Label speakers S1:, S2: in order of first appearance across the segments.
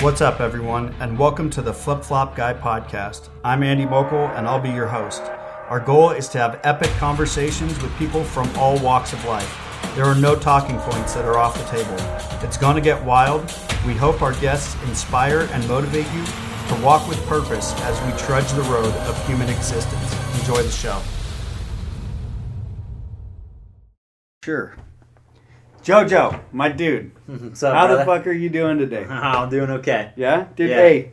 S1: What's up, everyone, and welcome to the Flip Flop Guy podcast. I'm Andy Mokel, and I'll be your host. Our goal is to have epic conversations with people from all walks of life. There are no talking points that are off the table. It's going to get wild. We hope our guests inspire and motivate you to walk with purpose as we trudge the road of human existence. Enjoy the show. Sure. Jojo, my dude,
S2: What's up,
S1: how the
S2: brother?
S1: fuck are you doing today?
S2: I'm doing okay.
S1: Yeah? Dude,
S2: Yeah.
S1: hey,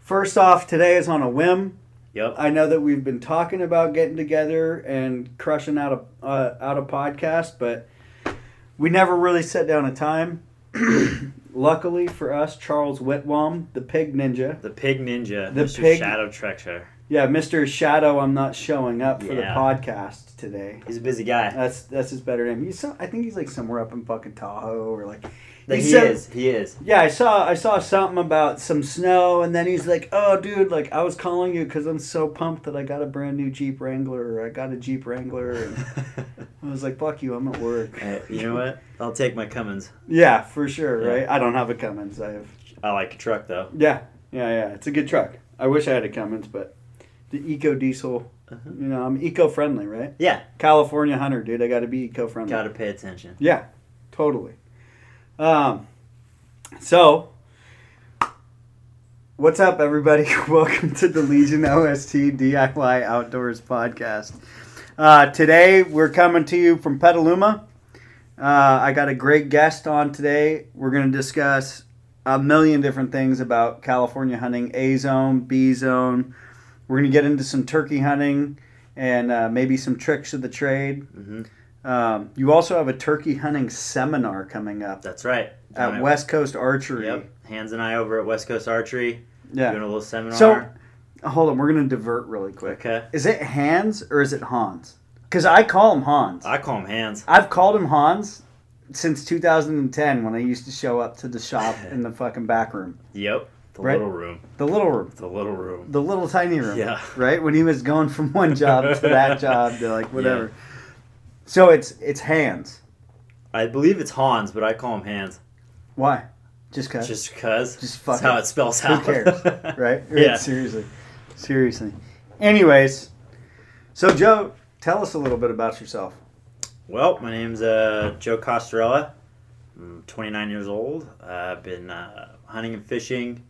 S1: first off, today is on a whim.
S2: Yep.
S1: I know that we've been talking about getting together and crushing out a uh, out a podcast, but we never really set down a time. Luckily for us, Charles Whitwam, the Pig Ninja,
S2: The Pig Ninja.
S1: The
S2: Mr.
S1: pig-
S2: Shadow Treasure.
S1: yeah, Mister Shadow, I'm not showing up for the
S2: Yeah.
S1: podcast today.
S2: He's a busy guy.
S1: That's that's his better name. He's some, I think he's like somewhere up in fucking Tahoe or like
S2: Like,
S1: he's
S2: he
S1: so-
S2: is. He is.
S1: Yeah, I saw I saw something about some snow, and then he's like, "Oh, dude, like I was calling you because I'm so pumped that I got a brand new Jeep Wrangler, or I got a Jeep Wrangler." And I was like, "Fuck you, I'm at work."
S2: Hey, you know what? I'll take my Cummins.
S1: yeah, for sure,
S2: Yeah.
S1: right? I don't have a Cummins. I have.
S2: I like a truck though.
S1: Yeah, yeah, yeah. It's a good truck. I wish I had a Cummins, but the eco diesel.
S2: Uh-huh.
S1: You know, I'm eco friendly, right?
S2: Yeah.
S1: California hunter, dude. I got to be eco friendly.
S2: Gotta pay attention.
S1: Yeah, totally. Um, so, what's up, everybody? Welcome to the Legion OST DIY Outdoors Podcast. Uh, today, we're coming to you from Petaluma. Uh, I got a great guest on today. We're going to discuss a million different things about California hunting A zone, B zone. We're going to get into some turkey hunting and uh, maybe some tricks of the trade.
S2: hmm
S1: Um, you also have a turkey hunting seminar coming up
S2: That's right.
S1: at
S2: Down
S1: West Coast Archery.
S2: Yep. Hands and I over at West Coast Archery
S1: Yeah.
S2: doing a little seminar.
S1: So, hold on, we're gonna divert really quick.
S2: okay.
S1: Is it Hans or is it Hans? Because I call him Hans.
S2: I call him Hands.
S1: I've called him Hans since 2010 when I used to show up to the shop in the fucking back room,
S2: Yep. The
S1: Right.
S2: little room.
S1: the little room,
S2: The little room.
S1: the little tiny room.
S2: Yeah.
S1: Right when he was going from one job to that job to like whatever. So it's it's Hans.
S2: I believe it's Hans, but I call him Hands.
S1: Why? Just cause.
S2: Just cause.
S1: Just fuck
S2: That's
S1: it.
S2: how it spells
S1: Who
S2: out.
S1: cares, right?
S2: Yeah.
S1: Seriously. Seriously. Anyways, so Joe, tell us a little bit about yourself.
S2: Well, my name's uh, Joe Costarella. I'm 29 years old. Uh, I've been uh, hunting and fishing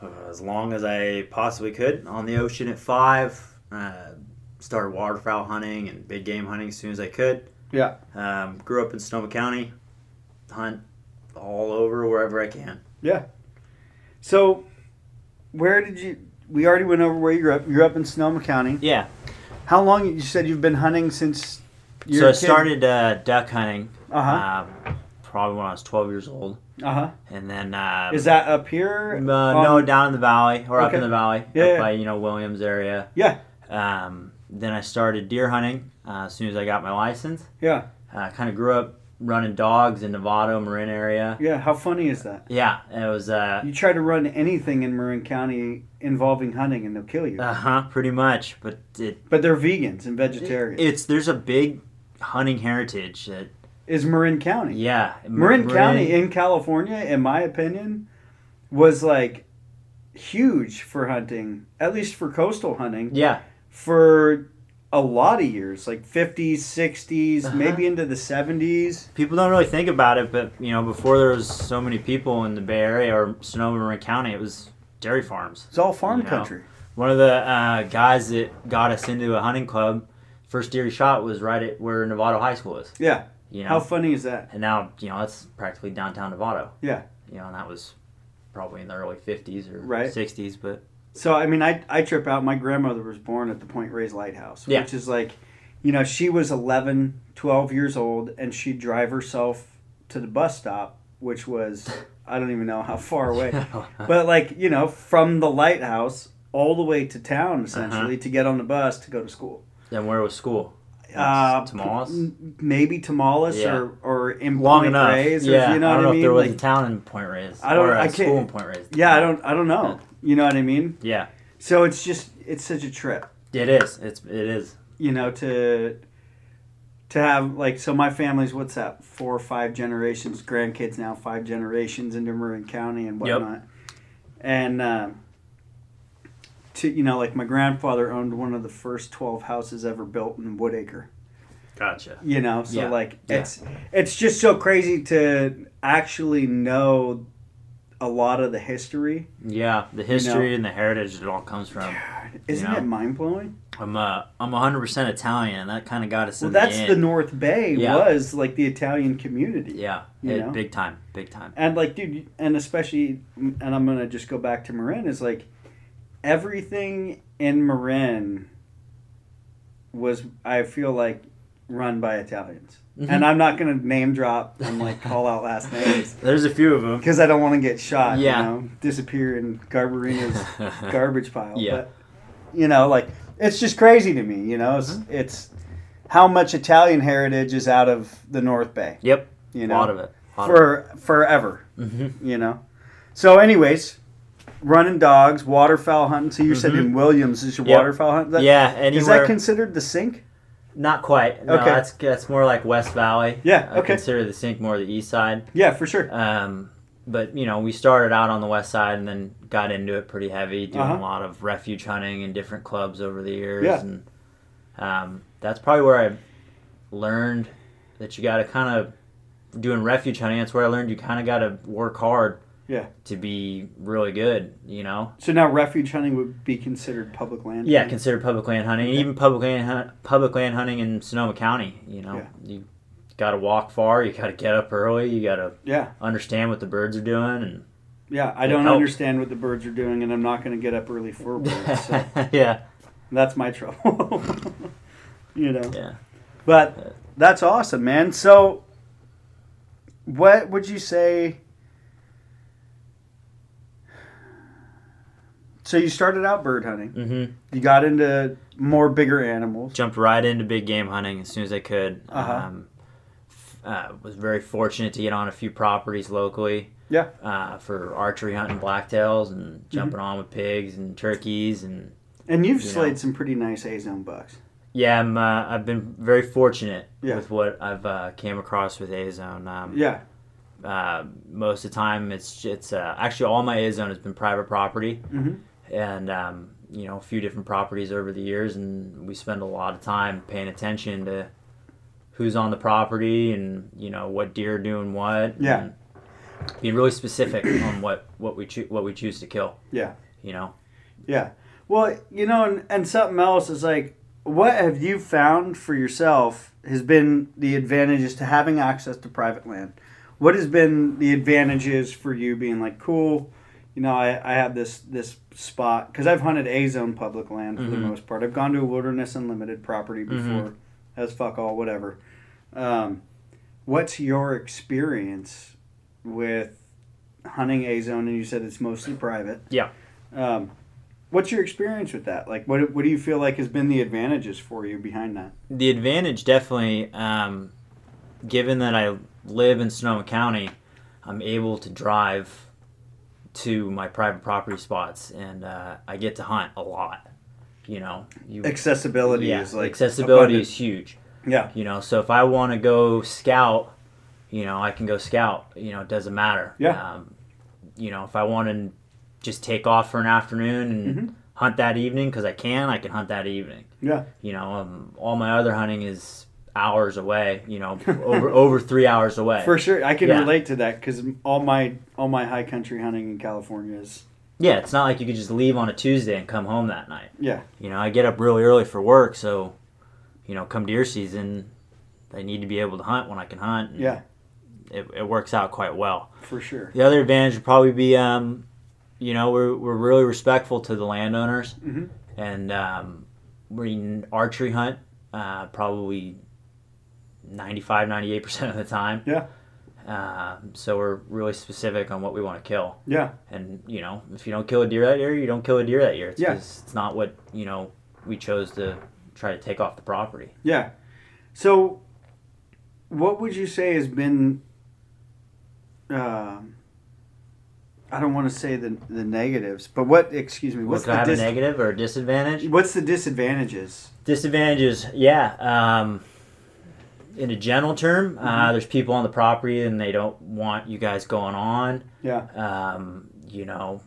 S2: uh, as long as I possibly could on the ocean at five. Uh, started waterfowl hunting and big game hunting as soon as I could.
S1: Yeah.
S2: Um, grew up in Sonoma County. Hunt all over wherever I can.
S1: So, where did you? We already went over where you grew up. You're up in Sonoma County.
S2: Yeah.
S1: How long? You said you've been hunting since. you
S2: so
S1: were
S2: I
S1: a kid?
S2: started uh, duck hunting
S1: Uh
S2: um, probably when I was 12 years old.
S1: huh. Uh huh.
S2: And then. Um,
S1: Is that up here?
S2: Uh,
S1: on-
S2: no, down in the valley or
S1: Um,
S2: up
S1: Okay.
S2: in the valley,
S1: Yeah,
S2: up
S1: yeah.
S2: by you know Williams area.
S1: Yeah.
S2: Um, then I started deer hunting uh, as soon as I got my license.
S1: Yeah.
S2: Uh, kind of grew up running dogs in Novato, Marin area.
S1: Yeah. How funny is that?
S2: Yeah, it was uh
S1: You try to run anything in Marin County involving hunting, and they'll kill you.
S2: huh, uh-huh, pretty much. But it,
S1: but they're vegans and
S2: it-
S1: vegetarians.
S2: it's there's a big hunting heritage. That,
S1: Is Marin County?
S2: yeah,
S1: Marin,
S2: Marin-
S1: County in California, in my opinion, was like huge for hunting, at least for coastal hunting,
S2: Yeah,
S1: for a lot of years, like 50s, 60s,
S2: Uh-huh.
S1: maybe into the 70s.
S2: people don't really think about it, but you know before there was so many people in the Bay Area or Sonoma, Marin County, it was dairy farms.
S1: It's all farm
S2: Yeah.
S1: country.
S2: One of the uh, guys that got us into a hunting club, first deer he shot was right at where Novato High School is.
S1: Yeah.
S2: You know,
S1: How funny is that?
S2: and now you know it's practically downtown Novato.
S1: Yeah.
S2: You know, and that was probably in the early '50s or
S1: Right.
S2: '60s, but
S1: So, I mean, I, I trip out. My grandmother was born at the Point Reyes Lighthouse,
S2: Yeah.
S1: which is like, you know, she was 11, 12 years old, and she'd drive herself to the bus stop, which was, I don't even know how far away. but like you know from the lighthouse all the way to
S2: Uh-huh.
S1: town essentially to get on the bus to go to school Uh,
S2: then where was school? Tamales?
S1: m- maybe tamales
S2: Yeah.
S1: or or in
S2: Long
S1: Point
S2: enough.
S1: Reyes, or-
S2: yeah,
S1: you know
S2: I don't
S1: what
S2: know
S1: i mean
S2: if there was
S1: Like,
S2: a town in Point Reyes.
S1: I don't-
S2: Or a
S1: I
S2: school
S1: can't-
S2: in Point Reyes.
S1: yeah i don't i don't know you know what i mean
S2: Yeah,
S1: so it's just it's such a trip
S2: it is. It's it is.
S1: you know to to have like so my family's what's that four or five generations grandkids now five generations into marin county and
S2: Yep.
S1: whatnot and uh, to you know like my grandfather owned one of the first 12 houses ever built in woodacre
S2: Gotcha.
S1: you know so
S2: Yeah.
S1: like
S2: Yeah.
S1: it's it's just so crazy to actually know a lot of the history
S2: Yeah, the history and the heritage it all comes from.
S1: isn't
S2: Yeah.
S1: it mind-blowing
S2: I'm uh, I'm 100% Italian, and that kind of got us
S1: well
S2: in
S1: that's
S2: the
S1: the,
S2: end.
S1: north bay
S2: Yeah.
S1: was like the italian community
S2: yeah,
S1: you
S2: it-
S1: know?
S2: big time, big time.
S1: and like dude and especially and i'm gonna just go back to marin is like everything in marin was i feel like run by italians
S2: Mm-hmm.
S1: and i'm not gonna name drop and like call out last names
S2: There's a few of them.
S1: because i don't want to get shot
S2: Yeah.
S1: you know disappear in garbarina's garbage pile
S2: Yeah.
S1: but you know like it's just crazy to me you know it's,
S2: Mm-hmm.
S1: it's how much italian heritage is out of the north bay
S2: Yep,
S1: you
S2: a
S1: know
S2: lot of it. a lot of
S1: for forever
S2: it. Mhm.
S1: you know. So, anyways, running dogs, waterfowl hunting. So you said in Williams is your
S2: Yep.
S1: waterfowl hunt. That,
S2: yeah,
S1: Is that
S2: anywhere.
S1: considered the sink?
S2: not quite. No,
S1: Okay.
S2: that's that's more like West Valley.
S1: Yeah,
S2: I
S1: okay.
S2: consider the sink more the east side.
S1: Yeah, for sure.
S2: Um, but you know, we started out on the west side and then got into it pretty heavy, doing
S1: Uh-huh.
S2: a lot of refuge hunting in different clubs over the years.
S1: Yeah.
S2: And um, that's probably where I learned that you got to kind of doing refuge hunting. That's where I learned you kind of got to work hard.
S1: Yeah.
S2: To be really good, you know.
S1: So now refuge hunting would be considered public land.
S2: Yeah,
S1: hunting?
S2: consider public land hunting,
S1: Mm-hmm. Okay.
S2: even public land hun- public land hunting in Sonoma County. You know,
S1: Yeah.
S2: you got to walk far. You got to get up early. You got to
S1: yeah,
S2: understand what the birds are doing and
S1: yeah. I
S2: It
S1: don't
S2: helps.
S1: understand what the birds are doing, and I'm not going to get up early for birds. So
S2: yeah,
S1: that's my trouble. you know.
S2: yeah.
S1: But that's awesome, man. So, what would you say? So you started out bird hunting.
S2: Mm-hmm.
S1: You got into more bigger animals.
S2: Jumped right into big game hunting as soon as I could.
S1: Uh-huh.
S2: Um, f- uh, was very fortunate to get on a few properties locally.
S1: Yeah. Mm-hmm.
S2: Uh, for archery hunting blacktails and jumping on with pigs and turkeys and
S1: And you've
S2: Yeah.
S1: slayed some pretty nice A zone bucks.
S2: yeah, I'm, uh, I've been very fortunate
S1: Yeah.
S2: with what I've uh, came across with A zone. Um,
S1: Yeah.
S2: uh, most of the time, it's it's uh, actually all my A zone has been private property.
S1: hmm
S2: and um, you know a few different properties over the years and we spend a lot of time paying attention to who's on the property and you know what deer are doing what
S1: Yeah.
S2: and being really specific on what what we choo- what we choose to kill
S1: Yeah.
S2: you know
S1: Yeah. Well, you know, and, and something else is like, what have you found for yourself has been the advantages to having access to private land? What has been the advantages for you being like, cool, you know, I, I have this this spot because I've hunted a zone public land for the
S2: Mhm.
S1: most part. I've gone to a wilderness unlimited property before, Mm-hmm. as fuck all whatever. Um, what's your experience with hunting a zone? And you said it's mostly private.
S2: Yeah.
S1: Um, What's your experience with that? Like, what what do you feel like has been the advantages for you behind that?
S2: the advantage definitely um, given that i live in sonoma county i'm able to drive to my private property spots and uh, i get to hunt a lot you know you
S1: Accessibility
S2: yeah,
S1: is like
S2: accessibility
S1: abundant.
S2: is huge.
S1: Yeah.
S2: You know, so if I want to go scout, you know, I can go scout. You know, it doesn't matter.
S1: Yeah.
S2: Um, you know, if I want to just take off for an afternoon and hunt that evening because I can, I can hunt that evening.
S1: Mm-hmm. Yeah.
S2: You know, um, all my other hunting is hours away. You know, over over three hours away.
S1: for sure. I can
S2: Yeah.
S1: relate to that because all my all my high country hunting in California is
S2: yeah, it's not like you could just leave on a Tuesday and come home that night.
S1: Yeah.
S2: You know, I get up really early for work, so you know, come deer season, I need to be able to hunt when I can hunt. and
S1: Yeah.
S2: It, it works out quite well.
S1: for sure.
S2: The other advantage would probably be, um, you know, we're, we're really respectful to the landowners,
S1: Mhm.
S2: and um, we n- archery hunt uh, probably 95, 98 percent of the time.
S1: Yeah.
S2: Um, so we're really specific on what we want to kill
S1: Yeah.
S2: and you know if you don't kill a deer that year you don't kill a deer that year it's
S1: Yeah.
S2: 'cause it's not what you know we chose to try to take off the property
S1: Yeah. So, what would you say has been? um I don't want to say the the negatives, but what? Excuse me. What's
S2: Could I
S1: the
S2: have
S1: dis- Mm-hmm.
S2: a negative or a disadvantage
S1: what's the disadvantages?
S2: disadvantages yeah um in a general term,
S1: Mm-hmm.
S2: uh, there's people on the property and they don't want you guys going on.
S1: Yeah.
S2: Um, you know,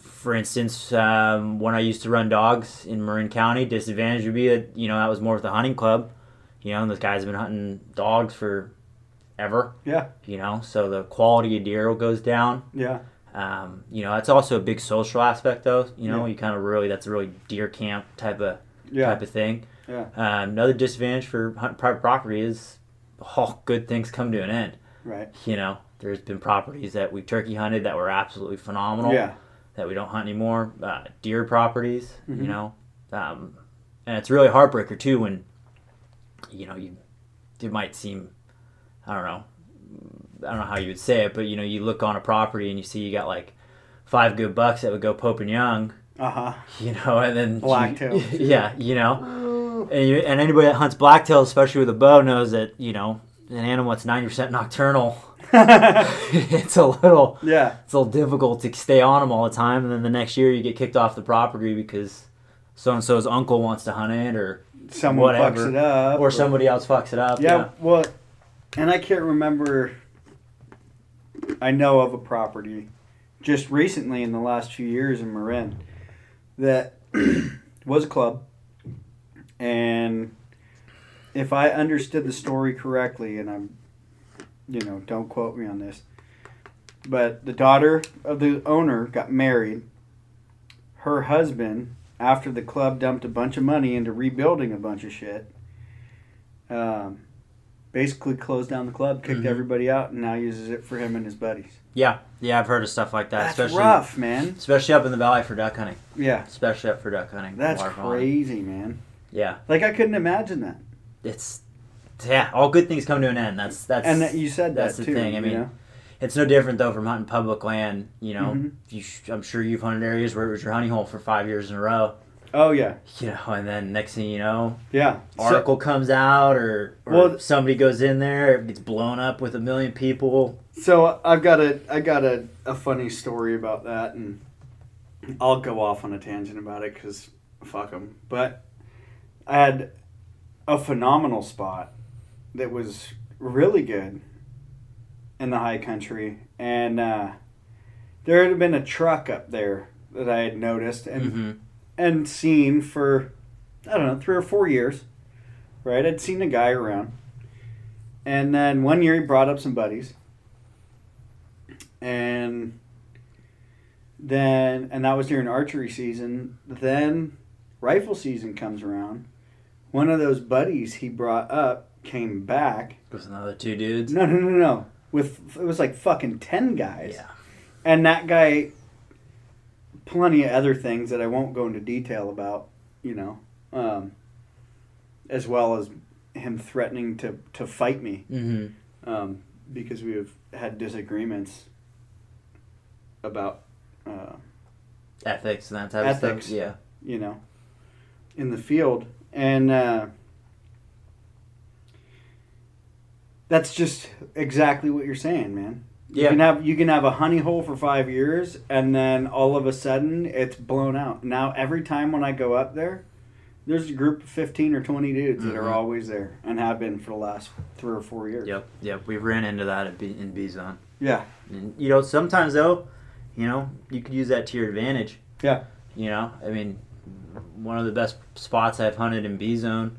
S2: for instance, um, when I used to run dogs in Marin County, disadvantage would be that you know that was more with the hunting club. You know, and those guys have been hunting dogs for ever.
S1: Yeah.
S2: You know, so the quality of deer goes down.
S1: Yeah.
S2: Um, you know, that's also a big social aspect, though. You know,
S1: Yeah.
S2: you kind of really that's a really deer camp type of
S1: Yeah.
S2: type of thing.
S1: Yeah.
S2: Um, another disadvantage for hunting private property is all good things come to an end.
S1: Right.
S2: You know, there's been properties that we turkey hunted that were absolutely phenomenal
S1: Yeah.
S2: that we don't hunt anymore. Uh, deer properties,
S1: Mhm.
S2: you know, um, and it's really heartbreaker too when, you know, you it might seem, I don't know, I don't know how you would say it, but you know, you look on a property and you see you got like five good bucks that would go Pope and Young,
S1: Uh huh.
S2: you know, and then
S1: Blacktail, too.
S2: yeah, you
S1: Uh-huh.
S2: know, and, you, and anybody that hunts blacktail, especially with a bow, knows that you know an animal that's ninety percent nocturnal. it's a little
S1: yeah.
S2: it's a little difficult to stay on them all the time, and then the next year you get kicked off the property because so and so's uncle wants to hunt it, or
S1: Someone fucks
S2: Whatever.
S1: it up.
S2: or somebody else fucks it up.
S1: Yeah, Well, and I can't remember. I know of a property just recently in the last few years in Marin that was a club, and if I understood the story correctly, and I'm, you know, don't quote me on this, but the daughter of the owner got married. Her husband, after the club dumped a bunch of money into rebuilding a bunch of shit, um, basically closed down the club, kicked
S2: Mhm.
S1: everybody out, and now uses it for him and his buddies.
S2: yeah, yeah. I've heard of stuff like that,
S1: That's
S2: especially
S1: rough, man.
S2: especially up in the valley for duck hunting,
S1: Yeah,
S2: especially up for duck hunting.
S1: that's
S2: waterfowl.
S1: crazy, man.
S2: Yeah,
S1: Like I couldn't imagine that.
S2: it's yeah. All good things come to an end. That's that's
S1: And uh, that you said
S2: that's
S1: that
S2: the
S1: too.
S2: thing, I
S1: you
S2: mean,
S1: know?
S2: it's no different though from hunting public land. You know,
S1: Mhm.
S2: you sh- I'm sure you've hunted areas where it was your hunting hole for five years in a row.
S1: Oh yeah,
S2: You know, and then next thing you know,
S1: yeah. So-
S2: article comes out or, or
S1: Well-
S2: somebody goes in there it gets blown up with a million people
S1: So I've got a I got a, a funny story about that, and I'll go off on a tangent about it because fuck them. But I had a phenomenal spot that was really good in the high country, and uh, there had been a truck up there that I had noticed and
S2: Mm-hmm.
S1: and seen for I don't know three or four years, right? I'd seen the guy around, and then one year he brought up some buddies, and then and that was during archery season. Then rifle season comes around. One of those buddies he brought up came back.
S2: with another two dudes
S1: No, no, no, no. With it was like fucking ten guys
S2: yeah
S1: and that guy plenty of other things that i won't go into detail about you know um, as well as him threatening to, to fight me
S2: mm-hmm.
S1: um, because we have had disagreements about uh,
S2: ethics and that type of
S1: Ethics.
S2: stuff yeah
S1: you know, in the field. And uh, that's just exactly what you're saying, man. You
S2: Yeah.
S1: can have you can have a honey hole for five years, and then all of a sudden it's blown out. Now every time when I go up there, there's a group of fifteen or twenty dudes that are
S2: Mhm.
S1: always there and have been for the last three or four years.
S2: yep yep we ran into that at B- in b zone
S1: Yeah.
S2: and you know sometimes though you know you could use that to your advantage
S1: Yeah.
S2: you know i mean one of the best spots i've hunted in b zone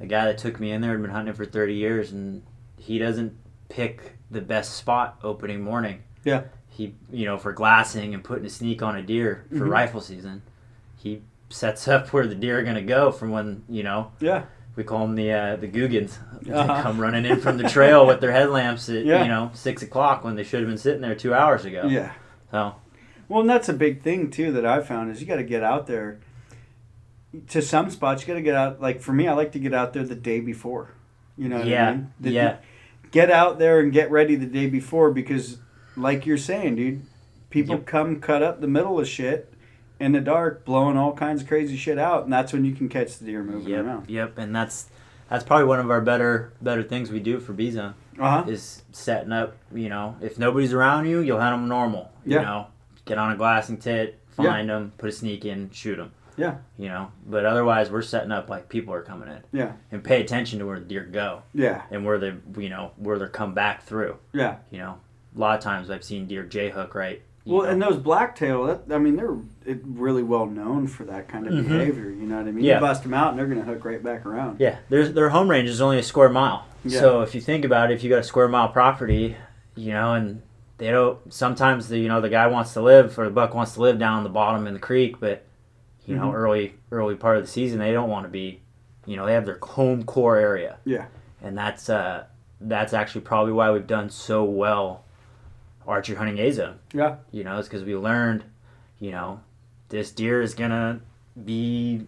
S2: a guy that took me in there had been hunting for 30 years and he doesn't pick the best spot opening morning
S1: Yeah.
S2: he you know for glassing and putting a sneak on a deer for
S1: Mhm.
S2: rifle season he sets up where the deer are going to go from when you know
S1: Yeah.
S2: we call them the uh, the googans
S1: Uh-huh.
S2: they come running in from the trail with their headlamps at
S1: Yeah.
S2: you know six o'clock when they should have been sitting there two hours ago
S1: Yeah.
S2: so
S1: Well, and that's a big thing too that I've found is you got to get out there. To some spots, you got to get out. Like for me, I like to get out there the day before. You know, what I
S2: Yeah,
S1: mean? The-
S2: yeah.
S1: Get out there and get ready the day before because, like you're saying, dude, people
S2: Yep.
S1: come cut up the middle of shit in the dark, blowing all kinds of crazy shit out, and that's when you can catch the deer moving
S2: yep
S1: around.
S2: yep and that's that's probably one of our better better things we do for b zone
S1: Uh huh.
S2: is setting up you know if nobody's around you you'll hunt them normal
S1: Yeah.
S2: you know get on a glassing tit
S1: Yeah.
S2: find them put a sneak in shoot them
S1: Yeah.
S2: You know, but otherwise we're setting up like people are coming in.
S1: Yeah.
S2: And pay attention to where the deer go
S1: Yeah.
S2: and where they, you know, where they're come back through.
S1: Yeah.
S2: You know, a lot of times I've seen deer J hook right. you
S1: Well,
S2: know.
S1: and those blacktail, that, I mean, they're it, really well known for that kind of
S2: Mhm.
S1: behavior. You know what I mean?
S2: Yeah.
S1: You bust them out, and they're going to hook right back around.
S2: Yeah, their their home range is only a square mile.
S1: Yeah.
S2: So if you think about it, if you got a square mile property, you know, and they don't. Sometimes the you know the guy wants to live or the buck wants to live down the bottom in the creek, but you know
S1: Mhm.
S2: early early part of the season they don't want to be. You know, they have their home core area.
S1: Yeah.
S2: And that's uh that's actually probably why we've done so well archery hunting A zone.
S1: Yeah.
S2: You know, it's because we learned, you know, this deer is gonna be,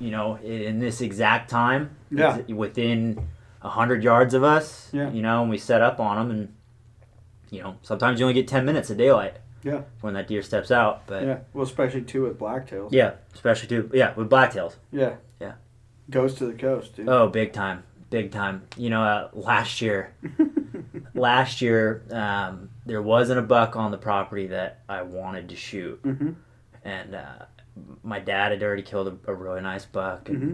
S2: you know, i- in this exact time,
S1: Yeah.
S2: ex- within a hundred yards of us.
S1: Yeah.
S2: You know, and we set up on them, and you know, sometimes you only get ten minutes of daylight.
S1: Yeah.
S2: When that deer steps out, but yeah,
S1: Yeah. Well, especially too with blacktails.
S2: especially too, yeah, with blacktails.
S1: Yeah.
S2: Yeah.
S1: Coast to the coast, dude.
S2: Oh, big time, big time. You know, uh, last year, last year, um, there wasn't a buck on the property that I wanted to shoot.
S1: hmm
S2: and uh, my dad had already killed a, a really nice buck and
S1: hmm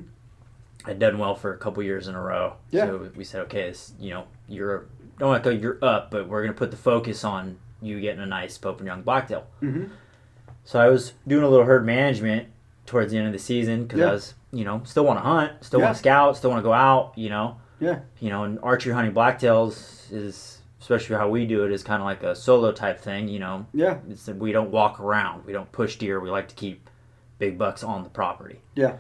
S2: had done well for a couple years in a row.
S1: Yeah.
S2: So we said, okay, this, you know, you're don't want to go, you're up, but we're gonna put the focus on you getting a nice Pope and Young blacktail.
S1: hmm
S2: So I was doing a little herd management towards the end of the season because
S1: Yeah.
S2: I was, you know, still want to hunt, still
S1: Yeah.
S2: want to scout, still want to go out, you know.
S1: Yeah.
S2: You know, and archery hunting blacktails is especially how we do it is kind of like a solo type thing. You know,
S1: Yeah.
S2: it's that we don't walk around. We don't push deer. We like to keep big bucks on the property.
S1: Yeah.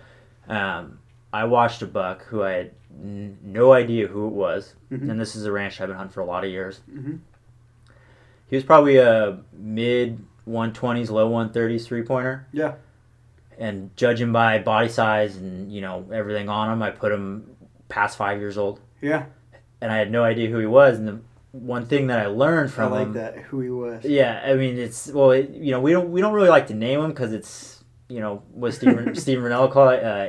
S2: Um, I watched a buck who I had n- no idea who it was,
S1: Mhm.
S2: and this is a ranch I've been hunting for a lot of years.
S1: Mhm.
S2: He was probably a mid 120s, low 130s three pointer.
S1: Yeah.
S2: And judging by body size and you know everything on him, I put him past five years old,
S1: Yeah.
S2: and I had no idea who he was. And the one thing that I learned
S1: I
S2: from
S1: like
S2: him,
S1: that. Who he was.
S2: yeah, I mean it's well, it, you know, we don't we don't really like to name them because it's you know what Stephen Stephen Renell call it uh,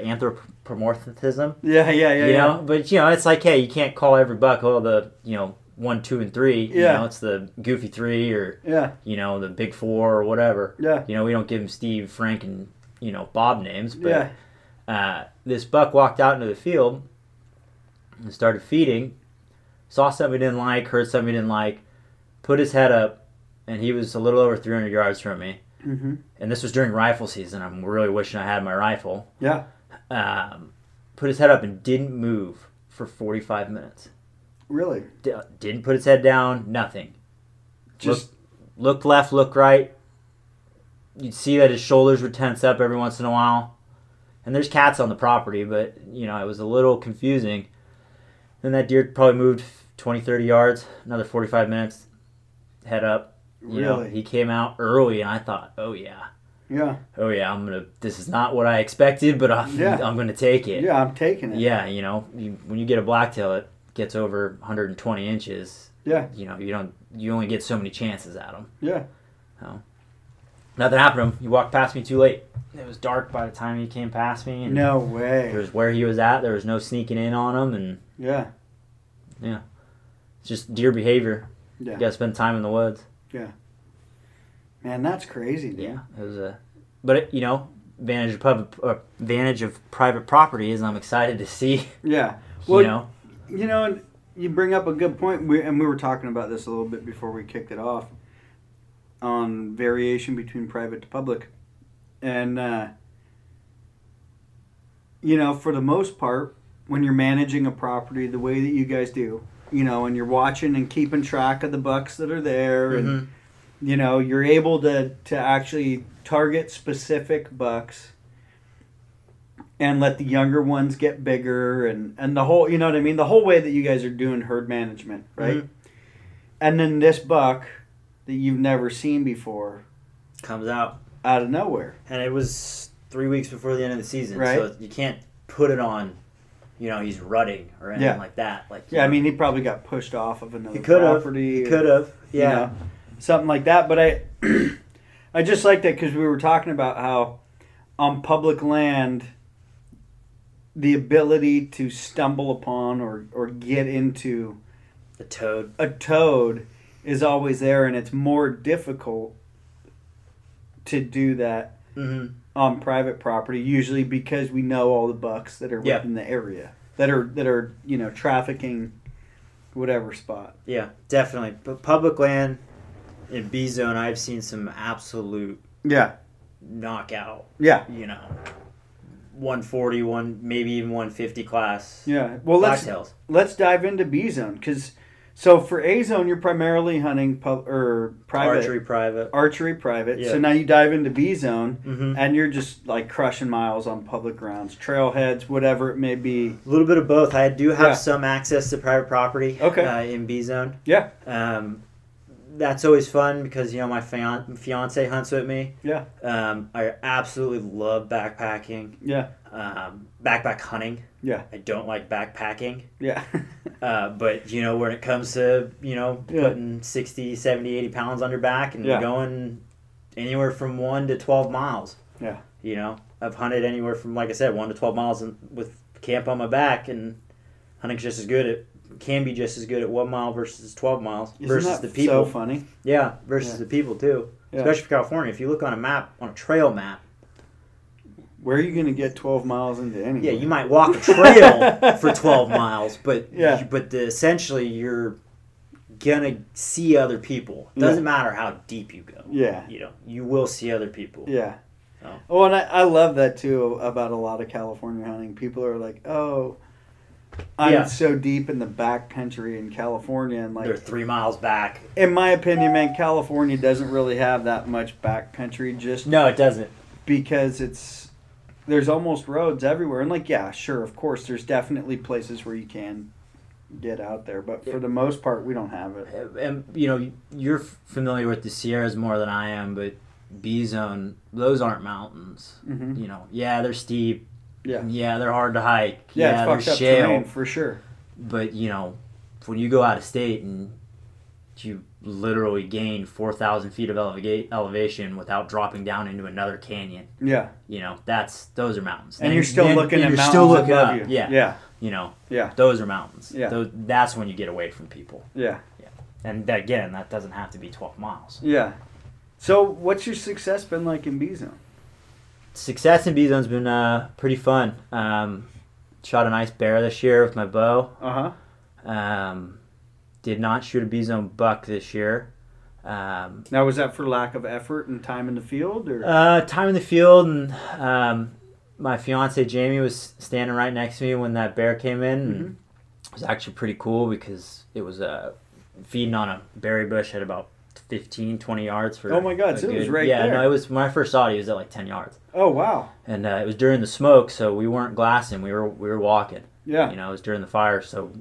S2: anthropomorphism.
S1: Yeah. Yeah. Yeah.
S2: you
S1: yeah.
S2: know, but you know it's like hey, you can't call every buck all the you know one, two, and three.
S1: Yeah.
S2: you know, it's the goofy three or
S1: Yeah.
S2: you know the big four or whatever.
S1: Yeah.
S2: You know, we don't give them Steve, Frank, and you know Bob names. But
S1: Yeah.
S2: uh, this buck walked out into the field and started feeding. Saw something he didn't like, heard something he didn't like, put his head up, and he was a little over 300 yards from me.
S1: hmm
S2: And this was during rifle season. I'm really wishing I had my rifle.
S1: Yeah.
S2: Um, put his head up and didn't move for 45 minutes.
S1: Really.
S2: D- didn't put his head down, nothing.
S1: Just
S2: Looked left, looked right. You'd see that his shoulders would tense up every once in a while. And there's cats on the property, but, you know, it was a little confusing. Then that deer probably moved 20, 30 yards, another 45 minutes, head up. You know,
S1: really.
S2: he came out early, and I thought, oh, yeah.
S1: yeah.
S2: Oh, yeah, I'm going to, this is not what I expected, but I'm,
S1: Yeah.
S2: I'm going to take it.
S1: Yeah. I'm taking it.
S2: Yeah, you know, you, when you get a blacktail, it gets over 120 inches.
S1: Yeah.
S2: You know, you don't, you only get so many chances at them.
S1: Yeah.
S2: Nothing happened to him. He walked past me too late. It was dark by the time he came past me. And
S1: No
S2: There
S1: way.
S2: was where he was at. There was no sneaking in on him, and
S1: Yeah.
S2: it's just deer behavior.
S1: Yeah.
S2: You gotta spend time in the woods.
S1: Man, that's crazy, dude.
S2: it was a, but it, you know, advantage of pub, uh, advantage of private property is I'm excited to see.
S1: Yeah. Well,
S2: you know,
S1: You know, and you bring up a good point, we, and we were talking about this a little bit before we kicked it off on variation between private to public. And, uh, you know, for the most part, when you're managing a property the way that you guys do, you know, and you're watching and keeping track of the bucks that are there, and,
S2: Mhm.
S1: you know, you're able to, to actually target specific bucks and let the younger ones get bigger and and the whole you know what I mean the whole way that you guys are doing herd management right
S3: Mm-hmm.
S1: and then this buck that you've never seen before
S3: Comes out,
S1: out of nowhere
S3: and it was three weeks before the end of the season,
S1: Right.
S3: so you can't put it on. You know, he's rutting or anything
S1: Yeah.
S3: like that. Like
S1: yeah I mean he probably got pushed off of another
S3: He could've.
S1: property or,
S3: could have.
S1: you
S3: Yeah,
S1: know, something like that but I I just like that because we were talking about how on public land the ability to stumble upon or or get into
S3: the toad.
S1: a toad is always there and it's more difficult to do that
S3: Mm-hmm.
S1: on private property, usually because we know all the bucks that are
S3: Yeah.
S1: within the area that are that are you know trafficking whatever spot.
S3: Yeah, definitely. But public land in B zone, I've seen some absolute
S1: Yeah,
S3: knockout.
S1: yeah,
S3: You know, 140, one maybe even 150 class.
S1: yeah. Well, let's
S3: blacktails.
S1: let's dive into B zone because so for A zone you're primarily hunting pub or private archery,
S3: archery private.
S1: private.
S3: Yeah.
S1: So now you dive into B zone
S3: hmm
S1: and you're just like crushing miles on public grounds, trailheads, whatever it may be.
S3: A little bit of both. I do have
S1: Yeah.
S3: some access to private property.
S1: Okay.
S3: Uh, in B zone.
S1: Yeah.
S3: Um, that's always fun because you know my fian- fiance hunts with me.
S1: Yeah.
S3: Um, I absolutely love backpacking.
S1: Yeah.
S3: Um, backpack hunting.
S1: Yeah.
S3: I don't like backpacking.
S1: Yeah.
S3: Uh, but you know when it comes to you know
S1: Yeah.
S3: putting 60 70 80 pounds on your back and
S1: Yeah.
S3: going anywhere from 1 to 12 miles
S1: Yeah.
S3: you know i've hunted anywhere from like i said 1 to 12 miles and with camp on my back and hunting's just as good at can be just as good at 1 mile versus 12 miles
S1: Isn't
S3: versus
S1: that
S3: the
S1: so
S3: people
S1: funny.
S3: yeah versus
S1: Yeah.
S3: the people too
S1: Yeah.
S3: especially for california if you look on a map on a trail map
S1: Where are you going to get 12 miles into anything?
S3: yeah you might walk a trail for 12 miles but
S1: Yeah.
S3: but the, essentially you're gonna see other people
S1: Yeah.
S3: doesn't matter how deep you go
S1: Yeah.
S3: you know you will see other people
S1: Yeah.
S3: Oh.
S1: Oh, and I, I love that too about a lot of California hunting. People are like, oh, I'm
S3: Yeah.
S1: so deep in the back country in California. And like,
S3: they're three miles back
S1: in my opinion, man, California doesn't really have that much back country just
S2: No, it doesn't.
S1: because it's, there's almost roads everywhere. And like, yeah, sure, of course, there's definitely places where you can get out there. But for the most part, we don't have it.
S2: And you know, you're familiar with the Sierras more than I am, but B zone, those aren't mountains.
S1: hmm
S2: You know, yeah, they're steep.
S1: Yeah.
S2: Yeah, they're hard to hike.
S1: Yeah,
S2: Yeah,
S1: it's
S2: they're
S1: fucked up
S2: shale.
S1: terrain for sure.
S2: But you know, when you go out of state and you literally gain four thousand feet of eleva- elevation without dropping down into another canyon,
S1: Yeah.
S2: you know, that's those are mountains.
S1: And
S2: Then-
S1: you're still
S2: then-
S1: looking
S2: then
S1: at
S2: you're
S1: mountains
S2: still looking
S1: above
S2: up.
S1: you.
S2: Yeah,
S1: Yeah.
S2: you know,
S1: Yeah.
S2: those are mountains.
S1: Yeah.
S2: Tho- that's when you get away from people.
S1: Yeah.
S2: And that- again, that doesn't have to be twelve miles.
S1: Yeah. So, what's your success been like in B Zone?
S2: success in B zone's been uh, pretty fun. Um, shot a nice bear this year with my bow.
S1: Uh huh.
S2: Um, did not shoot a B zone buck this year. Um,
S1: Now, was that for lack of effort and time in the field, or
S2: uh, time in the field, and um, my fiance Jamie was standing right next to me when that bear came in.
S1: Mm-hmm.
S2: And it was actually pretty cool because it was uh, feeding on a berry bush at about 15, 20 yards. For
S1: Oh my God,
S2: a
S1: so it was right
S2: yeah,
S1: there.
S2: no, it was when I first saw it, it was at like ten yards,
S1: oh wow,
S2: and uh, it was during the smoke, so we weren't glassing, we were we were walking.
S1: yeah,
S2: you know, it was during the fire, so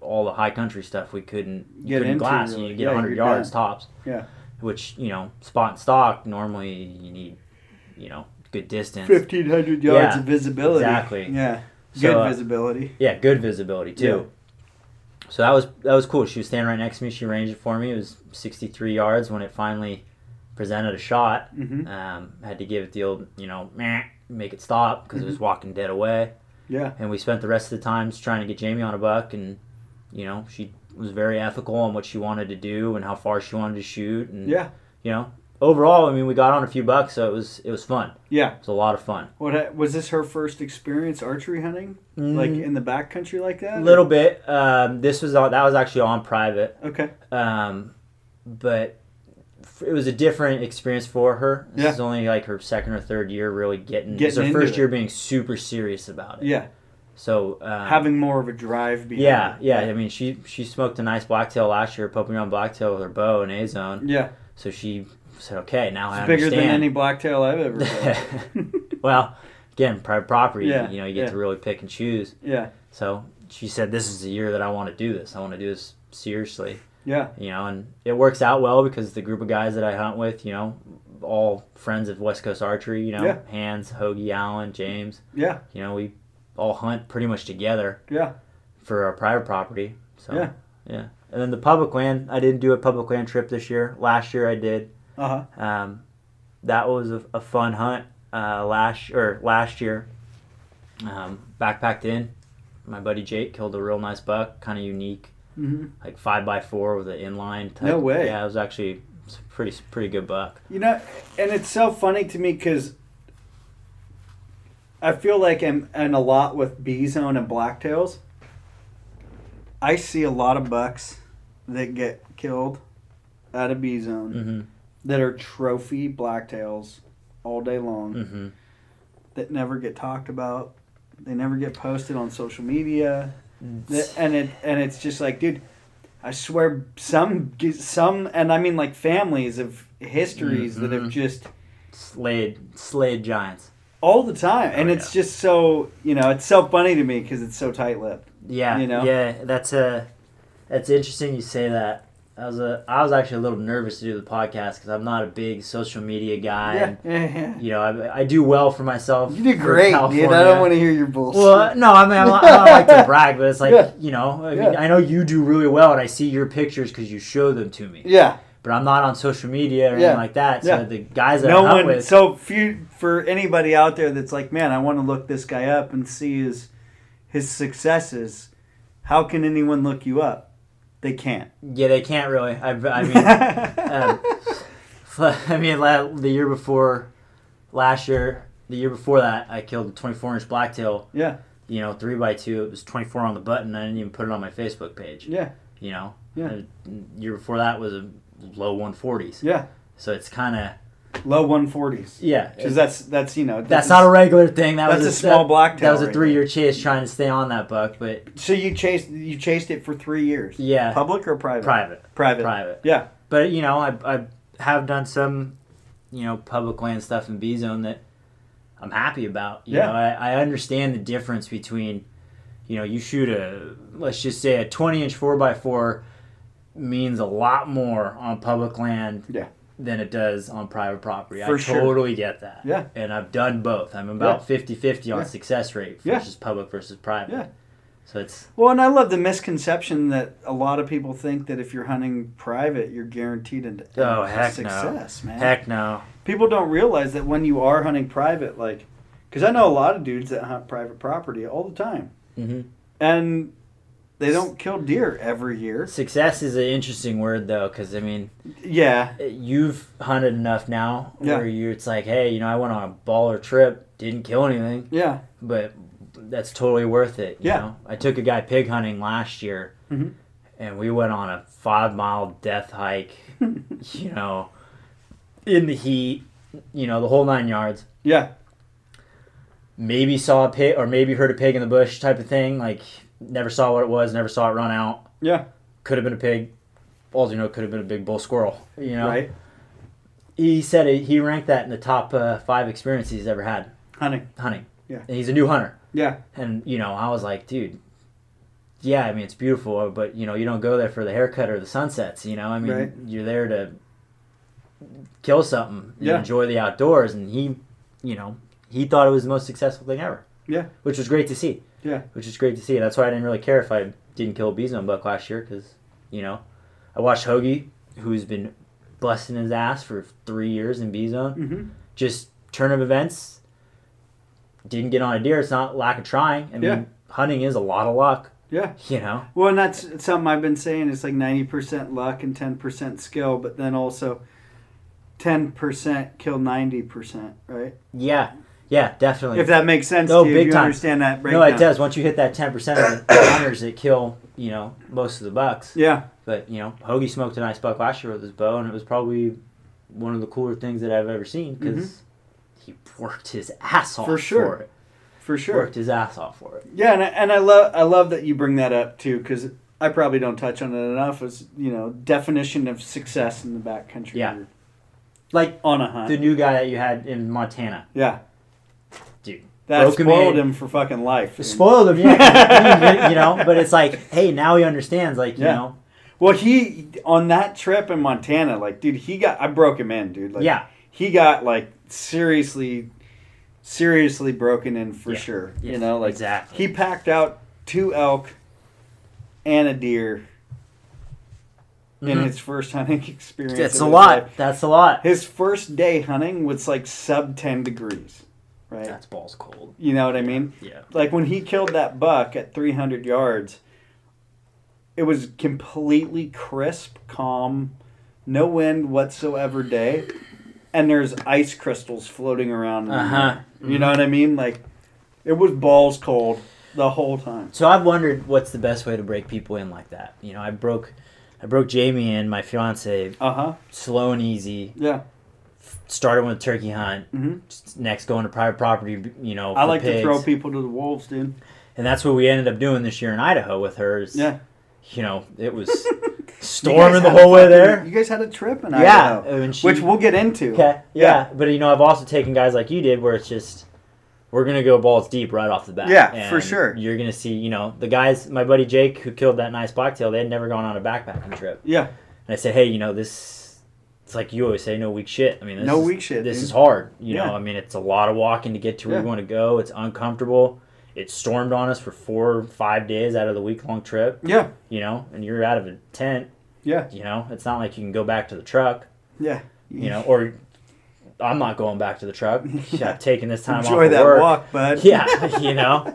S2: all the high country stuff we couldn't you
S1: Get
S2: couldn't
S1: into,
S2: glass.
S1: really.
S2: You get
S1: Yeah,
S2: hundred
S1: you're
S2: yards tops.
S1: Yeah.
S2: Which you know, spot and stock normally you need, you know, good distance.
S1: fifteen hundred yards
S2: Yeah,
S1: of visibility.
S2: exactly.
S1: Yeah.
S2: So,
S1: Good
S2: uh,
S1: visibility.
S2: Yeah, good visibility too. So that was that was cool. She was standing right next to me. She ranged it for me. It was sixty three yards when it finally presented a shot.
S1: hmm
S2: Um, had to give it the old you know meh, make it stop because it was walking dead
S1: Mm-hmm.
S2: away.
S1: Yeah.
S2: and we spent the rest of the times trying to get Jamie on a buck and you know she was very ethical on what she wanted to do and how far she wanted to shoot and
S1: Yeah.
S2: you know overall I mean we got on a few bucks so it was it was fun
S1: Yeah.
S2: it was a lot of fun
S1: What ha- was this her first experience archery hunting, like
S2: Mm,
S1: in the backcountry like
S2: a
S1: that?
S2: little bit um, this was on, that was actually on private
S1: Okay.
S2: um, but f- it was a different experience for her this
S1: Yeah.
S2: is only like her second or third year really getting,
S1: Getting
S2: it's her
S1: into
S2: first
S1: it.
S2: year being super serious about it
S1: Yeah.
S2: so um,
S1: Having more of a drive. Behind
S2: Yeah,
S1: it.
S2: yeah. I mean, she she smoked a nice blacktail last year, Pompignon blacktail with her bow in A zone.
S1: Yeah.
S2: So she said, "Okay, now I
S1: It's bigger
S2: understand."
S1: than any blacktail I've ever. Seen.
S2: well, again, private property.
S1: Yeah,
S2: you know, you get
S1: yeah.
S2: to really pick and choose.
S1: yeah.
S2: So she said, "This is the year that I want to do this. I want to do this seriously."
S1: Yeah.
S2: You know, and it works out well because the group of guys that I hunt with, you know, all friends of West Coast archery. You know,
S1: Yeah.
S2: Hans, Hoagie, Allen, James.
S1: Yeah.
S2: You know, we all hunt pretty much together.
S1: Yeah.
S2: For our private property. So
S1: Yeah.
S2: yeah. And then the public land, I didn't do a public land trip this year. Last year I did.
S1: Uh huh.
S2: Um, that was a, a fun hunt. Uh, last or last year, um, backpacked in. My buddy Jake killed a real nice buck, kind of unique,
S1: hmm
S2: like five by four with an inline. Type.
S1: No way.
S2: Yeah, it was actually it's a pretty pretty good buck.
S1: You know, and it's so funny to me because I feel like I'm in a lot with B zone and blacktails. I see a lot of bucks that get killed out of B zone
S2: Mm-hmm.
S1: that are trophy blacktails all day long
S2: Mm-hmm.
S1: that never get talked about. They never get posted on social media, That- and it and it's just like, dude, I swear, some some, and I mean like families of histories that have
S2: Mhm.
S1: just
S2: Slade, Slade Giants.
S1: all the time, and
S3: Oh,
S1: it's just so you know, it's so funny to me because it's so tight lipped.
S2: Yeah,
S1: You know?
S2: yeah, that's a that's interesting. You say that. I was a I was actually a little nervous to do the podcast because I'm not a big social media guy.
S1: Yeah,
S2: And,
S1: yeah, yeah.
S2: you know, I, I do well for myself.
S1: You did
S2: for
S1: great, dude. I
S2: California.
S1: don't want to hear your bullshit.
S2: Well, no, I mean, I, don't- I don't like to brag, but it's like,
S1: Yeah.
S2: you know, I mean,
S1: Yeah.
S2: I know you do really well, and I see your pictures because you show them to me.
S1: yeah,
S2: But I'm not on social media or
S1: Yeah.
S2: anything like that. So
S1: Yeah.
S2: the guys that
S1: no
S2: I'm out
S1: one.
S2: with,
S1: So few for anybody out there that's like, man, I want to look this guy up and see his his successes. How can anyone look you up? They can't.
S2: yeah, they can't really. I, I mean, um, I mean, la- the year before, last year, the year before that, I killed a 24 inch blacktail.
S1: Yeah.
S2: You know, three by two. It was 24 on the button. I didn't even put it on my Facebook page.
S1: yeah,
S2: You know.
S1: Yeah.
S2: And the year before that was a low 140s.
S1: yeah.
S2: So it's kind of
S1: Low one forties.
S2: yeah.
S1: Because that's that's you know
S2: that's not a regular thing. That
S1: that's
S2: was
S1: a small blacktail
S2: That was a
S1: right
S2: three year chase trying to stay on that buck, but
S1: So you chased you chased it for three years.
S2: yeah,
S1: Public or private?
S2: private,
S1: Private.
S2: private.
S1: Yeah.
S2: But you know, I I have done some, you know, public land stuff in B zone that I'm happy about. You
S1: Yeah.
S2: know, I, I understand the difference between, you know, you shoot a let's just say a 20 inch four x four means a lot more on public land.
S1: Yeah.
S2: Than it does on private property.
S1: For
S2: I
S1: sure.
S2: totally get that.
S1: Yeah.
S2: And I've done both. I'm about 50 50 on
S1: Yeah.
S2: success rate
S1: Yeah.
S2: versus public versus private.
S1: Yeah.
S2: So it's
S1: Well, and I love the misconception that a lot of people think that if you're hunting private, you're guaranteed an,
S2: Oh, heck no.
S1: success, man.
S2: heck no.
S1: People don't realize that when you are hunting private, like, because I know a lot of dudes that hunt private property all the time,
S2: Mm-hmm.
S1: and they don't kill deer every year.
S2: Success is an interesting word though, because I mean,
S1: Yeah,
S2: you've hunted enough now
S1: Yeah.
S2: where you it's like, hey, you know, I went on a baller trip, didn't kill anything,
S1: yeah,
S2: but that's totally worth it. You
S1: Yeah.
S2: know? I took a guy pig hunting last year,
S1: Mhm.
S2: and we went on a five mile death hike. you know, in the heat, you know, the whole nine yards.
S1: yeah,
S2: maybe saw a pig or maybe heard a pig in the bush type of thing. Like never saw what it was, never saw it run out.
S1: Yeah.
S2: Could have been a pig. All you know, could have been a big bull squirrel. You know,
S1: right.
S2: he said it, he ranked that in the top uh, five experiences he's ever had
S1: Hunting.
S2: hunting.
S1: Yeah.
S2: and he's a new hunter.
S1: Yeah.
S2: and you know, I was like, dude, yeah, I mean, it's beautiful, but you know, you don't go there for the haircut or the sunsets. You know, I mean,
S1: Right.
S2: you're there to kill something and
S1: Yeah.
S2: enjoy the outdoors. And he, you know, he thought it was the most successful thing ever.
S1: Yeah.
S2: which was great to see.
S1: Yeah.
S2: which was great to see. That's why I didn't really care if I didn't kill a Bison buck last year because you know, I watched Hoagie, who's been busting his ass for three years in B zone
S1: Mm-hmm.
S2: just turn of events. Didn't get on a deer. It's not lack of trying. I mean,
S1: Yeah.
S2: hunting is a lot of luck.
S1: Yeah.
S2: You know.
S1: Well, and that's something I've been saying. It's like ninety percent luck and ten percent skill, but then also ten percent kill ninety percent, right?
S2: Yeah. Yeah. Definitely.
S1: If that makes sense
S2: No,
S1: to you,
S2: big
S1: you
S2: time.
S1: understand that breakdown.
S2: no, it does. Once you hit that ten percent of the hunters that kill, you know, most of the bucks.
S1: Yeah,
S2: But you know, Hoagie smoked a nice buck last year with his bow, and it was probably one of the cooler things that I've ever seen because he worked his ass off
S1: Mm-hmm. For sure.
S2: it.
S1: for sure.
S2: Worked his ass off for it.
S1: Yeah, and I, and I love I love that you bring that up too because I probably don't touch on it enough. Is you know definition of success in the backcountry.
S2: Yeah. Like
S1: on a hunt.
S2: the new guy that you had in Montana,
S1: yeah,
S2: dude.
S1: that
S2: Broke him
S1: spoiled
S2: in.
S1: him for fucking life.
S2: It
S1: dude.
S2: spoiled him, yeah. you know, but it's like, hey, now he understands, like, you
S1: Yeah.
S2: know,
S1: Well, he on that trip in Montana, like, dude, he got I broke him in, dude. Like,
S2: yeah,
S1: he got like seriously, seriously broken in for
S2: Yeah.
S1: sure.
S2: Yeah,
S1: You know, like
S2: exactly.
S1: he packed out two elk and a deer in
S2: Mhm.
S1: his first hunting experience.
S2: That's
S1: of
S2: a
S1: his
S2: lot.
S1: life.
S2: That's a lot.
S1: His first day hunting was like sub ten degrees, right?
S2: That's balls cold.
S1: You know what I mean?
S2: Yeah.
S1: Like when he killed that buck at 300 yards, it was completely crisp, calm, no wind whatsoever day, and there's ice crystals floating around. in the
S2: Uh huh.
S1: air. You know what I mean? Like It was balls cold the whole time.
S2: So I've wondered what's the best way to break people in like that. You know, I broke, I broke Jamie and my fiance
S1: Uh huh.
S2: slow and easy.
S1: Yeah.
S2: Started with a turkey hunt.
S1: hmm
S2: just Next, going to private property. You know,
S1: I
S2: for
S1: like to
S2: pigs.
S1: throw people to the wolves, dude.
S2: and that's what we ended up doing this year in Idaho with hers.
S1: Yeah.
S2: you know, it was
S1: You guys
S2: storming the
S1: had a
S2: whole way
S1: fucking-
S2: there.
S1: You guys had a trip in
S2: Yeah,
S1: Idaho,
S2: and she-
S1: which we'll get into.
S2: Okay, yeah. but you know, I've also taken guys like you did, where it's just we're gonna go balls deep right off the bat.
S1: Yeah,
S2: And
S1: for sure.
S2: You're gonna see, you know, the guys, my buddy Jake, who killed that nice blacktail, they had never gone on a backpacking trip,
S1: Yeah.
S2: and I said, hey, you know, this. It's like you always say, no weak shit. I mean, this
S1: No
S2: is,
S1: weak shit,
S2: This
S1: dude.
S2: is hard. You
S1: Yeah.
S2: know, I mean, it's a lot of walking to get to where
S1: Yeah.
S2: you want to go. It's uncomfortable. It stormed on us for four, or five days out of the week long trip.
S1: Yeah.
S2: You know, and you're out of a tent.
S1: Yeah.
S2: You know, it's not like you can go back to the truck.
S1: Yeah.
S2: You know, or I'm not going back to the truck.
S1: Yeah.
S2: I'm taking this time off
S1: Enjoy
S2: of
S1: that
S2: work.
S1: walk, bud.
S2: Yeah, you know.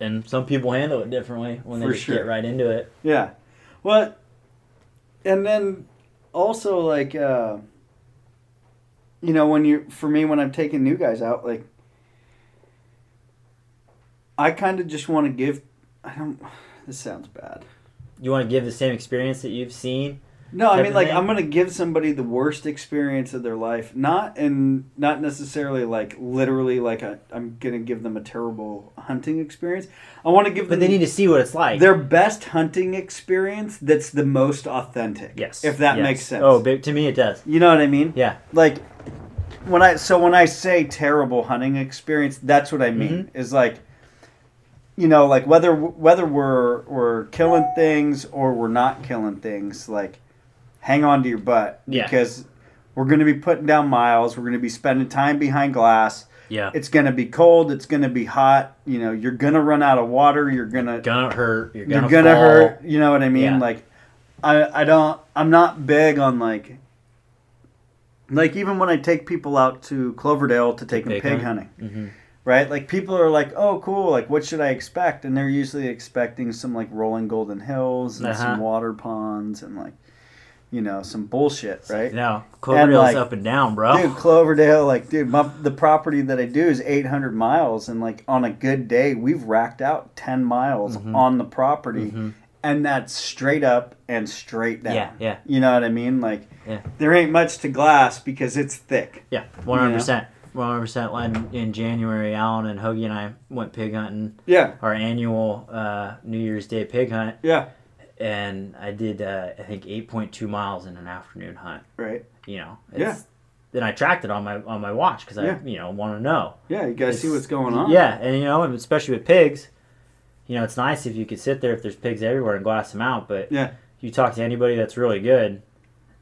S2: And some people handle it differently when they
S1: For
S2: just
S1: sure.
S2: get right into it.
S1: Yeah. Well, and then also like uh, you know when you for me when I'm taking new guys out like I kind of just want to give I don't this sounds bad.
S2: You want to give the same experience that you've seen.
S1: No, I mean like
S2: Everything.
S1: I'm going to give somebody the worst experience of their life. Not and not necessarily like literally like i I'm going to give them a terrible hunting experience. I want to give them
S2: But they need to see what it's like.
S1: their best hunting experience that's the most authentic.
S2: yes.
S1: If that
S2: yes.
S1: makes sense.
S2: Oh, but to me it does.
S1: You know what I mean?
S2: Yeah.
S1: Like when I so when I say terrible hunting experience, that's what I mean.
S2: Mm-hmm.
S1: Is like you know, like whether whether we're we're killing things or we're not killing things, like hang on to your butt
S2: Yeah.
S1: because we're going to be putting down miles, we're going to be spending time behind glass.
S2: Yeah.
S1: It's going to be cold, it's going to be hot, you know, you're going to run out of water, you're going to
S2: Gonna hurt. You're
S1: you're
S2: gonna,
S1: gonna,
S2: fall.
S1: hurt you know what i mean
S2: Yeah.
S1: like i i don't i'm not big on like like even when i take people out to cloverdale to take them
S2: Pig
S1: pig,
S2: hunt.
S1: hunting
S2: Mhm.
S1: right like people are like oh cool like what should i expect and they're usually expecting some like rolling golden hills and some
S2: Uh-huh.
S1: water ponds and like you know some Oh. bullshit right
S2: No, Cloverdale's
S1: like-
S2: up and down, bro.
S1: Dude, Cloverdale, like, dude, my, the property that I do is 800 miles, and like on a good day, we've racked out 10 miles on the property, and that's straight up and straight down.
S2: Mm-hmm. Yeah, yeah.
S1: You know what I mean? Like,
S2: Yeah.
S1: there ain't much to glass because it's thick.
S2: Yeah, one hundred percent, one hundred percent. When in January, Alan and Hoagie and I went pig hunting,
S1: Yeah,
S2: our annual uh, New Year's Day pig hunt,
S1: yeah,
S2: and I did uh, I think eight point two miles in an afternoon hunt.
S1: right.
S2: You know, Then I tracked it on my on my watch because I
S1: Yeah.
S2: you know want to know.
S1: Yeah, you guys see
S2: It's-
S1: what's going on.
S2: Yeah, and you know, and especially with pigs, you know, it's nice if you could sit there if there's pigs everywhere and glass them out. But
S1: Yeah.
S2: you talk to anybody that's really good,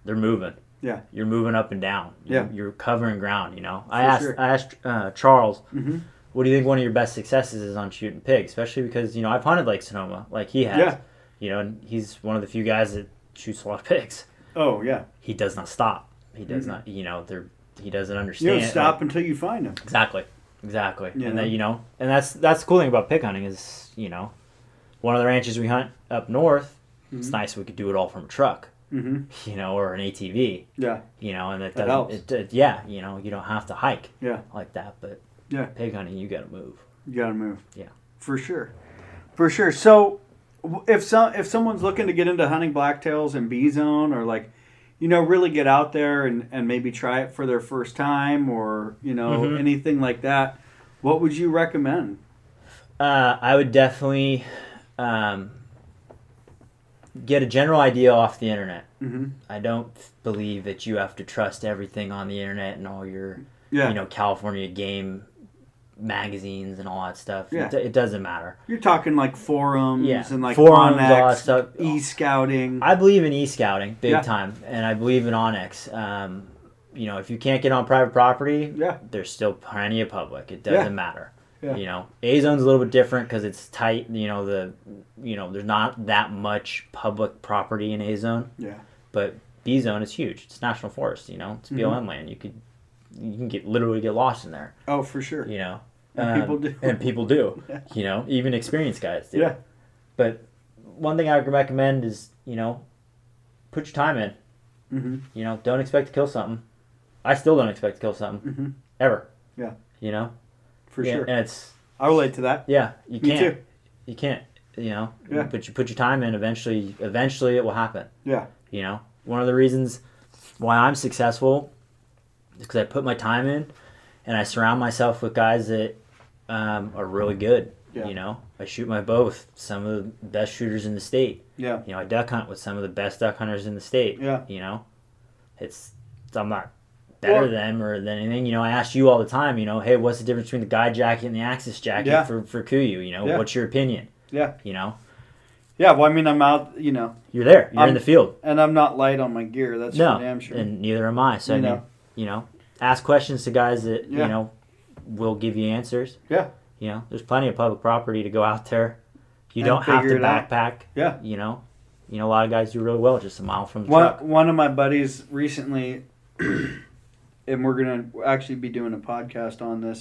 S2: they're moving.
S1: Yeah.
S2: you're moving up and down.
S1: Yeah.
S2: you're, you're covering ground. You know, I
S1: For
S2: asked
S1: sure.
S2: I asked uh, Charles,
S1: Mhm.
S2: what do you think one of your best successes is on shooting pigs? Especially because you know I've hunted Lake Sonoma like he has.
S1: Yeah.
S2: You know, and he's one of the few guys that shoots a lot of pigs.
S1: Oh, yeah.
S2: He does not stop. He does
S1: Mhm.
S2: not. You know, they're he doesn't
S1: You
S2: understand.
S1: don't stop until you find them.
S2: Exactly. Exactly.
S1: You
S2: and
S1: know?
S2: that you know, and that's that's the cool thing about pig hunting is you know, one of the ranches we hunt up north. It's nice we could do it all from a truck,
S1: Mm-hmm.
S2: you know, or an ATV,
S1: Yeah,
S2: you know, and it
S1: That
S2: doesn't.
S1: helps.
S2: It, it, yeah, you know, you don't have to hike
S1: yeah.
S2: like that, but
S1: Yeah.
S2: pig hunting you got to move.
S1: You gotta move.
S2: Yeah.
S1: for sure, for sure. So, w- if some if someone's looking to get into hunting blacktails and B zone, or like, you know, really get out there and and maybe try it for their first time, or you know,
S2: Mhm.
S1: anything like that, what would you recommend?
S2: Uh, I would definitely um, get a general idea off the internet.
S1: Mm-hmm.
S2: I don't believe that you have to trust everything on the internet and all your
S1: Yeah,
S2: you know California game magazines and all that stuff.
S1: Yeah.
S2: It, do- it doesn't matter.
S1: you're talking like forums
S2: Yeah,
S1: and like
S2: forums, all that
S1: Onyx,
S2: stuff.
S1: e scouting.
S2: I believe in e scouting big
S1: Yeah.
S2: time, and I believe in Onyx. Um, you know, if you can't get on private property,
S1: Yeah.
S2: there's still plenty of public. It doesn't
S1: Yeah.
S2: matter.
S1: Yeah.
S2: You know, A zone's a little bit different because it's tight. You know, the you know there's not that much public property in A zone,
S1: Yeah, Mm-hmm.
S2: but B zone is huge. It's national forest. You know, it's BLM land. You could you can get literally get lost in there
S1: oh for sure.
S2: you know Um,
S1: And people do.
S2: and people do
S1: Yeah.
S2: you know even experienced guys do
S1: Yeah.
S2: but one thing i would recommend is you know put your time in
S1: Mm-hmm.
S2: you know don't expect to kill something i still don't expect to kill something
S1: Mm-hmm.
S2: ever
S1: Yeah.
S2: you know
S1: For
S2: Yeah,
S1: sure.
S2: and it's
S1: I relate to that.
S2: Yeah, you
S1: Me
S2: can't.
S1: too.
S2: You can't. You know.
S1: Yeah.
S2: But you put your time in. Eventually, eventually it will happen.
S1: Yeah.
S2: You know, one of the reasons why I'm successful is because I put my time in, and I surround myself with guys that um, are really good.
S1: Yeah.
S2: You know, I shoot my bow with some of the best shooters in the state.
S1: Yeah.
S2: You know, I duck hunt with some of the best duck hunters in the state.
S1: Yeah.
S2: You know, it's I'm not better
S1: Well-
S2: than them or than anything. You know, I ask you all the time. You know, hey, what's the difference between the guide jacket and the axis jacket
S1: Yeah.
S2: for for Kuyu? You know,
S1: Yeah.
S2: what's your opinion?
S1: Yeah.
S2: You know,
S1: Yeah. Well, I mean, I'm out, you know,
S2: you're there. You're
S1: I'm-
S2: in the field.
S1: and I'm not light on my gear. That's
S2: No,
S1: for damn sure.
S2: and neither am I. So
S1: You
S2: I mean,
S1: know.
S2: you know, ask questions to guys that
S1: Yeah.
S2: you know will give you answers.
S1: Yeah.
S2: You know, there's plenty of public property to go out there. You
S1: And
S2: don't have to
S1: figure it out.
S2: backpack.
S1: Yeah.
S2: You know, you know a lot of guys do really well just a mile from the
S1: one,
S2: truck.
S1: one of my buddies recently and we're gonna actually be doing a podcast on this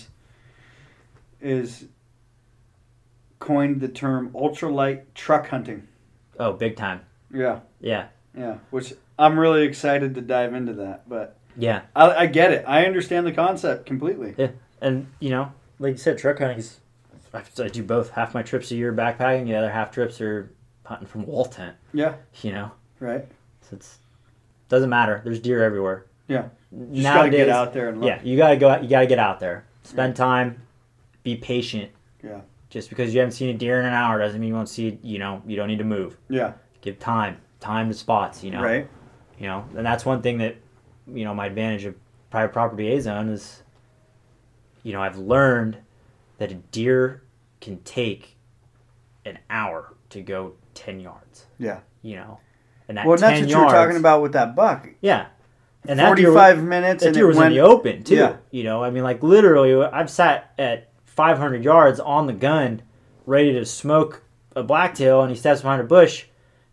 S1: is coined the term ultralight truck hunting
S2: Oh, big time.
S1: yeah
S2: Yeah.
S1: yeah which i'm really excited to dive into that but
S2: Yeah.
S1: i, I get it i understand the concept completely
S2: and you know, like you said, truck hunting is. I, I do both. Half my trips a year backpacking. The other half trips are hunting from wall tent.
S1: Yeah.
S2: You know,
S1: right
S2: so it's doesn't matter. There's deer everywhere.
S1: Yeah. just
S2: Nowadays,
S1: gotta get out there and look
S2: yeah, you gotta go. out You gotta get out there. Spend time. Be patient.
S1: Yeah.
S2: Just because you haven't seen a deer in an hour doesn't mean you won't see. it, You know, you don't need to move.
S1: Yeah.
S2: Give time. Time to spots. You know.
S1: right
S2: You know, and that's one thing that, you know, my advantage of private property A zone is, you know, I've learned that a deer can take an hour to go ten yards.
S1: Yeah.
S2: You know, and that
S1: well and
S2: 10
S1: that's what
S2: yards,
S1: you were talking about with that buck
S2: Yeah, and that deer,
S1: 45 minutes
S2: that
S1: and
S2: deer
S1: it
S2: was
S1: went
S2: in the open too.
S1: Yeah.
S2: You know, I mean, like literally, I've sat at 500 yards on the gun, ready to smoke a blacktail, and he steps behind a bush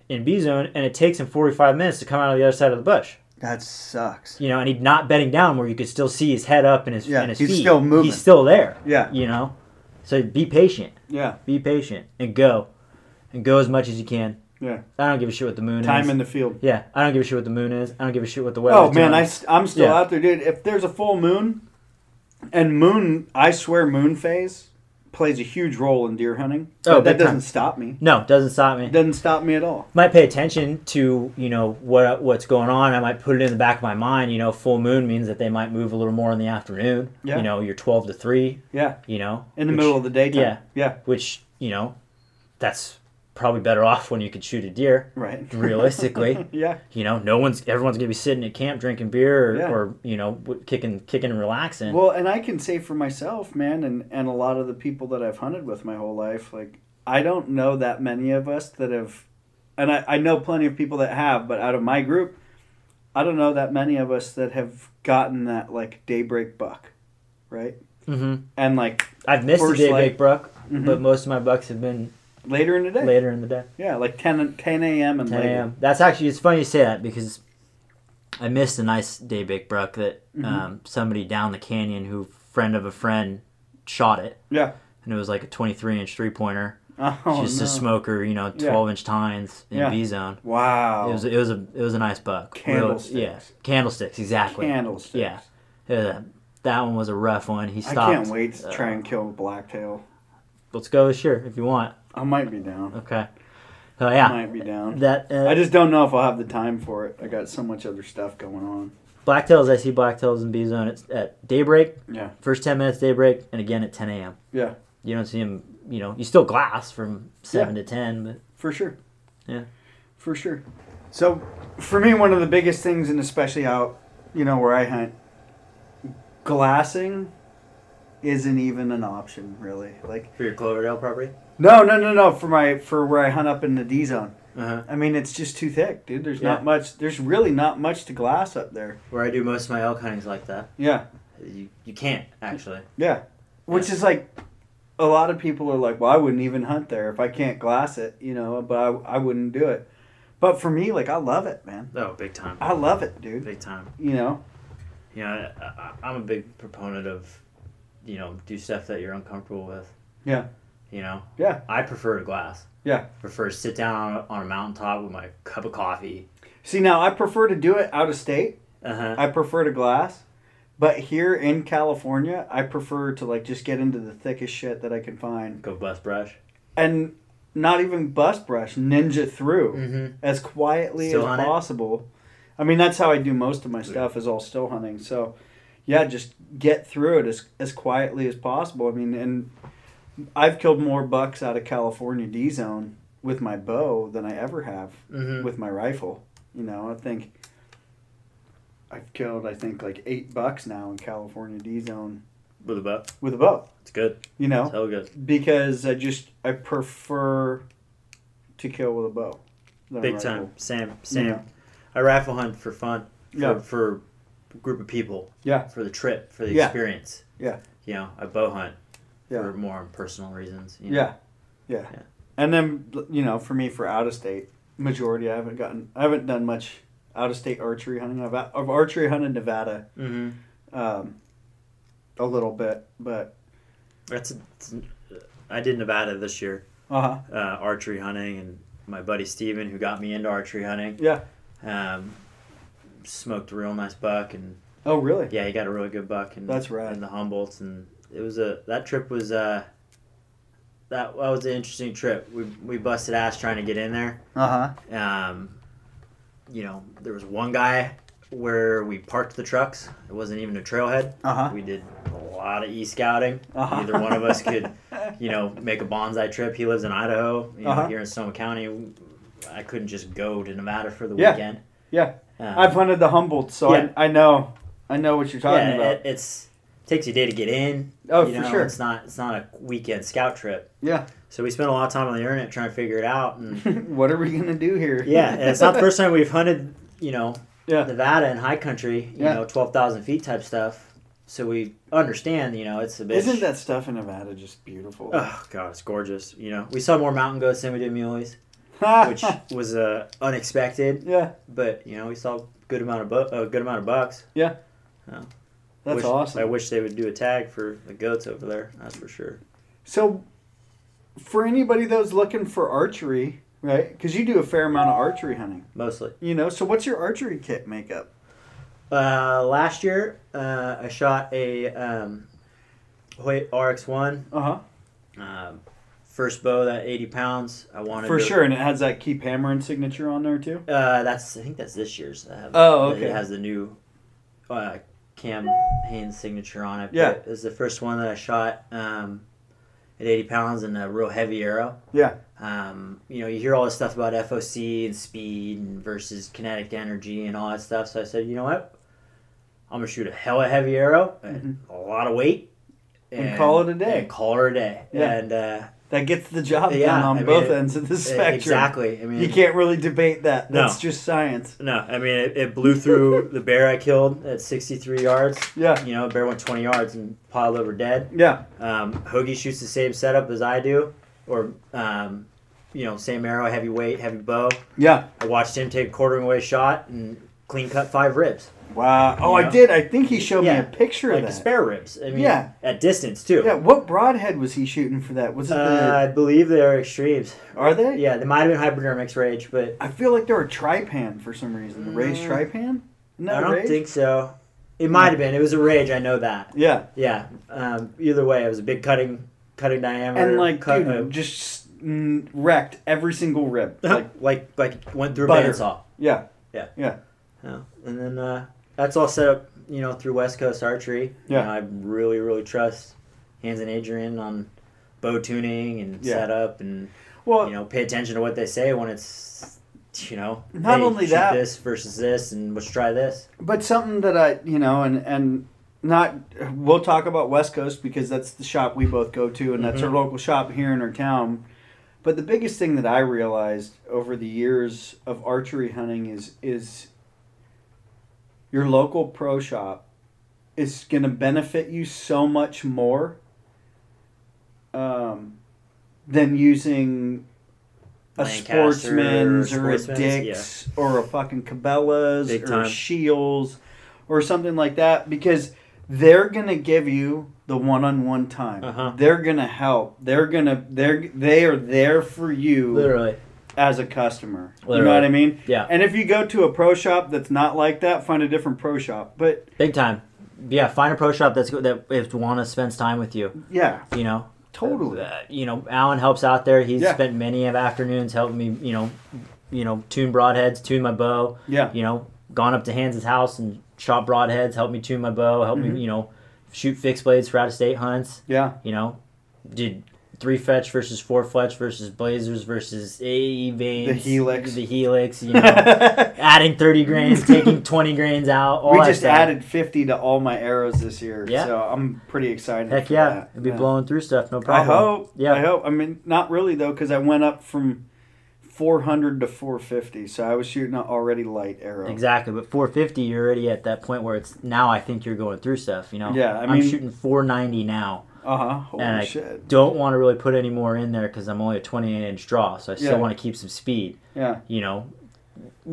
S2: in B zone, and it takes him 45 minutes to come out of the other side of the bush
S1: that sucks
S2: you know, and he'd not betting down where you could still see his head up and his
S1: Yeah,
S2: and his
S1: he's
S2: feet.
S1: still moving.
S2: He's still there.
S1: Yeah.
S2: You know, so be patient.
S1: yeah
S2: Be patient and go, and go as much as you can.
S1: Yeah.
S2: I don't give a shit what the moon is.
S1: time in the field
S2: yeah, I don't give a shit what the moon is. I don't give a shit what the weather.
S1: Oh man, I, am still
S2: Yeah.
S1: out there, dude. If there's a full moon, and moon, I swear, moon phase plays a huge role in deer hunting.
S2: Oh,
S1: But that
S2: big time.
S1: doesn't stop me.
S2: no doesn't stop me.
S1: It doesn't stop me at all.
S2: might pay attention to you know what what's going on. I might put it in the back of my mind. You know, full moon means that they might move a little more in the afternoon.
S1: Yeah.
S2: You know, you're twelve to three.
S1: Yeah,
S2: You know,
S1: in the
S2: which-
S1: middle of the daytime.
S2: yeah.
S1: yeah,
S2: which you know, that's probably better off when you could shoot a deer.
S1: right.
S2: realistically
S1: yeah,
S2: you know no one's everyone's gonna be sitting at camp drinking beer or,
S1: Yeah.
S2: or you know w- kicking kicking and relaxing
S1: well, and I can say for myself, man, and and a lot of the people that I've hunted with my whole life, like I don't know that many of us that have, and I, I know plenty of people that have, but out of my group. I don't know that many of us that have gotten that like daybreak buck, right?
S2: hmm
S1: and like
S2: i've missed a
S1: First
S2: day
S1: light.
S2: big buck
S1: Mhm.
S2: but most of my bucks have been
S1: later in the day.
S2: later in the day
S1: Yeah, like 10, 10 a.m. and
S2: 10
S1: later.
S2: a.m that's actually it's funny you say that because i missed a nice day big buck that
S1: Mm-hmm.
S2: um, somebody down the canyon who friend of a friend shot it
S1: Yeah.
S2: and it was like a 23 inch three pointer
S1: Oh,
S2: just
S1: no.
S2: a smoker you know
S1: Yeah.
S2: 12 inch tines in
S1: Yeah.
S2: b zone
S1: wow.
S2: it was it was a it was a nice buck Real-
S1: Candlesticks.
S2: yeah candlesticks exactly
S1: Candlesticks.
S2: Yeah. Yeah, that one was a rough one. He
S1: I
S2: stopped.
S1: can't wait to
S2: Uh,
S1: try and kill a blacktail.
S2: Let's go this year if you want.
S1: I might be down.
S2: Okay. So
S1: I
S2: yeah,
S1: might be down.
S2: that uh,
S1: I just don't know if I'll have the time for it. I got so much other stuff going on.
S2: blacktails. I see blacktails in B zone at, at daybreak.
S1: Yeah.
S2: First ten minutes daybreak, and again at ten a.m.
S1: Yeah.
S2: You don't see them. You know, you still glass from seven to ten, but
S1: For sure.
S2: Yeah.
S1: For sure. So, for me, one of the biggest things, and especially out, you know, where I hunt, glassing isn't even an option, really. Like,
S3: For your Cloverdale property?
S1: no, no, no, no. For my for where I hunt up in the D zone.
S3: Uh-huh.
S1: I mean, it's just too thick, dude. There's
S3: Yeah.
S1: not much. There's really not much to glass up there.
S3: Where I do most of my elk hunting is like that.
S1: Yeah,
S3: You, you can't, actually.
S1: yeah. Which is like, a lot of people are like, "Well, I wouldn't even hunt there if I can't glass it," you know. But I, I wouldn't do it. But for me, like, I love it, man.
S3: Oh, big time.
S1: I love it, dude.
S3: Big time.
S1: You know.
S3: You know, I, I, I'm a big proponent of, you know, do stuff that you're uncomfortable with.
S1: Yeah.
S3: You know?
S1: Yeah.
S3: I prefer to glass.
S1: Yeah.
S3: Prefer to sit down on a, on a mountaintop with my cup of coffee.
S1: See, now I prefer to do it out of state.
S2: Uh-huh.
S3: Uh huh.
S1: I prefer to glass, But here in California, I prefer to like just get into the thickest shit that I can find
S2: Go bust brush.
S1: and not even bust brush, ninja through
S2: Mm-hmm.
S1: as quietly
S2: Still
S1: as
S2: hunt it?
S1: possible. I mean, that's how I do most of my stuff is all still hunting. So, yeah, just get through it as as quietly as possible. I mean, and I've killed more bucks out of California D zone with my bow than I ever have
S2: Mm-hmm.
S1: with my rifle. You know, I think I've killed I think like eight bucks now in California D zone
S2: With a bow.
S1: with a bow.
S2: It's good.
S1: You know,
S2: It's hell good.
S1: because I just I prefer to kill with a bow. than a
S2: Big
S1: rifle.
S2: time. Same. Same.
S1: Yeah.
S2: I raffle hunt for fun. For,
S1: Yeah.
S2: for a group of people.
S1: Yeah.
S2: For the trip. For the
S1: Yeah.
S2: experience.
S1: Yeah.
S2: You know, I bow hunt
S1: Yeah.
S2: for more personal reasons. you know.
S1: Yeah. yeah,
S2: Yeah.
S1: And then you know, for me, for out of state, majority I haven't gotten, I haven't done much out of state archery hunting. I've, I've archery hunted Nevada
S2: Mm-hmm.
S1: um, a little bit, but
S2: That's. it's- uh, I did Nevada this year.
S1: uh huh,
S2: uh, archery hunting and my buddy Steven who got me into archery hunting.
S1: yeah.
S2: Um, smoked a real nice buck and
S1: Oh really?
S2: yeah, he got a really good buck and
S1: That's rad.
S2: in the Humboldts and it was a that trip was uh that, that was an interesting trip. We we busted ass trying to get in there.
S1: Uh huh.
S2: Um, you know, there was one guy where we parked the trucks. It wasn't even a trailhead.
S1: Uh huh.
S2: We did a lot of e scouting.
S1: Uh-huh.
S2: Neither one of us could you know, make a bonsai trip. He lives in Idaho. You know,
S1: Uh-huh.
S2: here in Sonoma County, I couldn't just go to Nevada for the
S1: Yeah.
S2: weekend.
S1: Yeah.
S2: Um,
S1: I've hunted the Humboldt, so
S2: Yeah.
S1: I, I know, I know what you're talking
S2: yeah,
S1: about.
S2: It, it's takes you a day to get in.
S1: oh,
S2: you
S1: for
S2: know,
S1: sure.
S2: It's not it's not a weekend scout trip.
S1: Yeah.
S2: So we spent a lot of time on the internet trying to figure it out, and
S1: what are we gonna do here?
S2: yeah, and it's not the first time we've hunted. You know,
S1: Yeah.
S2: Nevada and high country. You
S1: Yeah.
S2: know, twelve thousand feet type stuff. So we understand. You know, it's a bit.
S1: Isn't that stuff in Nevada just beautiful?
S2: Oh god, it's gorgeous. You know, we saw more mountain goats than we did muleys, which was uh, unexpected.
S1: yeah,
S2: but you know we saw good amount of bu- a good amount of bucks.
S1: that's
S2: Wish-
S1: awesome.
S2: I wish they would do a tag for the goats over there. That's for sure.
S1: So, for anybody that's looking for archery, right? Because you do a fair amount of archery hunting,
S2: Mostly.
S1: you know. So, what's your archery kit makeup?
S2: Uh, last year, uh, I shot a um, Hoyt RX1,
S1: Uh huh.
S2: um, first bow that 80 pounds. I wanted
S1: For
S2: to-
S1: sure, and it has that keep hammering signature on there too.
S2: Uh, that's I think that's this year's. Uh,
S1: Oh,
S2: It
S1: okay.
S2: has the new uh, Cam Haynes signature on it.
S1: Yeah.
S2: but it was the first one that I shot um, at 80 pounds and a real heavy arrow.
S1: Yeah.
S2: Um, you know, you hear all this stuff about FOC and speed and versus kinetic energy and all that stuff. So I said, you know what? I'm gonna shoot a hella heavy arrow, and a lot of weight,
S1: Mm-hmm. And call it a day.
S2: And call it a day.
S1: Yeah.
S2: And uh,
S1: That gets the job
S2: Yeah,
S1: done on
S2: I mean,
S1: both
S2: it- e-,
S1: ends of the spectrum.
S2: exactly. I mean,
S1: You can't really debate that.
S2: No.
S1: That's just science.
S2: No, I mean it, it blew through the bear I killed at 63 yards.
S1: Yeah.
S2: You know, bear went 20 yards and piled over dead.
S1: Yeah.
S2: Um, Hoagie shoots the same setup as I do, or um, you know, same arrow, heavy weight, heavy bow.
S1: Yeah.
S2: I watched him take a quartering away shot and clean cut five ribs,
S1: Wow. Oh, I
S2: Yeah.
S1: did. I think he showed me
S2: Yeah.
S1: a picture
S2: like
S1: of that.
S2: spare ribs. I mean,
S1: Yeah.
S2: at distance too.
S1: Yeah. What broadhead was he shooting for that? Was it
S2: Uh, I believe they are extremes.
S1: the? Are they?
S2: Yeah, they might have been hypodermics rage, but
S1: I feel like they're a tripan for some reason. The raised
S2: Mm.
S1: tripan. Isn't that
S2: I
S1: a
S2: don't
S1: raised?
S2: think so. It might have been. It was a rage. I know that.
S1: Yeah,
S2: Yeah. Um, either way, it was a big cutting, cutting diameter.
S1: and like
S2: cut,
S1: dude, just mm, wrecked every single rib.
S2: uh,
S1: Like
S2: like, like like went through a
S1: Butter.
S2: bandsaw.
S1: yeah,
S2: Yeah. And then uh, that's all set up, you know, through West Coast Archery. You
S1: Yeah.
S2: know, I really really trust Hans and Adrian on bow tuning and
S1: Yeah.
S2: setup, and
S1: well,
S2: you know, pay attention to what they say when it's. You know,
S1: Not
S2: hey,
S1: only
S2: shoot
S1: that-
S2: this versus this, and let's try this.
S1: but something that I you know and and not we'll talk about West Coast because that's the shop we both go to and that's our
S2: Mhm.
S1: local shop here in our town. But the biggest thing that I realized over the years of archery hunting is is your local pro shop is going to benefit you so much more um, than using a
S2: Lancaster or
S1: sportsman's or, a
S2: Sportsman's, yeah.
S1: Dick's or a fucking Cabela's
S2: Big
S1: or
S2: time.
S1: a Shields or something like that because they're gonna give you the one-on-one time.
S2: Uh-huh.
S1: They're gonna help. They're gonna they're they are there for you
S4: Literally.
S1: as a customer. You know
S4: Literally.
S1: what I mean?
S4: Yeah.
S1: And if you go to a pro shop that's not like that, find a different pro shop. But
S4: Big time.
S2: yeah, find a pro shop that's that if Juana spends time with you,
S1: Yeah,
S2: you know.
S1: totally.
S2: Uh, you know, Alan helps out there. He's
S1: Yeah.
S2: spent many of afternoons helping me, you know, you know, tune broadheads, tune my bow.
S1: Yeah.
S2: You know, gone up to Hans's house and shot broadheads, helped me tune my bow, helped
S1: Mhm.
S2: me, you know, shoot fixed blades for out of state hunts.
S1: Yeah,
S2: You know, did three fetch versus four fletch versus blazers versus AE veins,
S1: helix.
S2: the helix. You know, adding thirty grains, taking twenty grains out. All
S1: we
S2: that
S1: just
S2: stuff.
S1: added 50 to all my arrows this year,
S2: Oh, Yeah.
S1: so I'm pretty excited.
S2: Heck
S1: for
S2: yeah,
S1: that.
S2: it'd be
S1: Yeah.
S2: blowing through stuff, no
S1: I
S2: problem.
S1: hope.
S2: Yeah.
S1: I hope. I mean, not really though, because I went up from 400 to 450, so I was shooting an already light arrow.
S2: Exactly, but 450, you're already at that point where it's now. I think you're going through stuff. You know,
S1: Yeah, I
S2: am
S1: mean-
S2: shooting 490 now.
S1: Uh huh. Holy
S2: And I-
S1: shit.
S2: Don't want to really put any more in there because I'm only a 28 inch draw, so I still
S1: Yeah.
S2: want to keep some speed.
S1: Yeah.
S2: You know,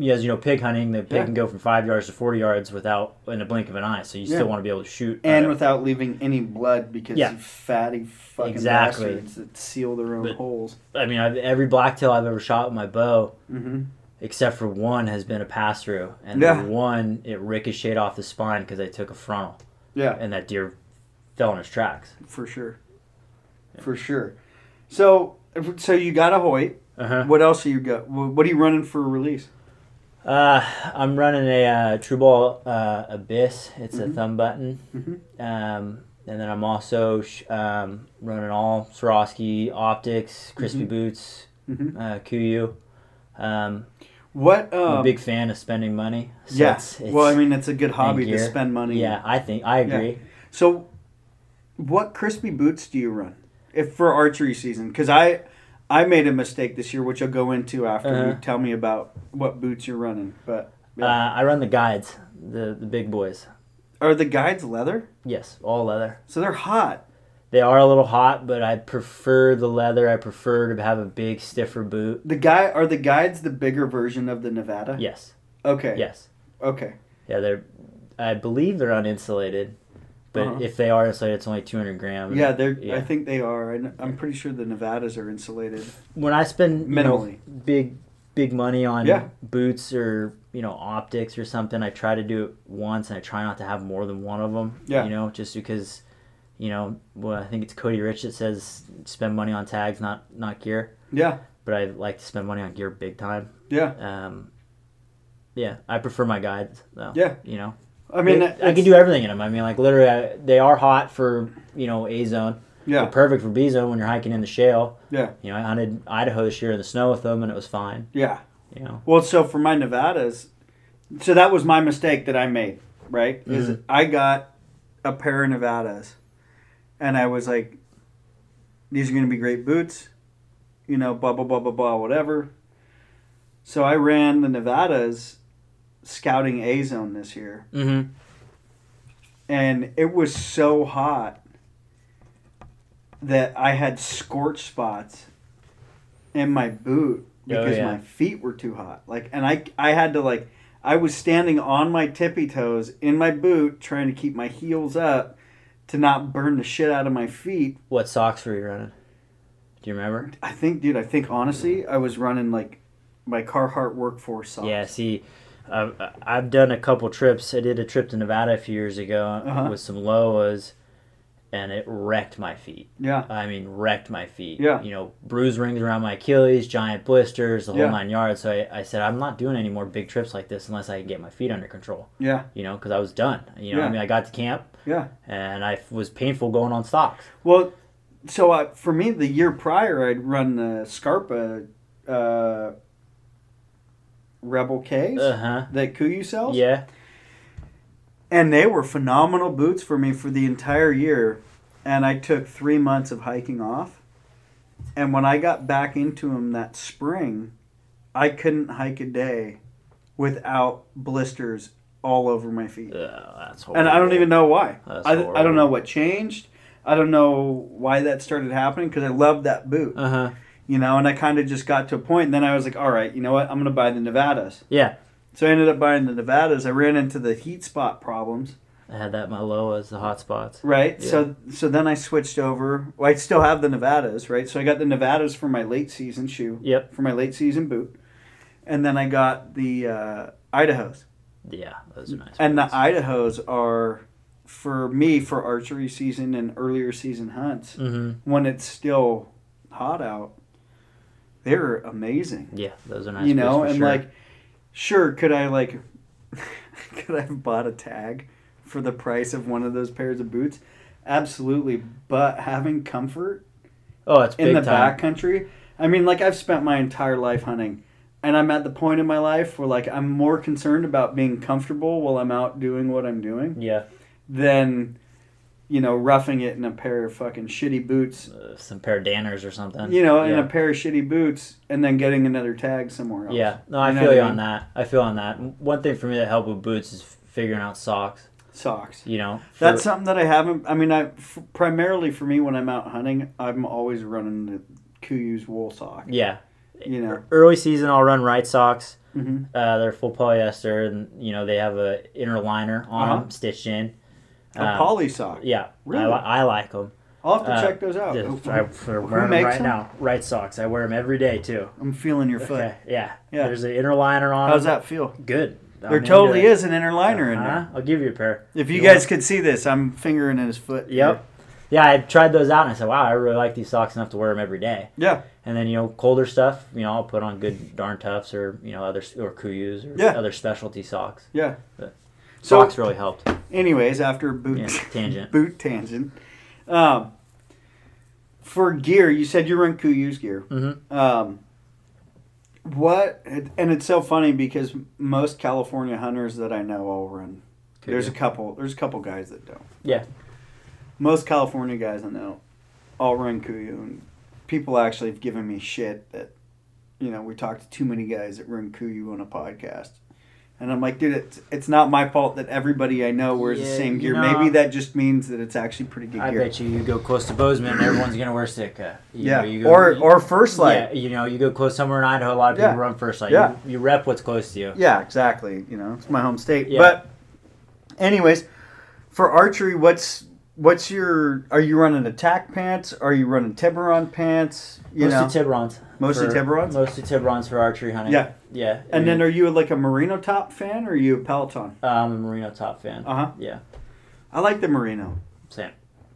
S2: as you know, pig hunting, the pig
S1: Yeah.
S2: can go from five yards to 40 yards without in a blink of an eye. So you
S1: Yeah.
S2: still want to be able to shoot.
S1: And
S2: uh,
S1: without leaving any blood because
S2: Yeah.
S1: you fatty fucking
S2: Exactly.
S1: bastards that seal their own
S2: But-
S1: holes.
S2: I mean, I've, every blacktail I've ever shot with my bow,
S1: Mm-hmm.
S2: except for one, has been a pass through, and
S1: Yeah.
S2: the one it ricocheted off the spine because I took a frontal,
S1: Yeah,
S2: and that deer fell in his tracks.
S1: for sure. For sure. So, so you got a Hoyt.
S2: Uh huh.
S1: What else are you got? wh- What are you running for a release?
S2: Uh, I'm running a uh, True Ball uh, Abyss. It's a
S1: Mhm.
S2: thumb button.
S1: Mhm.
S2: Um, and then I'm also sh- um, running all Swarovski optics, crispy
S1: Mhm.
S2: boots,
S1: Mhm.
S2: uh, Kuyu. Um,
S1: What?
S2: I'm
S1: Um,
S2: a big fan of spending money. So
S1: yeah.
S2: it's- it's-
S1: well, I mean, it's a good hobby to
S2: gear.
S1: spend money.
S2: yeah, I think I
S1: Yeah.
S2: agree.
S1: So, what crispy boots do you run if for archery season? Because I, I made a mistake this year, which I'll go into after you
S2: Uh-huh.
S1: tell me about what boots you're running. But Yeah.
S2: Uh, I run the guides, the the big boys.
S1: are the guides leather?
S2: Yes, all leather.
S1: So they're hot.
S2: They are a little hot, but I prefer the leather. I prefer to have a big stiffer boot.
S1: The guy are the guides the bigger version of the Nevada?
S2: Yes,
S1: Okay.
S2: yes.
S1: Okay.
S2: Yeah, they're. I believe they're uninsulated, but
S1: Uh-huh.
S2: if they are insulated, it's only 200 grams.
S1: Yeah, they're. I
S2: Um, Yeah.
S1: think they are, and I'm pretty sure the Nevadas are insulated.
S2: When I spend you know,
S1: Minimally.
S2: big, big money on
S1: Yeah.
S2: boots or you know optics or something, I try to do it once, and I try not to have more than one of them.
S1: Yeah.
S2: You know, just because, you know, well, I think it's Cody Rich that says spend money on tags, not not gear.
S1: Yeah.
S2: But I like to spend money on gear big time.
S1: Yeah.
S2: Um, yeah, I prefer my guides though.
S1: Yeah.
S2: You know.
S1: I mean, uh,
S2: They- I
S1: it's-
S2: can do everything in them. I mean, like literally, I, they are hot for you know A zone.
S1: Yeah.
S2: perfect for B zone when you're hiking in the shale.
S1: Yeah.
S2: You know, I hunted Idaho this year in the snow with them, and it was fine.
S1: Yeah.
S2: You know.
S1: Well, so for my Nevadas, so that was my mistake that I made, right? Is
S2: Mhm.
S1: I got a pair of Nevadas, and I was like, "These are going to be great boots," you know, blah blah blah blah blah, whatever. So I ran the Nevadas scouting A zone this year,
S2: Mm-hmm.
S1: and it was so hot that I had scorch spots in my boot because
S2: Oh, yeah.
S1: my feet were too hot. Like, and I I had to like I was standing on my tippy toes in my boot trying to keep my heels up to not burn the shit out of my feet.
S2: What socks were you running? Do you remember?
S1: I think, dude, I think honestly, I was running like my Carhartt workforce socks.
S2: Yeah. See, I've, I've done a couple trips. I did a trip to Nevada a few years ago
S1: Uh-huh.
S2: with some Loas, and it wrecked my feet.
S1: Yeah.
S2: I mean, wrecked my feet.
S1: Yeah.
S2: You know, bruise rings around my Achilles, giant blisters, the whole
S1: Yeah.
S2: nine yards. So I, I said, I'm not doing any more big trips like this unless I can get my feet under control.
S1: Yeah.
S2: You know, because I was done. You know,
S1: Yeah.
S2: I mean, I got to camp.
S1: Yeah.
S2: And I f- was painful going on stocks.
S1: Well, so I, for me, the year prior, I'd run the Scarpa uh, Rebel Ks
S2: Uh huh.
S1: that Kuyu sells.
S2: Yeah.
S1: And they were phenomenal boots for me for the entire year. And I took three months of hiking off. And when I got back into them that spring, I couldn't hike a day without blisters all over my feet.
S2: Uh, that's horrible.
S1: And I don't even know why.
S2: That's
S1: I, I don't
S2: horrible.
S1: know what changed. I don't know why that started happening because I loved that boot,
S2: Uh huh.
S1: you know, and I kind of just got to a point, And then I was like, all right, you know what? I'm going to buy the Nevadas.
S2: Yeah.
S1: So I ended up buying the Nevadas. I ran into the heat spot problems,
S2: I had that my low as the hot spots.
S1: right?
S2: Yeah.
S1: So so then I switched over. Well, I still have the Nevadas, right? So I got the Nevadas for my late season shoe,
S2: Yep.
S1: for my late season boot. And then I got the uh, Idahos.
S2: Yeah. Those are nice.
S1: And the
S2: ones.
S1: Idahos are for me for archery season and earlier season hunts
S2: Mm-hmm.
S1: when it's still hot out. They're amazing,
S2: Yeah, those are nice.
S1: you know,
S2: fish for
S1: and
S2: sure.
S1: like, sure, could I like, could I have bought a tag for the price of one of those pairs of boots? Absolutely, but having comfort
S2: oh, it's big
S1: in the
S2: time.
S1: backcountry. I mean, like I've spent my entire life hunting, and I'm at the point in my life where like I'm more concerned about being comfortable while I'm out doing what I'm doing
S2: Yeah,
S1: than, you know, roughing it in a pair of fucking shitty boots.
S2: uh, some pair of danners or something.
S1: You know, in
S2: yeah.
S1: a pair of shitty boots, and then getting another tag somewhere else.
S2: Yeah, no, I
S1: You know
S2: feel
S1: what
S2: you
S1: I mean?
S2: on that. I feel on that. M- One thing for me that helped with boots is f- figuring out socks.
S1: socks.
S2: You know, for-
S1: That's something that I haven't. I mean, I f- primarily for me when I'm out hunting, I'm always running the Kuyu's wool sock.
S2: yeah.
S1: You know,
S2: Early season, I'll run right socks.
S1: hmm
S2: Uh, they're full polyester, and you know they have a inner liner on
S1: Uh-huh.
S2: them, stitched in.
S1: a
S2: Um,
S1: poly sock.
S2: Yeah,
S1: Really?
S2: I, li- I like them.
S1: I'll have to
S2: uh,
S1: check those out. Oh,
S2: I, we're wearing them
S1: makes
S2: right
S1: them?
S2: now. Right socks. I wear them every day too.
S1: I'm feeling your foot.
S2: Okay, yeah.
S1: Yeah.
S2: There's an inner liner on.
S1: How's
S2: 'em.
S1: that feel?
S2: Good.
S1: There totally is an inner liner in
S2: Uh-huh.
S1: there.
S2: I'll give you a pair.
S1: If you
S2: You
S1: guys could see this, I'm fingering his foot.
S2: Yep. Yeah, I tried those out and I said, wow, I really like these socks enough to wear them every day.
S1: Yeah.
S2: And then you know, colder stuff, you know, I'll put on good darn tufts or you know other or kuyus or
S1: Yeah.
S2: other specialty socks.
S1: Yeah.
S2: But-
S1: So,
S2: socks really helped.
S1: anyways, after boot
S2: Yeah, tangent.
S1: boot tangent, um, for gear, you said you run Kuyu's gear.
S2: hmm
S1: Um, what? And it's so funny because most California hunters that I know all run There's a couple. There's a couple guys that don't.
S2: Yeah.
S1: Most California guys I know all run Kuyu, and people actually have given me shit that, you know, we talked to too many guys that run Kuyu on a podcast, and I'm like, dude, it's it's not my fault that everybody I know wears the
S2: Yeah,
S1: same
S2: you
S1: gear.
S2: know-
S1: Maybe that just means that it's actually pretty good
S2: I
S1: gear.
S2: bet you you go close to Bozeman, and everyone's gonna wear Sitka. You
S1: yeah,
S2: know, you
S1: or or first
S2: yeah,
S1: light.
S2: you know, you go close somewhere in Idaho. A lot of people
S1: Yeah.
S2: run first light.
S1: Yeah.
S2: You, you rep what's close to you.
S1: Yeah. exactly. You know, it's my home state.
S2: Yeah.
S1: But, anyways, for archery, what's What's your? Are you running attack pants? Are you running Tiburon pants? You know,
S2: mostly Tiburons.
S1: Mostly
S2: for-
S1: Tiburons?
S2: Mostly Tiburons for archery hunting.
S1: Yeah.
S2: Yeah. I
S1: And then,
S2: mean,
S1: are you like a Merino top fan or are you a Peloton?
S2: I'm a Merino top fan.
S1: Uh huh.
S2: Yeah.
S1: I like the Merino.
S2: Same.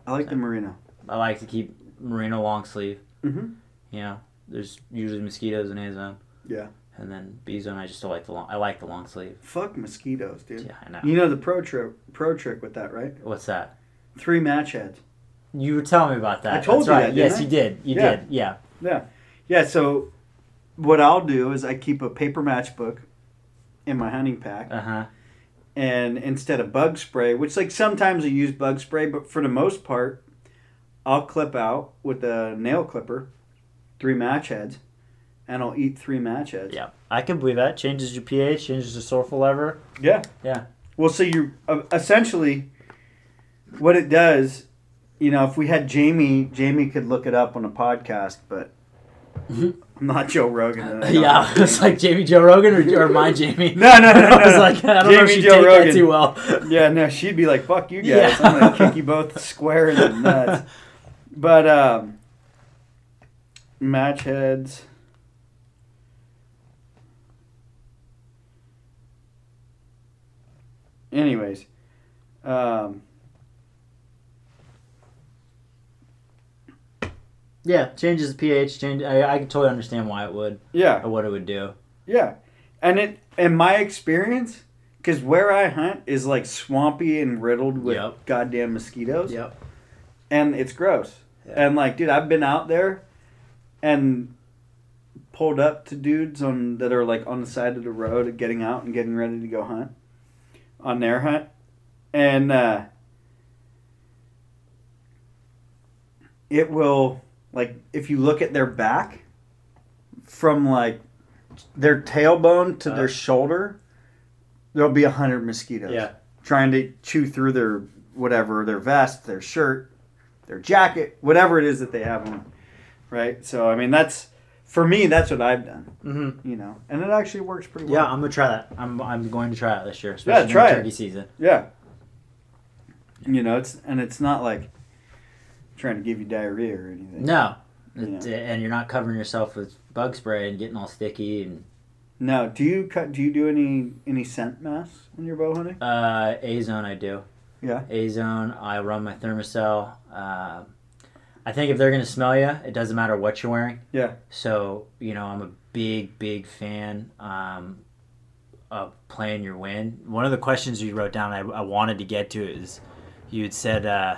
S1: I like the Merino.
S2: I like to keep Merino long sleeve.
S1: Mm-hmm.
S2: You know, there's usually mosquitoes in A zone.
S1: Yeah.
S2: And then B zone, I just don't like the long. I like the long sleeve.
S1: Fuck mosquitoes, dude.
S2: Yeah, I know.
S1: You know the pro trick, pro trick with that, right?
S2: What's that?
S1: Three match heads.
S2: You were telling me about that.
S1: I told
S2: That's
S1: you
S2: right.
S1: that, didn't
S2: yes,
S1: I?
S2: you did. You
S1: Yeah.
S2: did. Yeah.
S1: Yeah. So, what I'll do is I keep a paper matchbook in my hunting pack,
S2: Uh huh.
S1: and instead of bug spray, which like sometimes I use bug spray, but for the most part, I'll clip out with a nail clipper three match heads, and I'll eat three match heads.
S2: Yeah. I can believe that changes your pH, changes the sulfur lever.
S1: Yeah.
S2: Yeah.
S1: Well, so you uh, essentially what it does, you know, if we had Jamie, Jamie could look it up on a podcast, but
S2: Mhm.
S1: I'm not Joe Rogan. and I don't know
S2: yeah, it's
S1: Jamie.
S2: like Jamie Joe Rogan or, or my Jamie.
S1: No, no, no, no.
S2: I was like, I don't know if
S1: Jamie
S2: she
S1: Joe
S2: take
S1: Rogan.
S2: that too well.
S1: yeah, no, she'd be like, "Fuck you guys!
S2: Yeah.
S1: I'm gonna kick you both square in the nuts." But um, match heads. Anyways, um,
S2: Yeah, changes the pH. Change. I, I can totally understand why it would
S1: yeah,
S2: or what it would do.
S1: Yeah, and it in my experience, because where I hunt is like swampy and riddled with
S2: Yep.
S1: goddamn mosquitoes,
S2: Yep.
S1: and it's gross.
S3: Yeah.
S1: And like, dude, I've been out there and pulled up to dudes on that are like on the side of the road, getting out and getting ready to go hunt on their hunt, and uh, it will like if you look at their back from like their tailbone to
S3: Uh.
S1: their shoulder there'll be a hundred mosquitoes
S3: Yeah.
S1: trying to chew through their whatever their vest their shirt their jacket whatever it is that they have on right so i mean that's for me that's what i've done
S2: Mm-hmm.
S1: you know and it actually works pretty
S2: Yeah,
S1: well
S2: I'm gonna try that. I'm I'm going to try that this year, especially
S1: try it.
S2: during turkey season.
S1: yeah yeah you know it's and it's not like trying to give you diarrhea or anything
S2: No, It- and you're not covering yourself with bug spray and getting all sticky. And
S1: No, do you cut? Do you do any any scent masks when you're bow hunting?
S2: uh, a zone, I do.
S1: Yeah.
S2: A zone. I run my thermocell. Uh, I think if they're gonna smell you, it doesn't matter what you're wearing.
S1: Yeah.
S2: So you know, I'm a big, big fan um, of playing your win. One of the questions you wrote down, I, I wanted to get to is, you had said, uh,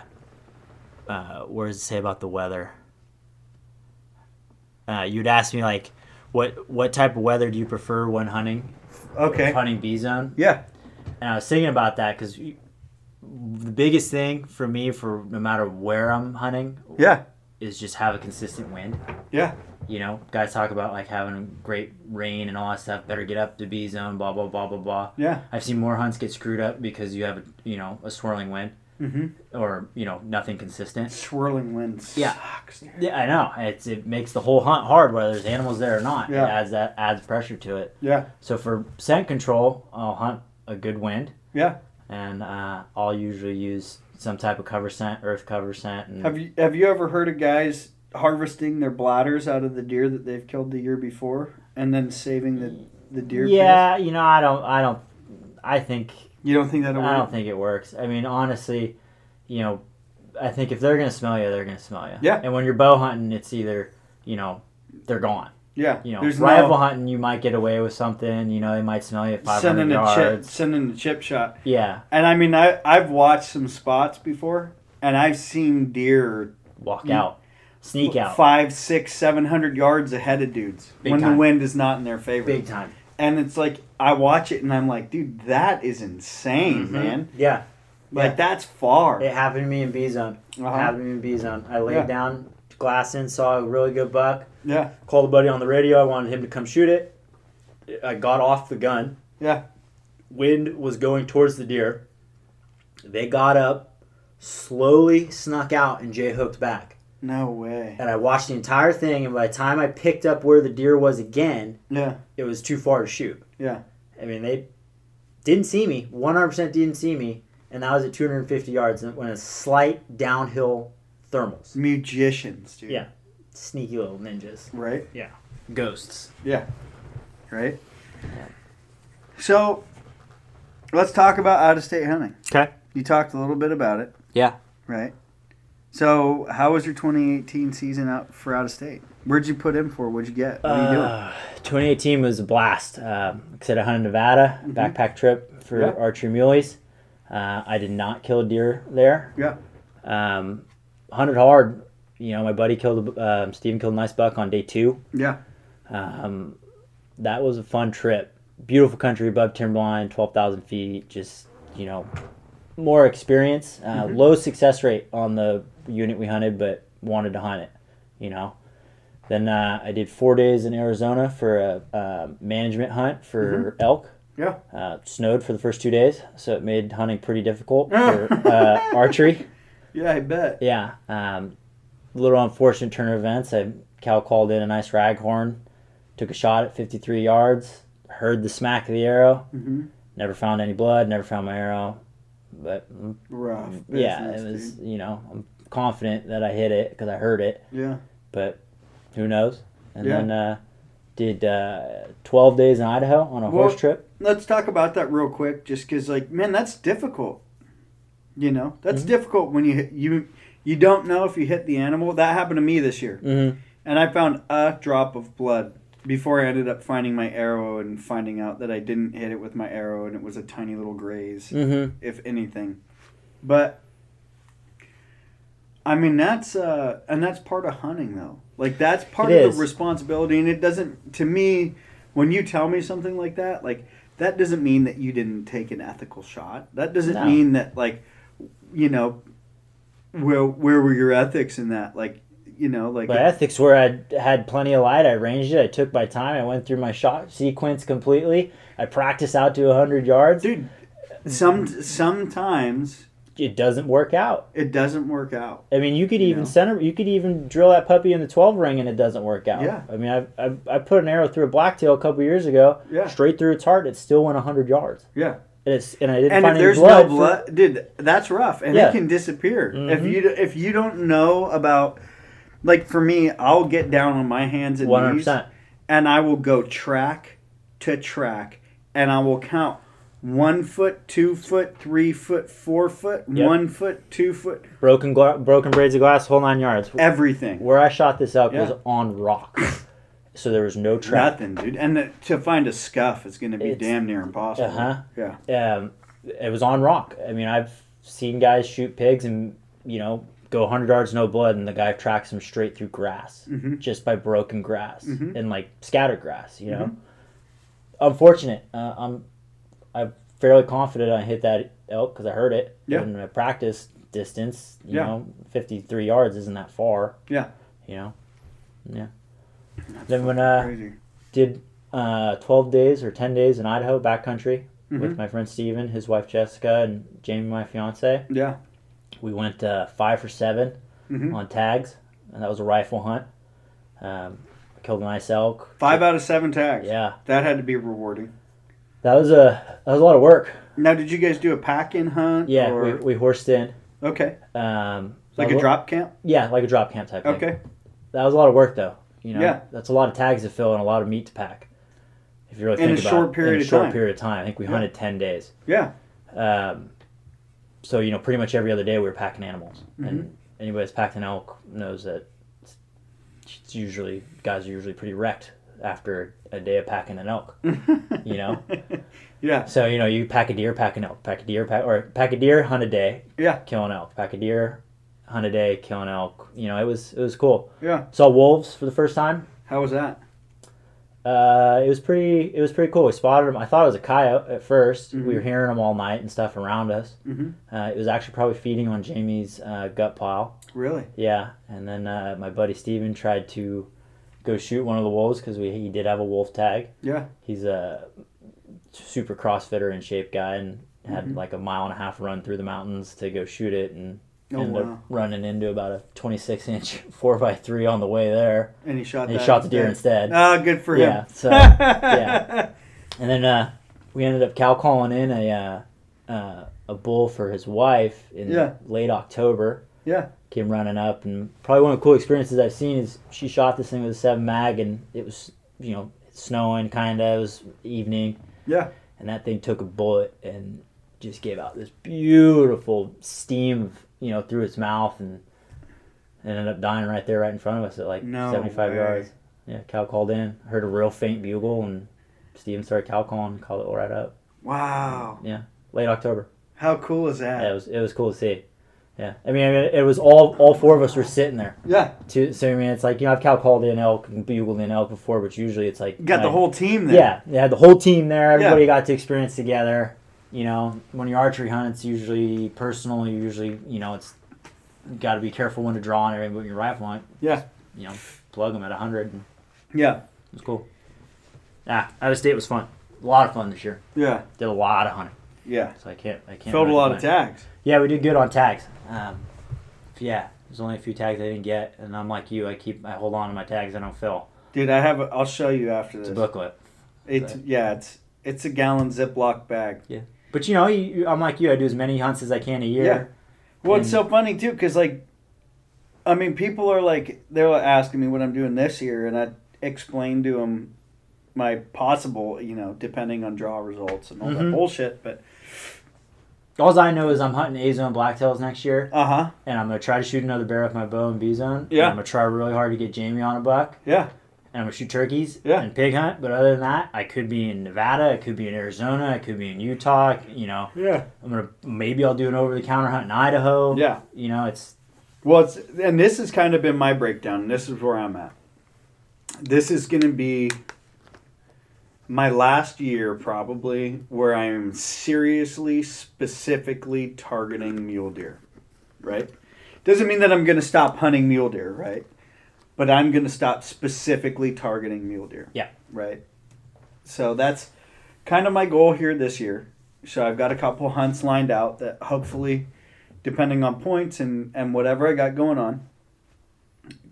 S2: uh, "What does it say about the weather?" Uh, you'd ask me like, "What what type of weather do you prefer when hunting
S1: Okay.
S2: hunting B zone?"
S1: Yeah.
S2: and I was thinking about that because the biggest thing for me, for no matter where I'm hunting,
S1: Yeah.
S2: is just have a consistent wind.
S1: Yeah.
S2: You know, guys talk about like having great rain and all that stuff. Better get up to B zone, blah blah blah blah blah.
S1: Yeah.
S2: I've seen more hunts get screwed up because you have a, you know a swirling wind
S1: Mm-hmm.
S2: or you know nothing consistent.
S1: Swirling wind
S2: Yeah.
S1: sucks. dude.
S2: Yeah, I know. It's it makes the whole hunt hard whether there's animals there or not.
S1: Yeah.
S2: It adds that adds pressure to it.
S1: Yeah.
S2: So for scent control, I'll hunt a good wind.
S1: Yeah.
S2: And uh, I'll usually use some type of cover scent, earth cover scent, and
S1: Have you have you ever heard of guys harvesting their bladders out of the deer that they've killed the year before and then saving the the deer?
S2: yeah, you know, I don't, I don't, I think,
S1: piss? You don't think
S2: I
S1: that'll work?
S2: don't think it works. I mean, honestly, you know, I think if they're gonna smell you, they're gonna smell you.
S1: Yeah.
S2: And when you're bow hunting, it's either, you know, they're gone.
S1: yeah.
S2: You know,
S1: There's
S2: rifle
S1: no
S2: hunting, you might get away with something. You know, they might smell you at 500
S1: sending a chip
S2: yards.
S1: sending a chip shot.
S2: Yeah,
S1: And I mean, I I've watched some spots before, and I've seen deer
S2: walk
S1: You-
S2: out, sneak out,
S1: five, six, seven hundred yards ahead of dudes
S2: Big
S1: when the
S2: time.
S1: wind is not in their favor.
S2: big time.
S1: And it's like I watch it, and I'm like, dude, that is insane,
S2: Mhm.
S1: man.
S2: Yeah,
S1: Like
S2: Yeah.
S1: that's far.
S2: it happened to me in B zone.
S1: Uh-huh.
S2: Happened to me in B zone. I laid
S1: Yeah.
S2: down, glass in, saw a really good buck.
S1: Yeah.
S2: Called a buddy on the radio. I wanted him to come shoot it. I got off the gun.
S1: Yeah.
S2: Wind was going towards the deer. They got up, slowly snuck out, and Jay hooked back.
S1: No way.
S2: And I watched the entire thing. And by the time I picked up where the deer was again,
S1: Yeah.
S2: it was too far to shoot.
S1: Yeah.
S2: I mean, they didn't see me. 100% didn't see me. And that was at 250 yards and it went a slight downhill thermals.
S1: Musicians, dude.
S2: Yeah. Sneaky little ninjas.
S1: Right.
S2: Ghosts.
S1: Right. So, let's talk about out of state hunting.
S2: 'Kay.
S1: You talked a little bit about it.
S2: Yeah.
S1: Right. So, how was your 2018 season out for out of state? Where'd you put in for? What'd you get? What are you doing?
S2: Uh, 2018 was a blast. Um, like I said, I hunted Nevada,
S1: Mhm.
S2: backpack trip for
S1: Yeah.
S2: archery muleys. Uh, I did not kill a deer there.
S1: Yeah.
S2: Um, hunted hard. You know, my buddy killed, a- um, Steven killed a nice buck on day two.
S1: Yeah.
S2: Um, that was a fun trip. Beautiful country above timberline, 12,000 feet. Just, you know, more experience. Uh,
S1: Mhm.
S2: Low success rate on the unit we hunted, but wanted to hunt it, you know. Then uh, I did four days in Arizona for a um management hunt for elk.
S1: Yeah.
S2: Uh, snowed for the first two days, so it made hunting pretty difficult for uh, archery.
S1: Yeah, I bet.
S2: Yeah. Um, little unfortunate turn of events. I, Cal called in a nice raghorn, took a shot at 53 yards, heard the smack of the arrow,
S1: Mm-hmm.
S2: never found any blood, never found my arrow. But mm,
S1: Rough.
S2: yeah, it
S1: business,
S2: was,
S1: dude.
S2: you know, I'm confident that I hit it because I heard it,
S1: Yeah.
S2: but who knows? And
S1: Yeah.
S2: then uh, did uh, 12 days in Idaho on a
S1: Well-
S2: horse trip.
S1: Let's talk about that real quick, just because, like, man, that's difficult. You know, that's
S2: Mhm.
S1: difficult when you hit, you you don't know if you hit the animal. That happened to me this year,
S2: Mm-hmm.
S1: and I found a drop of blood before I ended up finding my arrow and finding out that I didn't hit it with my arrow, and it was a tiny little graze.
S2: Mm-hmm.
S1: if anything. But I mean that's uh and that's part of hunting though. Like that's part
S2: It
S1: of
S2: is.
S1: the responsibility and it doesn't to me when you tell me something like that, like that doesn't mean that you didn't take an ethical shot. That doesn't
S2: No.
S1: mean that like you know where where were your ethics in that? Like you know, like
S2: But ethics where I had plenty of light. I ranged it. I took my time. I went through my shot sequence completely. I practiced out to 100 yards.
S1: dude some sometimes
S2: It doesn't work out.
S1: it doesn't work out.
S2: I mean, you could
S1: You
S2: even
S1: know.
S2: center. You could even drill that puppy in the 12 ring, and it doesn't work out.
S1: Yeah.
S2: I mean, I, I, I put an arrow through a blacktail a couple years ago,
S1: Yeah.
S2: straight through its heart. It still went 100 yards.
S1: Yeah.
S2: And it's and I didn't
S1: and
S2: find
S1: if there's
S2: any blood.
S1: no
S2: for-
S1: blood, dude, that's rough, and
S2: Yeah.
S1: it can disappear if
S2: Mhm.
S1: you if you don't know about. Like for me, I'll get down on my hands and knees,
S2: 100%.
S1: and I will go track to track, and I will count one foot, two foot, three foot, four foot,
S2: Yep.
S1: one foot, two foot,
S2: Broken gla- broken braids of glass, whole nine yards.
S1: everything.
S2: Where I shot this up
S1: Yeah.
S2: was on rock, so there was no trap.
S1: Nothing, dude. And the, to find a scuff is going to be
S2: It's-
S1: damn near impossible.
S2: Uh huh.
S1: Yeah.
S2: Um, it was on rock. I mean, I've seen guys shoot pigs and you know go 100 yards no blood, and the guy tracks them straight through grass
S1: Mhm.
S2: just by broken grass
S1: Mhm.
S2: and like scattered grass. You know,
S1: Mm-hmm.
S2: unfortunate. Uh, I'm I'm fairly confident I hit that elk because I heard it.
S1: Yeah.
S2: In my practice distance, you
S1: Yeah.
S2: know, 53 yards isn't that far.
S1: Yeah.
S2: You know. Yeah. then when uh
S1: Crazy.
S2: did uh, 12 days or 10 days in Idaho backcountry
S1: Mhm.
S2: with my friend Steven, his wife Jessica, and Jamie, my fiance.
S1: Yeah.
S2: We went uh, five for 7
S1: Mhm.
S2: on tags, and that was a rifle hunt. Um, killed a nice elk.
S1: Five out of seven tags.
S2: Yeah,
S1: That had to be rewarding.
S2: that was a that was a lot of work.
S1: Now, did you guys do a pack in hunt?
S2: Yeah,
S1: Or...
S2: we, we horsed in.
S1: Okay.
S2: Um,
S1: Like
S2: that
S1: a
S2: wa-
S1: drop camp?
S2: Yeah, like a drop camp type. Thing.
S1: Okay.
S2: That was a lot of work though. You know,
S1: Yeah.
S2: that's a lot of tags to fill and a lot of meat to pack. If you really
S1: In
S2: think
S1: a
S2: about
S1: short
S2: it,
S1: period
S2: in a
S1: of
S2: short
S1: time.
S2: period of time, I think we
S1: Yeah.
S2: hunted ten days.
S1: Yeah.
S2: Um, so you know, pretty much every other day we were packing animals,
S1: Mm-hmm.
S2: and anybody that's packed an elk knows that it's usually guys are usually pretty wrecked after a day of packing an elk. You know,
S1: Yeah.
S2: so you know you pack a deer, pack an elk, pack a deer, pack or pack a deer, hunt a day,
S1: Yeah.
S2: kill an elk, pack a deer, hunt a day, kill an elk. You know, it was it was cool.
S1: Yeah.
S2: saw wolves for the first time.
S1: How was that?
S2: Uh, it was pretty. It was pretty cool. We spotted them. I thought it was a coyote at 1st We
S1: Mhm.
S2: were hearing them all night and stuff around us.
S1: Mhm.
S2: Uh, it was actually probably feeding on Jamie's uh, gut pile.
S1: Really?
S2: Yeah, and then uh, my buddy Steven tried to go shoot one of the wolves because we he did have a wolf tag.
S1: Yeah.
S2: He's a super CrossFitter and shape guy and had
S1: Mm-hmm.
S2: like a mile and a half run through the mountains to go shoot it and
S1: Oh,
S2: ended
S1: wow.
S2: up running into about a 26 inch 4x3 on the way there.
S1: And he shot
S2: And he
S1: that
S2: shot the deer instead.
S1: Ah, good for
S2: Yeah,
S1: him.
S2: so yeah. And then uh, we ended up cow calling in a uh, uh, a bull for his wife in
S1: Yeah.
S2: late October.
S1: Yeah.
S2: Came running up, and probably one of the cool experiences I've seen is she shot this thing with a seven mag, and it was you know snowing kind of. It was evening.
S1: Yeah.
S2: And that thing took a bullet and just gave out this beautiful steam, you know, through its mouth, and and ended up dying right there, right in front of us at like
S1: No
S2: seventy-five
S1: way.
S2: yards. Yeah, cow called in, heard a real faint bugle, and Steven started cow calling, called it right up.
S1: Wow.
S2: Late October.
S1: How cool is
S2: Yeah, it
S1: that?
S2: was it was cool to see. Yeah, I mean, I mean, it was all all four of us were sitting there.
S1: Yeah.
S2: Too, so I mean, it's like you know, I've cow called in elk and bugled in elk before, but usually it's like
S1: You got the
S2: like,
S1: whole team there.
S2: yeah, yeah, the whole team there. Everybody got to experience together. You know, when you archery hunt, it's usually personal. You usually, you know, it's got to be careful when to draw and everything. But when you rifle hunt,
S1: Yeah.
S2: you know, plug them at hundred. and
S1: Yeah.
S2: It was cool. Ah, out of state was fun. A lot of fun this year.
S1: Yeah.
S2: Did a lot of hunting,
S1: Yeah.
S2: so I can't, I can't.
S1: Filled a
S2: really
S1: lot of
S2: complain.
S1: tags.
S2: Yeah, we did good on tags. Um, yeah, there's only a few tags I didn't get, and I'm like you. I keep, I hold on to my tags. I don't fill.
S1: Dude, I have. A, I'll show you after
S2: It's
S1: this.
S2: a booklet.
S1: It's yeah. It's it's a gallon Ziploc bag.
S2: But you know, you, you- I'm like you. I do as many hunts as I can a year.
S1: Yeah. Well, it's
S2: And-
S1: so funny too, because like, I mean, people are like they're asking me what I'm doing this year, and I explain to them my possible, you know, depending on draw results and all that
S2: Mhm.
S1: bullshit. But
S2: All I know is I'm hunting A zone blacktails next year,
S1: uh huh,
S2: and I'm gonna try to shoot another bear with my bow and B zone.
S1: Yeah.
S2: And I'm gonna try really hard to get Jamie on a buck,
S1: yeah,
S2: and I'm gonna shoot turkeys.
S1: Yeah.
S2: And pig hunt, but other than that, I could be in Nevada, I could be in Arizona, I could be in Utah. I c- You know,
S1: yeah,
S2: I'm gonna maybe I'll do an over the counter hunt in Idaho.
S1: yeah.
S2: You know, it's
S1: Well, it's, and this has kind of been my breakdown. And this is where I'm at. This is going to be my last year, probably, where I am seriously, specifically targeting mule deer. Right? Doesn't mean that I'm going to stop hunting mule deer, right? But I'm going to stop specifically targeting mule deer.
S2: Yeah.
S1: Right. So that's kind of my goal here this year. So I've got a couple hunts lined out that hopefully depending on points and, and whatever I got going on,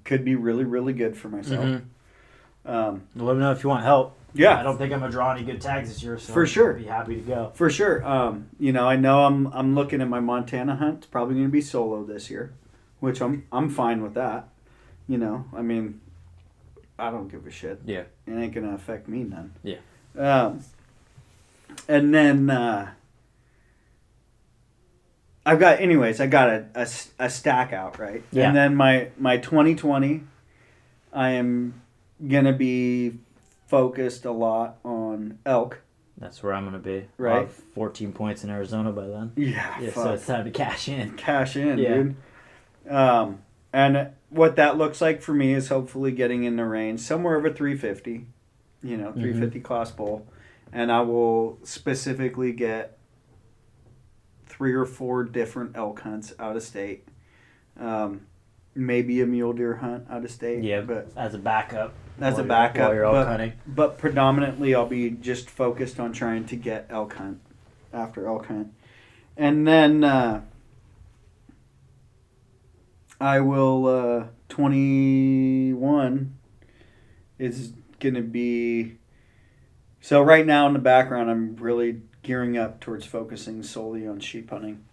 S1: could be really, really good for myself.
S2: Mhm.
S1: Um,
S2: let me know if you want help. I
S1: yeah,
S2: don't think I'm gonna draw any good tags this year, so
S1: For sure.
S2: I'd be happy to go.
S1: for sure. Um, you know, I know I'm I'm looking at my Montana hunt. It's probably going to be solo this year, which I'm I'm fine with that. You know, I mean, I don't give a shit.
S2: Yeah.
S1: it ain't going to affect me none.
S2: Yeah.
S1: Um, and then uh, I've got, anyways, I got a, a s- a stack out right,
S2: Yeah.
S1: and then my my 2020, I am gonna be focused a lot on elk.
S2: That's where I'm gonna be.
S1: Right.
S2: I'll have 14 points in Arizona by then.
S1: Yeah,
S2: Yeah,
S1: fuck.
S2: so it's time to cash in.
S1: cash in,
S2: Yeah.
S1: dude. Um, and what that looks like for me is hopefully getting in the range somewhere over 350, you know,
S2: Mm-hmm.
S1: 350 class bowl, and I will specifically get three or four different elk hunts out of state, um, maybe a mule deer hunt out of state.
S2: Yeah,
S1: but
S2: as a backup.
S1: As a
S2: while you're-
S1: backup,
S2: while you're out
S1: but-
S2: hunting.
S1: but predominantly I'll be just focused on trying to get elk hunt after elk hunt, and then uh, I will uh, twenty one is gonna be. So right now in the background, I'm really gearing up towards focusing solely on sheep hunting,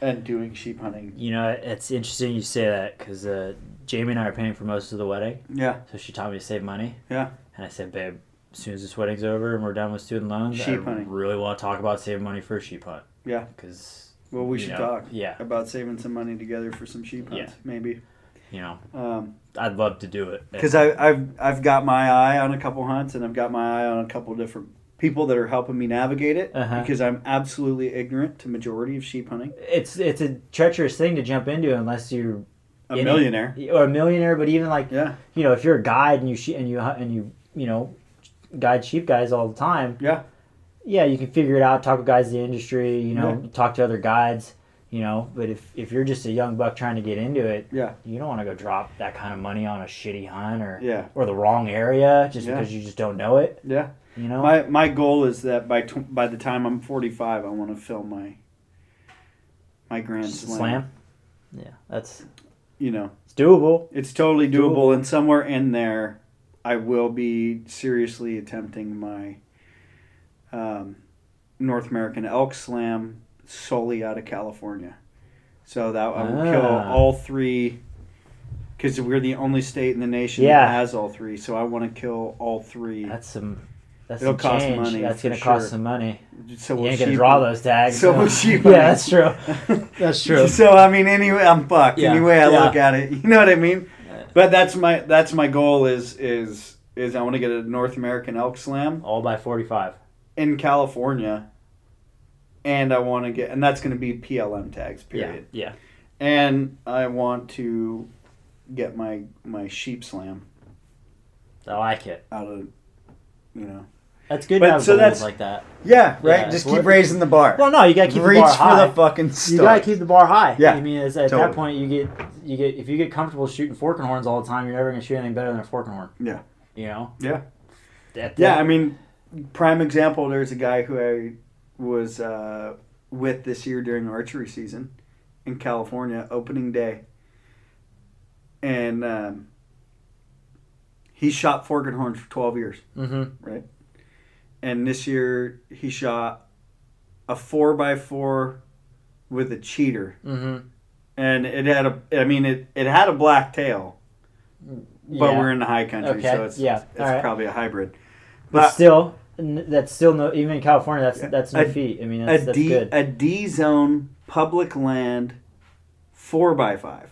S1: and doing sheep hunting.
S2: You know, it's interesting you say that because uh, Jamie and I are paying for most of the wedding.
S1: Yeah,
S2: So she taught me to save money.
S1: Yeah.
S2: And I said, babe, as soon as this wedding's over and we're done with student loans,
S1: Sheep
S2: I
S1: hunting.
S2: really want to talk about saving money for a sheep hunt.
S1: Yeah.
S2: Because
S1: well we should talk
S2: Yeah.
S1: about saving some money together for some sheep hunts,
S2: Yeah.
S1: maybe.
S2: You know,
S1: Um,
S2: I'd love to do it.
S1: because I've I've got my eye on a couple hunts and I've got my eye on a couple different people that are helping me navigate it
S2: Uh-huh.
S1: because I'm absolutely ignorant to majority of sheep hunting.
S2: it's it's a treacherous thing to jump into unless you're
S1: A
S2: In it.
S1: millionaire,
S2: or a millionaire. But even like
S1: yeah,
S2: you know, if you're a guide and you she- and you hu- and you you know guide sheep guys all the time,
S1: Yeah.
S2: yeah, you can figure it out. Talk with guys in the industry, you know, talk to other guides, you know. But if if you're just a young buck trying to get into it,
S1: Yeah.
S2: you don't want to go drop that kind of money on a shitty hunt or
S1: yeah,
S2: or the wrong area just
S1: Yeah.
S2: because you just don't know it.
S1: yeah.
S2: You know,
S1: My my goal is that by tw- by the time I'm 45, I want to fill my my grand slam.
S2: slam. Yeah, that's
S1: You know,
S2: it's doable.
S1: it's totally
S2: Doable.
S1: doable, and somewhere in there, I will be seriously attempting my um, North American elk slam solely out of California. So that I will kill
S2: Ah.
S1: all three because we're the only state in the nation
S2: Yeah.
S1: that has all three. So I want to kill all three.
S2: That's some. That's
S1: It'll
S2: some
S1: cost
S2: change.
S1: money,
S2: That's
S1: for
S2: gonna cost
S1: sure.
S2: some money.
S1: so
S2: you
S1: we'll
S2: ain't gonna
S1: sheep-
S2: draw those tags.
S1: So we'll sheep
S2: Yeah,
S1: hunt.
S2: that's true. That's
S1: So I mean, anyway, I'm fucked.
S2: Yeah.
S1: Anyway, I
S2: Yeah.
S1: look at it. You know what I mean?
S2: Yeah.
S1: But that's my that's my goal is is is I want to get a North American elk slam.
S2: All by forty-five.
S1: in California, and I want to get, and that's going to be PLM tags, period.
S2: Yeah.
S1: And I want to get my my sheep slam
S2: Yeah. I like it.
S1: out of, you know.
S2: That's good.
S1: But-
S2: to have
S1: so
S2: goals
S1: that's-
S2: like that.
S1: Yeah, right.
S2: Yeah,
S1: Just
S2: what-
S1: keep raising the bar.
S2: Well, no, you gotta keep
S1: Reach
S2: the bar
S1: for
S2: high.
S1: the fucking star.
S2: you gotta keep the bar high.
S1: Yeah,
S2: I mean, it's, at
S1: totally.
S2: that point, you get you get if you get comfortable shooting fork and horns all the time, you're never gonna shoot anything better than a fork and horn.
S1: Yeah.
S2: You know.
S1: Yeah.
S2: That-
S1: yeah, I
S2: that-
S1: mean, prime example. There's a guy who I was uh, with this year during archery season in California, opening day, and um, he shot fork and horn for twelve years.
S2: Mhm.
S1: and this year he shot a four by four with a cheater,
S2: Mhm.
S1: and it had a. I mean, it it had a black tail, but
S2: Yeah.
S1: we're in the high country,
S2: Okay,
S1: so it's
S2: yeah,
S1: it's,
S2: all right.
S1: probably a hybrid.
S2: But
S1: But
S2: still, n- that's still no. Even in California, that's
S1: Yeah.
S2: that's
S1: A-
S2: no feat. I mean,
S1: a
S2: that's, that's
S1: D
S2: good.
S1: a D zone public land four by five.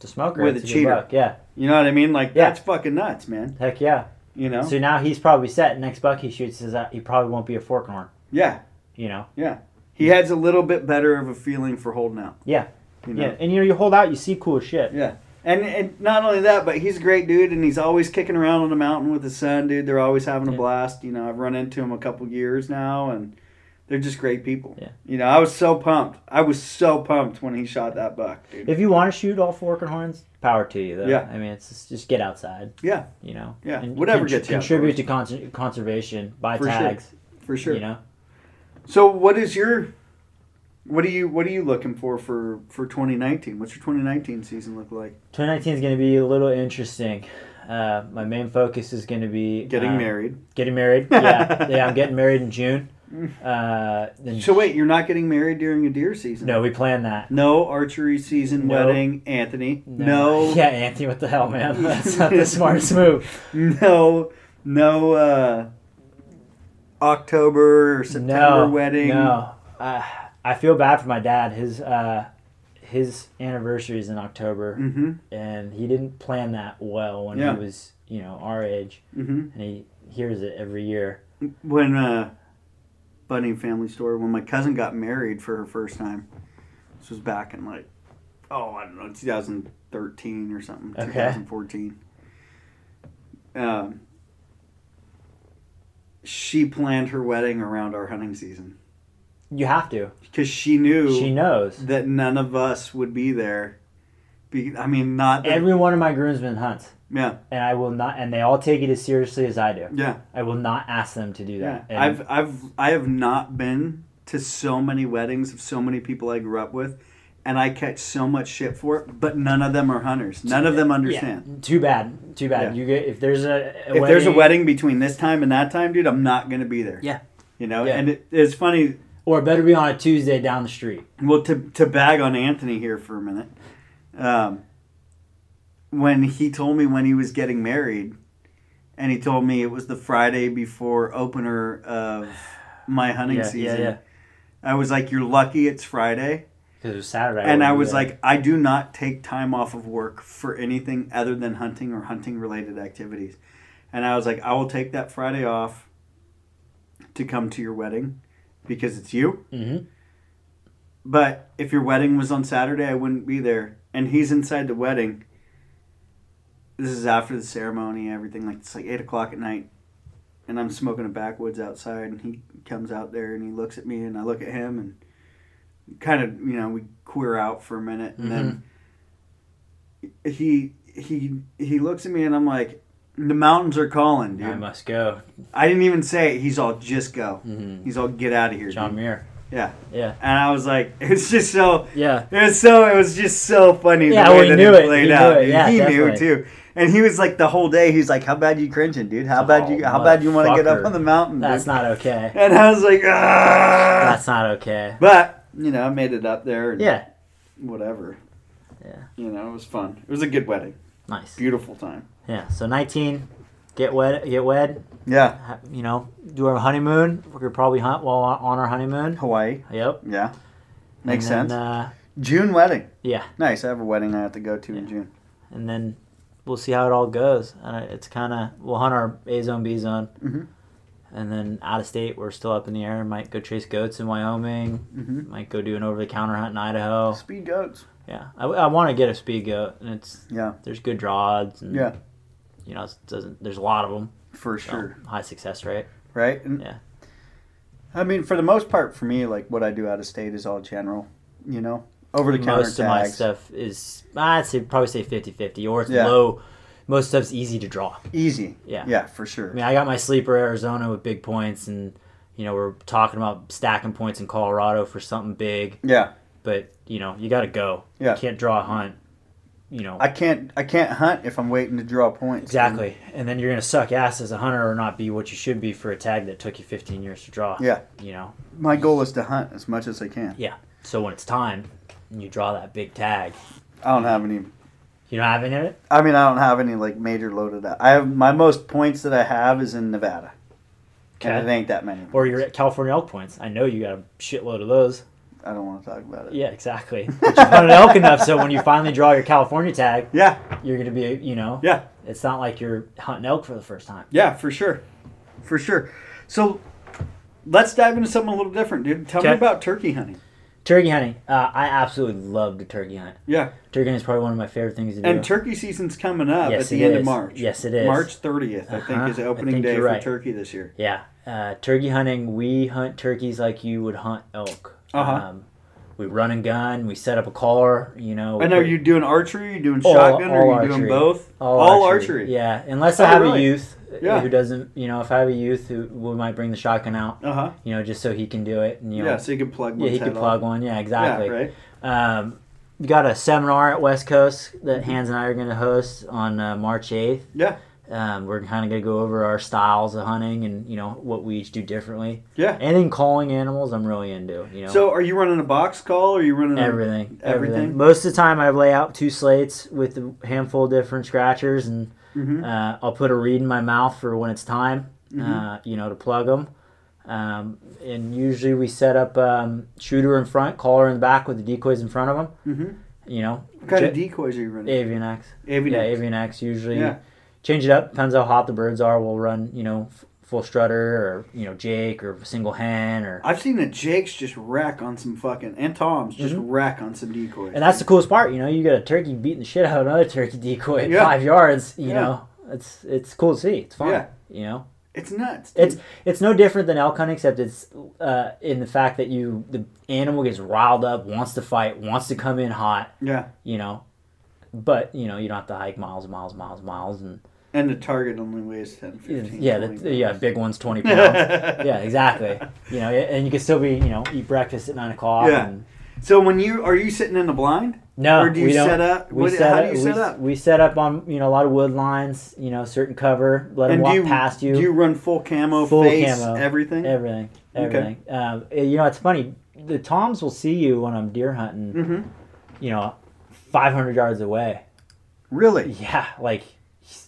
S2: The smoker
S1: with
S2: it's
S1: a
S2: good
S1: cheater.
S2: buck. Yeah.
S1: You know what I mean? Like
S2: Yeah.
S1: that's fucking nuts, man.
S2: Heck yeah.
S1: You know?
S2: So now he's probably set. Next buck he shoots is that he probably won't be a fork and horn.
S1: yeah,
S2: You know.
S1: he has a little bit better of a feeling for holding out.
S2: Yeah.
S1: You know?
S2: Yeah, and you know you hold out, you see cool shit.
S1: And, and not only that, but he's a great dude, and he's always kicking around on the mountain with his son, dude. They're always having a
S2: Yeah.
S1: blast. You know, I've run into him a couple years now, and they're just great people.
S2: Yeah.
S1: You know, I was so pumped. I was so pumped when he shot that buck, dude.
S2: If you want to shoot all fork and horns, power to you though.
S1: Yeah.
S2: I mean, it's just, just get outside.
S1: Yeah.
S2: You know.
S1: Yeah,
S2: And
S1: whatever
S2: con-
S1: gets you
S2: contribute to con- conservation. Buy
S1: For sure.
S2: tags.
S1: for sure.
S2: You know.
S1: So, what is your, what are you, what are you looking for for for 2019? What's your 2019 season look like?
S2: 2019 is going to be a little interesting. Uh, my main focus is going to be
S1: Getting
S2: uh,
S1: married.
S2: Getting married. Yeah. yeah. I'm getting married in June. Uh, then
S1: So wait, you're not getting married during a deer season?
S2: No, we planned that.
S1: No archery season
S2: No.
S1: wedding, Anthony. No.
S2: Yeah, Anthony, what the hell, man? That's not the smartest move.
S1: no no uh October or September
S2: no,
S1: wedding?
S2: No, uh, I feel bad for my dad. His uh, his anniversary is in October,
S1: Mm-hmm.
S2: and he didn't plan that well when
S1: Yeah.
S2: he was you know our age,
S1: Mm-hmm.
S2: and he hears it every year.
S1: When uh, budding family story, when my cousin got married for her first time, this was back in like, oh, I don't know, 2013 or something,
S2: Okay.
S1: 2014. Um, she planned her wedding around our hunting season
S2: You have to.
S1: because she knew
S2: She knows.
S1: that none of us would be there. Be, I mean, not that,
S2: Every one of my groomsmen hunts,
S1: yeah,
S2: and I will not. And they all take it as seriously as I do.
S1: yeah,
S2: I will not ask them to do
S1: yeah.
S2: that. And
S1: I've I've I have not been to so many weddings of so many people I grew up with, and I catch so much shit for it. But none of them are hunters. None of them understand.
S2: Yeah, too bad. Too bad.
S1: Yeah.
S2: You get if there's a,
S1: If there's a wedding between this time and that time, dude, I'm not gonna be there.
S2: Yeah.
S1: you know.
S2: Yeah.
S1: And it, it's funny.
S2: or it better be on a Tuesday down the street.
S1: Well, to to bag on Anthony here for a minute, um, when he told me when he was getting married, and he told me it was the Friday before opener of my hunting
S2: Yeah, yeah,
S1: season.
S2: yeah.
S1: I was like, "You're lucky it's Friday,"
S2: Because it was Saturday.
S1: and
S2: when
S1: I
S2: we
S1: was
S2: did it.
S1: like, "I do not take time off of work for anything other than hunting or hunting related activities," and I was like, "I will take that Friday off to come to your wedding because it's you."
S2: Mhm.
S1: But if your wedding was on Saturday, I wouldn't be there. And he's inside the wedding. This is after the ceremony, everything. Like it's like eight o'clock at night, and I'm smoking a backwoods outside. And he comes out there and he looks at me, and I look at him, and kind of you know we queer out for a minute, and then he he he looks at me, and I'm like, the mountains are calling, dude.
S2: I must go.
S1: I didn't even say it. He's all just go.
S2: Mhm.
S1: He's all get out of here.
S2: John
S1: dude."
S2: Muir.
S1: Yeah.
S2: Yeah.
S1: And I was like, it's just so.
S2: Yeah.
S1: It was so. It was just so funny
S2: Yeah,
S1: the way
S2: well, he
S1: that
S2: knew
S1: it
S2: it.
S1: played
S2: He knew
S1: out.
S2: it.
S1: dude.
S2: Yeah,
S1: he knew
S2: definitely.
S1: too, and he was like the whole day. He's like, "How bad you cringing, dude? How bad you?
S2: Oh,
S1: How bad you want to get up
S2: motherfucker.
S1: on the mountain?" dude?"
S2: That's not okay.
S1: And I was like, "Ah."
S2: That's not okay.
S1: But you know, I made it up there. And
S2: Yeah.
S1: Whatever.
S2: Yeah.
S1: You know, it was fun. It was a good wedding.
S2: Nice.
S1: Beautiful time.
S2: Yeah. So 19, get wed, get wed.
S1: Yeah.
S2: ha- You know, do our honeymoon. We could probably hunt while on on our honeymoon.
S1: Hawaii.
S2: Yep.
S1: Yeah. Makes
S2: And then,
S1: sense.
S2: Uh,
S1: June wedding.
S2: yeah.
S1: Nice. I have a wedding I have to go to in
S2: Yeah.
S1: June.
S2: and then we'll see how it all goes. And I- it's kind of we'll hunt our A zone, B zone,
S1: Mhm.
S2: and then out of state we're still up in the air. Might go chase goats in Wyoming.
S1: hmm
S2: Might go do an over the counter hunt in Idaho.
S1: Speed goats.
S2: Yeah, I, want to get a speed goat, and it's
S1: Yeah.
S2: there's good draw odds. And,
S1: Yeah.
S2: you know, it doesn't there's a lot of them.
S1: For
S2: So
S1: sure.
S2: high success rate.
S1: right? And-
S2: Yeah.
S1: I mean, for the most part, for me, like what I do out of state is all general, you know, over the counter
S2: Most
S1: tags.
S2: of my stuff is I'd say probably say 50-50 or it's
S1: Yeah.
S2: low. Most stuff's easy to draw.
S1: Easy.
S2: Yeah.
S1: Yeah, for
S2: I
S1: sure.
S2: mean, I got my sleeper Arizona with big points, and you know we're talking about stacking points in Colorado for something big.
S1: Yeah.
S2: But you know you got to go.
S1: Yeah.
S2: You can't draw a hunt. You know
S1: I can't. I can't hunt if I'm waiting to draw points.
S2: exactly, and then you're gonna suck ass as a hunter or not be what you should be for a tag that took you 15 years to draw.
S1: Yeah.
S2: You know,
S1: My goal is to hunt as much as I can.
S2: so when it's time, and you draw that big tag.
S1: I don't have any.
S2: You don't have any of it.
S1: I mean, I don't have any like major loaded up. I have my most points that I have is in Nevada, and it ain't that many.
S2: Or you're at California elk points. I know you got a shitload of those.
S1: I don't want to talk about it.
S2: Yeah, exactly. But you've hunted elk enough, so when you finally draw your California tag,
S1: Yeah.
S2: you're gonna be, you know,
S1: Yeah.
S2: It's not like you're hunting elk for the first time.
S1: Yeah, for sure. For sure. So let's dive into something a little different, dude. Tell me
S2: Okay.
S1: about turkey hunting.
S2: Turkey hunting. Uh, I absolutely love to turkey hunt.
S1: Yeah.
S2: Turkey hunting is probably one of my favorite things to do.
S1: And turkey season's coming up
S2: Yes,
S1: at the
S2: it
S1: end of
S2: is.
S1: March.
S2: Yes, it is.
S1: March 30th, I think,
S2: Uh-huh.
S1: is
S2: I
S1: opening
S2: think
S1: day
S2: you're
S1: for
S2: right.
S1: turkey this year.
S2: yeah, uh, turkey hunting. We hunt turkeys like you would hunt elk.
S1: Uh-huh.
S2: Um, we run and gun. We set up a collar. You know.
S1: I know
S2: we-
S1: you're doing archery, you're doing
S2: Oh, All-
S1: shotgun, or
S2: all
S1: you're doing
S2: archery.
S1: both.
S2: all,
S1: archery.
S2: Yeah, unless
S1: Oh,
S2: I have
S1: really?
S2: a youth
S1: Yeah.
S2: who doesn't. You know, if I have a youth who we might bring the shotgun out.
S1: Uh huh.
S2: You know, just so he can do it. And you know,
S1: yeah, so you can plug
S2: yeah,
S1: one's
S2: he could
S1: head
S2: plug
S1: off.
S2: one. Yeah, exactly.
S1: Yeah, right?
S2: Um, we got a seminar at West Coast that Hans and I are going to host on uh, March 8th.
S1: Mm-hmm. Yeah.
S2: Um, we're kind of going to go over our styles of hunting and, you know, what we each do differently.
S1: Yeah.
S2: Anything calling animals, I'm really into, you know.
S1: So are you running a box call or are you running a.
S2: everything, everything.
S1: everything?
S2: Most of the time I lay out two slates with a handful of different scratchers and
S1: Mhm. Mm-hmm.
S2: uh, I'll put a reed in my mouth for when it's time, uh, you know, to plug them. Um, and usually we set up um, shooter in front, caller in the back with the decoys in front of them.
S1: Mm-hmm.
S2: You know,
S1: What kind of
S2: J-
S1: decoys are you running?
S2: avian X.
S1: Avian
S2: yeah,
S1: X.
S2: avian X usually.
S1: Yeah.
S2: Change it up. Depends how hot the birds are. We'll run, you know, f- full strutter or you know Jake or single hen or.
S1: I've seen a Jake's just wreck on some fucking and Tom's just wreck on some decoys.
S2: Mm-hmm. And that's the coolest part, you know. You got a turkey beating the shit out of another turkey decoy at
S1: Yeah.
S2: five yards. You
S1: Yeah.
S2: know, it's it's cool to see. It's fun.
S1: Yeah.
S2: You know,
S1: it's nuts. dude.
S2: it's it's no different than elk hunting, except it's uh, in the fact that you the animal gets riled up, wants to fight, wants to come in hot.
S1: yeah,
S2: You know, but you know you don't have to hike miles, miles, miles, miles, and
S1: and the target only weighs 10, 15,
S2: yeah, the,
S1: 20
S2: yeah,
S1: pounds.
S2: big one's twenty pounds. yeah, exactly. You know, and you can still be you know eat breakfast at nine o'clock.
S1: Yeah.
S2: And,
S1: So when you are you sitting in the blind?
S2: No,
S1: Or do you
S2: we don't.
S1: set up-
S2: We
S1: what-
S2: set
S1: how
S2: up,
S1: do you
S2: we,
S1: set up?
S2: We set up on you know a lot of wood lines, you know, certain cover. Let them walk
S1: do you,
S2: past you.
S1: Do you run full camo,
S2: Full
S1: face,
S2: camo.
S1: everything?
S2: everything,
S1: Okay.
S2: everything. Um, eh, you know, it's funny. The toms will see you when I'm deer hunting.
S1: mm-hmm.
S2: You know, 500 yards away.
S1: Really?
S2: Yeah, like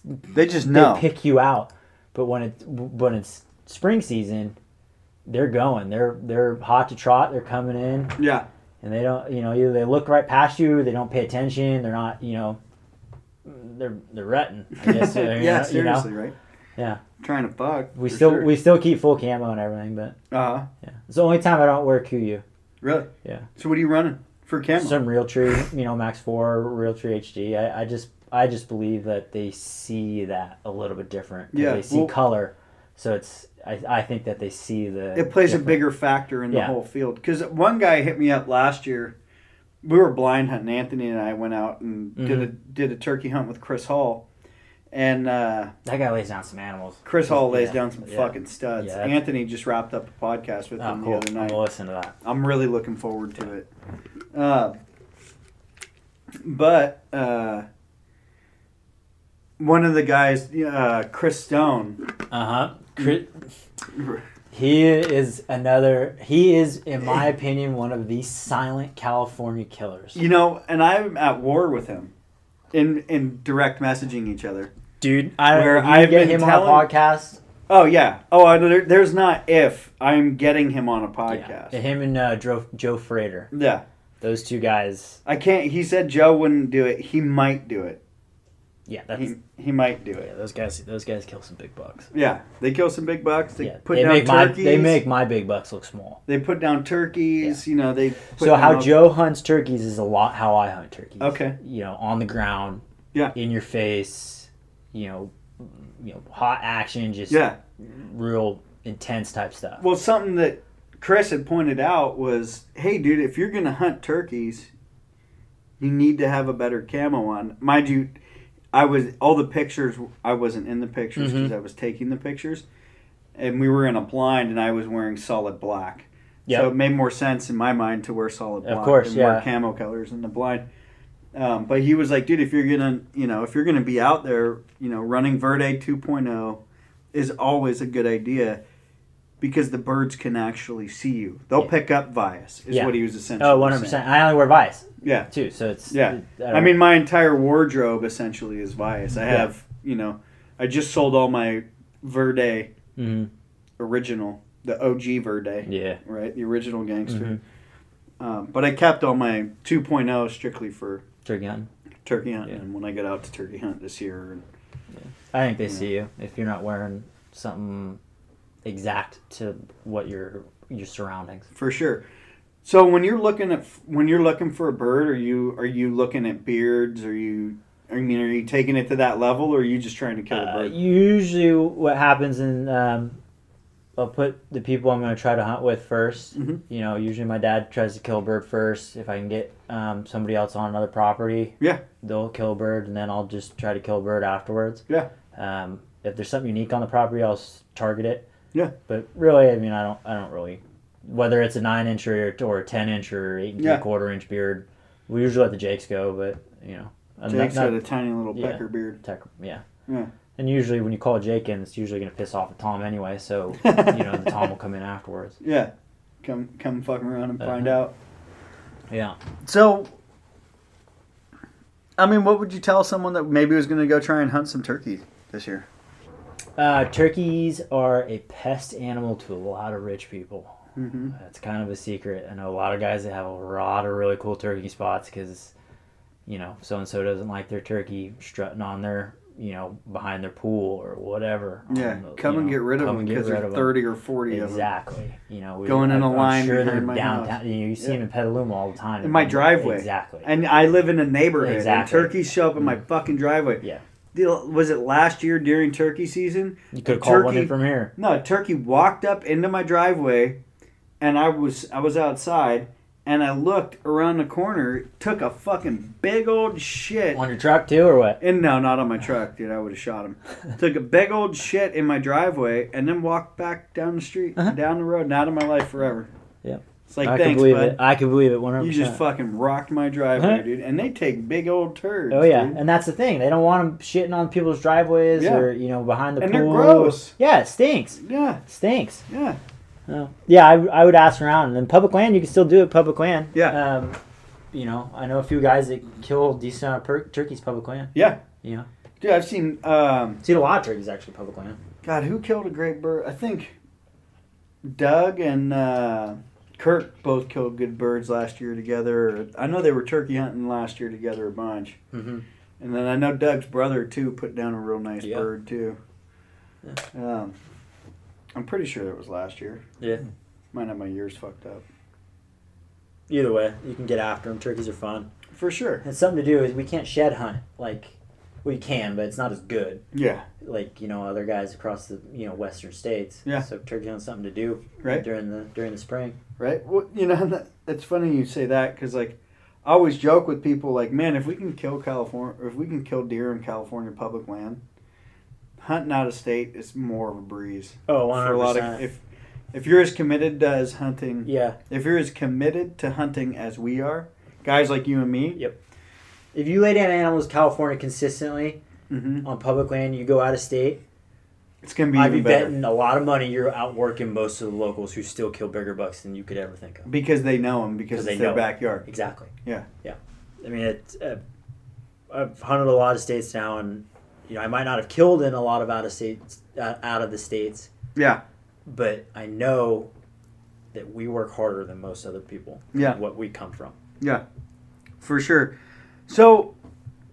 S1: They just know.
S2: they pick you out. But when it when it's spring season, they're going. They're they're hot to trot. They're coming in.
S1: yeah.
S2: and they don't you know either they look right past you they don't pay attention they're not you know they're they're rutting i guess you know,
S1: yeah.
S2: you know?
S1: Seriously, right?
S2: Yeah.
S1: Trying to fuck.
S2: we
S1: for
S2: still
S1: sure.
S2: we still keep full camo and everything but
S1: uh-huh.
S2: yeah it's the only time i don't wear QU
S1: really.
S2: Yeah.
S1: So what are you running for camo?
S2: some real tree you know max 4 real tree hd I, I just i just believe that they see that a little bit different 'cause
S1: Yeah,
S2: they see
S1: well-
S2: color so it's I, I think that they see the
S1: it plays a
S2: different-
S1: bigger factor in the
S2: Yeah.
S1: whole field because one guy hit me up last year we were blind hunting anthony and i went out and
S2: Mm-hmm.
S1: did a did a turkey hunt with chris hall and uh,
S2: that guy lays down some animals
S1: chris hall lays
S2: Yeah,
S1: down some
S2: yeah.
S1: fucking studs
S2: Yeah.
S1: anthony just wrapped up a podcast with
S2: oh
S1: him
S2: cool
S1: the other
S2: i'm
S1: night
S2: gonna listen to that
S1: i'm really looking forward to it uh, but uh, one of the guys uh, chris stone
S2: uh-huh Cri- He is another. He is, in my opinion, one of the silent California killers.
S1: You know, and I'm at war with him in in direct messaging each other.
S2: Dude, I
S1: Where
S2: if you
S1: I've
S2: get
S1: been
S2: him on a
S1: telling-
S2: podcast.
S1: Oh yeah. Oh, I, there, there's not if I'm getting him on a podcast.
S2: Yeah,
S1: Yeah.
S2: him and uh, Joe, Joe Frater. Those two guys.
S1: I can't. He said Joe wouldn't do it. He might do it.
S2: Yeah, that's.
S1: He he might do
S2: yeah,
S1: it.
S2: those guys. Those guys kill some big bucks.
S1: Yeah, they kill some big bucks. They
S2: yeah,
S1: put
S2: they
S1: down
S2: make
S1: turkeys.
S2: my they make my big bucks look small.
S1: They put down turkeys. You know they. Put
S2: So how
S1: down-
S2: Joe hunts turkeys is a lot how I hunt turkeys.
S1: Okay.
S2: You know, on the ground.
S1: Yeah.
S2: In your face. You know, you know, hot action, just
S1: Yeah.
S2: real intense type stuff.
S1: Well, something that Chris had pointed out was, hey, dude, if you're gonna hunt turkeys, you need to have a better camo on. Mind you, I was all the pictures. I wasn't in the pictures
S2: Mm-hmm.
S1: because I was taking the pictures, and we were in a blind, and I was wearing solid black.
S2: Yep.
S1: So it made more sense in my mind to wear solid
S2: Of
S1: black
S2: course,
S1: and wear
S2: yeah.
S1: camo colors in the blind. Um, but he was like, dude, if you're gonna, you know, if you're gonna be out there, you know, running Verde 2.0 is always a good idea because the birds can actually see you. They'll
S2: Yeah.
S1: pick up bias, is
S2: Yeah.
S1: what he was essentially.
S2: Oh, 100%.
S1: saying.
S2: I only wear Vice,
S1: Yeah,
S2: too, so it's...
S1: yeah.
S2: I,
S1: I mean, my entire wardrobe essentially is bias. I
S2: Yeah.
S1: have, you know, I just sold all my Verde
S2: Mhm.
S1: original, the OG Verde,
S2: yeah.
S1: right? The original gangster.
S2: Mm-hmm.
S1: Um, but I kept all my 2.0 strictly for
S2: Turkey hunting.
S1: turkey hunt.
S2: Yeah.
S1: And when I get out to turkey hunt this year,
S2: I think they see you if you're not wearing something exact to what your your surroundings.
S1: for sure. So when you're looking at when you're looking for a bird, are you are you looking at beards? Are you I mean, are you taking it to that level, or are you just trying to kill a
S2: Uh,
S1: bird?
S2: usually what happens in... Um, I'll put the people I'm going to try to hunt with 1st
S1: Mhm.
S2: You know, usually my dad tries to kill a bird first. If I can get um, somebody else on another property,
S1: Yeah.
S2: they'll kill a bird, and then I'll just try to kill a bird afterwards.
S1: Yeah.
S2: Um, if there's something unique on the property, I'll s- target it.
S1: Yeah.
S2: But really, I mean, I don't, I don't really, whether it's a nine inch or or a ten inch or eight and
S1: Yeah.
S2: three quarter inch beard, we usually let the jakes go. But you know, I'm not-
S1: Jake's
S2: not
S1: got a tiny little
S2: yeah.
S1: pecker beard.
S2: tech, yeah.
S1: Yeah.
S2: And usually, when you call Jake in, it's usually going to piss off the Tom anyway. So you know, the Tom will come in afterwards.
S1: Yeah, come come fucking around and find
S2: Uh-huh.
S1: out.
S2: Yeah.
S1: So, I mean, what would you tell someone that maybe was going to go try and hunt some turkeys this year?
S2: Uh, turkeys are a pest animal to a lot of rich people.
S1: hmm
S2: That's kind of a secret. I know a lot of guys that have a lot of really cool turkey spots because, you know, so and so doesn't like their turkey strutting on their, you know, behind their pool or whatever.
S1: Yeah,
S2: on the-
S1: come
S2: you
S1: and
S2: know,
S1: get rid of
S2: come
S1: them
S2: and get
S1: because
S2: rid
S1: there are
S2: of 'em.
S1: thirty or forty of them.
S2: Exactly. You know, we,
S1: Going in a
S2: I'm
S1: line
S2: sure they're
S1: behind my house.
S2: downtown. You, know, you see them in Petaluma all the time.
S1: In my driveway.
S2: Exactly.
S1: And I live in a neighborhood. And
S2: Exactly. Mm.
S1: turkeys show up in my fucking driveway.
S2: Yeah.
S1: The- Was it last year during turkey season?
S2: you could
S1: a
S2: call one in
S1: turkey-
S2: from here.
S1: No, a turkey walked up into my driveway, and I was I was outside, and I looked around the corner, took a fucking big old shit.
S2: On your truck too, or what?
S1: And no, not on my truck, dude. I would have shot him. Took a big old shit in my driveway, and then walked back down the street,
S2: Uh-huh.
S1: down the road, and out of my life forever.
S2: Yeah.
S1: It's like
S2: I can
S1: thanks,
S2: believe
S1: bud.
S2: it. I can believe it. One hundred
S1: You just
S2: percent.
S1: fucking rocked my driveway,
S2: Uh-huh.
S1: dude. And they take big old turds.
S2: Oh yeah,
S1: dude.
S2: and that's the thing. They don't want them shitting on people's driveways
S1: Yeah.
S2: or you know behind the
S1: And they're
S2: pool.
S1: gross.
S2: Yeah, it stinks.
S1: yeah,
S2: stinks.
S1: yeah.
S2: Oh. Yeah, I, I would ask around. And then public land, you can still do it public land.
S1: Yeah.
S2: Um, you know, I know a few guys that kill a decent amount of per- turkeys public land.
S1: Yeah.
S2: You know,
S1: Dude, I've seen. Um,
S2: see a lot of turkeys actually public land.
S1: God, who killed a great bird? I think Doug and uh, Kirk both killed good birds last year together. I know they were turkey hunting last year together a bunch.
S3: Mhm.
S1: And then I know Doug's brother too put down a real nice
S3: Yeah.
S1: bird too. Um, I'm pretty sure it was last year.
S3: Yeah.
S1: Might have my years fucked up.
S3: Either way, you can get after them. Turkeys are fun.
S1: For sure.
S2: And something to do is we can't shed hunt like we can, but it's not as good.
S1: Yeah.
S2: Like you know other guys across the you know western states.
S1: Yeah.
S2: So turkey hunt's something to do
S1: Right.
S2: during the during the spring.
S1: Right? Well, you know, that- it's funny you say that because, like, I always joke with people, like, man, if we can kill California, if we can kill deer in California public land, hunting out of state is more of a breeze.
S3: Oh,
S1: For a lot of, if, if you're as committed to as hunting,
S2: Yeah.
S1: if you're as committed to hunting as we are, guys like you and me,
S2: If you lay down animals in California consistently
S1: hmm
S2: on public land, you go out of state.
S1: it's going to be
S2: I'd be
S1: even better
S2: betting a lot of money you're outworking most of the locals who still kill bigger bucks than you could ever think of.
S1: because they know them, because
S2: 'Cause
S1: it's
S2: they
S1: their
S2: know 'em.
S1: backyard.
S2: Exactly.
S1: Yeah.
S3: Yeah. I mean, it, uh, I've hunted a lot of states now, and you know, I might not have killed in a lot of out of states, uh, out of the states,
S1: Yeah.
S3: but I know that we work harder than most other people.
S1: Yeah.
S3: What we come from.
S1: For sure. So,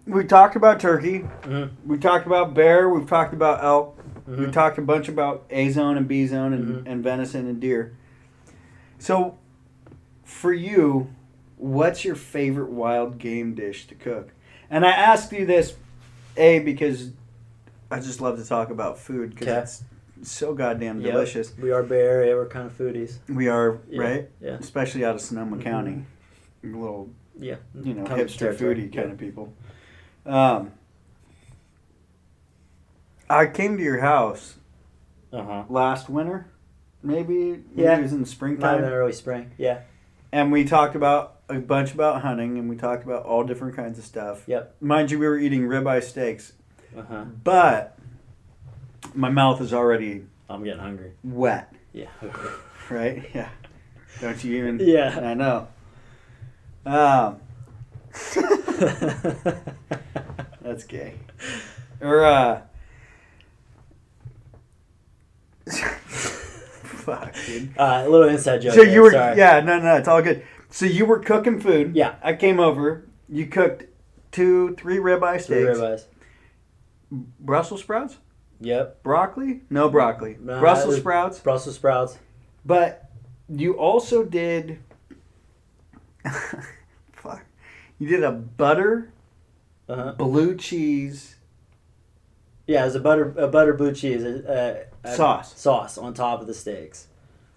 S1: we talked about turkey.
S3: Mhm.
S2: Mm-hmm.
S1: We talked about bear. We've talked about elk. We
S3: Mhm.
S1: talked a bunch about A zone and B zone and,
S3: Mm-hmm.
S1: and venison and deer. So, for you, what's your favorite wild game dish to cook? And I ask you this, A, because I just love to talk about food because
S3: Okay.
S1: it's so goddamn
S3: Yep.
S1: delicious.
S3: We are Bay Area. We're kind of foodies.
S1: We are,
S3: Yeah.
S1: right?
S3: Yeah.
S1: Especially out of Sonoma
S3: Mhm.
S1: County. Little,
S3: Yeah.
S1: you know,
S3: Come to
S1: hipster
S3: territory.
S1: foodie
S3: Yeah.
S1: kind of people. Um, I came to your house
S3: Uh huh.
S1: last winter, maybe.
S2: Yeah.
S1: Maybe it was in the
S2: Not in
S1: springtime.
S2: early spring. Yeah.
S1: And we talked about a bunch about hunting and we talked about all different kinds of stuff.
S2: Yep.
S1: Mind you, we were eating ribeye steaks,
S3: Uh huh.
S1: but my mouth is already
S3: I'm getting hungry.
S1: wet,
S3: Yeah.
S1: right? Yeah. Don't you even?
S3: yeah.
S1: I know. Um, that's gay. Or, uh, uh, fuck, dude.
S2: Uh, a little inside joke.
S1: So
S2: there,
S1: you were,
S2: sorry.
S1: yeah, no, no, it's all good. So you were cooking food.
S2: Yeah.
S1: I came over. You cooked two, three ribeye steaks,
S2: Three ribeyes.
S1: Brussels sprouts,
S2: Yep.
S1: broccoli, no broccoli,
S2: No, that
S1: Brussels
S2: was-
S1: sprouts.
S2: Brussels sprouts.
S1: But you also did, fuck, you did a butter
S2: Uh huh.
S1: blue cheese
S2: Yeah, it was a butter a butter blue cheese uh, uh,
S1: Sauce.
S2: sauce on top of the steaks.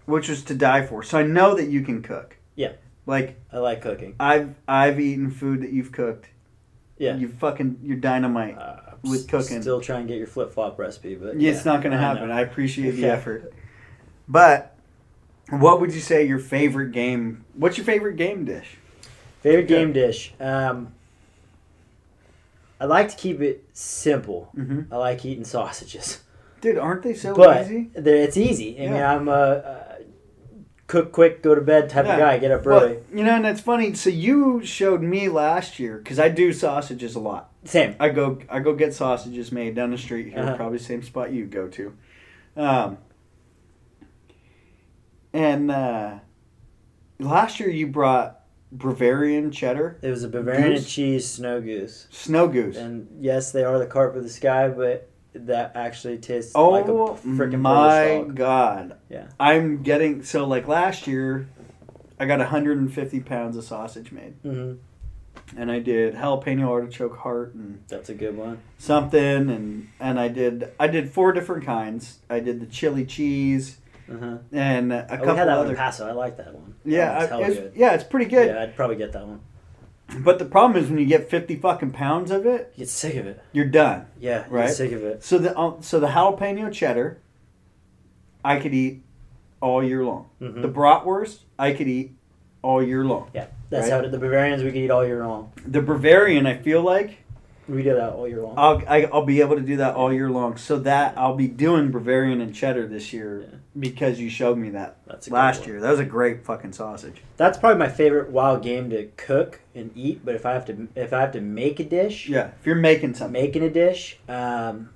S1: which was to die for. So I know that you can cook.
S2: Yeah.
S1: Like
S2: I like cooking.
S1: I've I've eaten food that you've cooked.
S2: Yeah.
S1: You fucking you're dynamite.
S3: Uh,
S1: With
S3: s-
S1: cooking.
S3: Still trying to get your flip flop recipe, but
S1: Yeah, it's not going to
S3: I
S1: happen.
S3: know.
S1: I, appreciate the
S2: Okay.
S1: effort. But what would you say your favorite game? What's your favorite game dish?
S2: Favorite game dish. Um, I like to keep it simple.
S1: Mm-hmm.
S2: I like eating sausages,
S1: Dude, aren't they so
S2: but
S1: easy?
S2: they're- it's easy. I mean,
S1: Yeah.
S2: I'm a, a uh, cook quick, go to bed type
S1: Yeah.
S2: of guy. Get up
S1: Well,
S2: early.
S1: you know, and that's funny. So you showed me last year because I do sausages a lot.
S2: Same.
S1: I go I go get sausages made down the street here,
S2: Uh-huh.
S1: probably same spot you go to. Um, and uh, last year you brought Bavarian cheddar,
S2: It was a Bavarian
S1: Goose?
S2: cheese snow goose,
S1: snow goose.
S2: and yes, they are the carp of the sky, but that actually tastes
S1: oh
S2: like a freaking
S1: my
S2: Polish dog.
S1: god!
S2: Yeah.
S1: I'm getting so like last year, I got 150 pounds of sausage made,
S2: hmm
S1: and I did jalapeno artichoke heart and
S2: That's a good one.
S1: something and and I did I did four different kinds. I did the chili cheese
S2: Uh-huh.
S1: and a
S2: Oh,
S1: couple
S2: we had that one in
S1: other
S2: Paso. I like that one. That
S1: yeah,
S2: one's
S1: I,
S2: hella
S1: it's,
S2: good.
S1: yeah, it's pretty good.
S2: Yeah, I'd probably get that one.
S1: But the problem is when you get 50 fucking pounds of it,
S2: You get sick of it.
S1: you're done.
S2: Yeah, you
S1: Right?
S2: get sick of it.
S1: So the um, so the jalapeno cheddar I could eat all year long.
S2: hmm
S1: The bratwurst I could eat all year long.
S2: yeah, that's
S1: right?
S2: how it, the Bavarians we could eat all year long.
S1: The Bavarian I feel like
S2: We do that all year long.
S1: I'll I, I'll be able to do that all year long. So that I'll be doing Bavarian and cheddar this year
S2: Yeah.
S1: because you showed me that
S2: That's a good
S1: last
S2: one.
S1: year. That was a great fucking sausage.
S2: That's probably my favorite wild game to cook and eat. But if I have to, if I have to make a dish,
S1: Yeah, if you're making
S2: I'm
S1: something,
S2: making a dish. Um,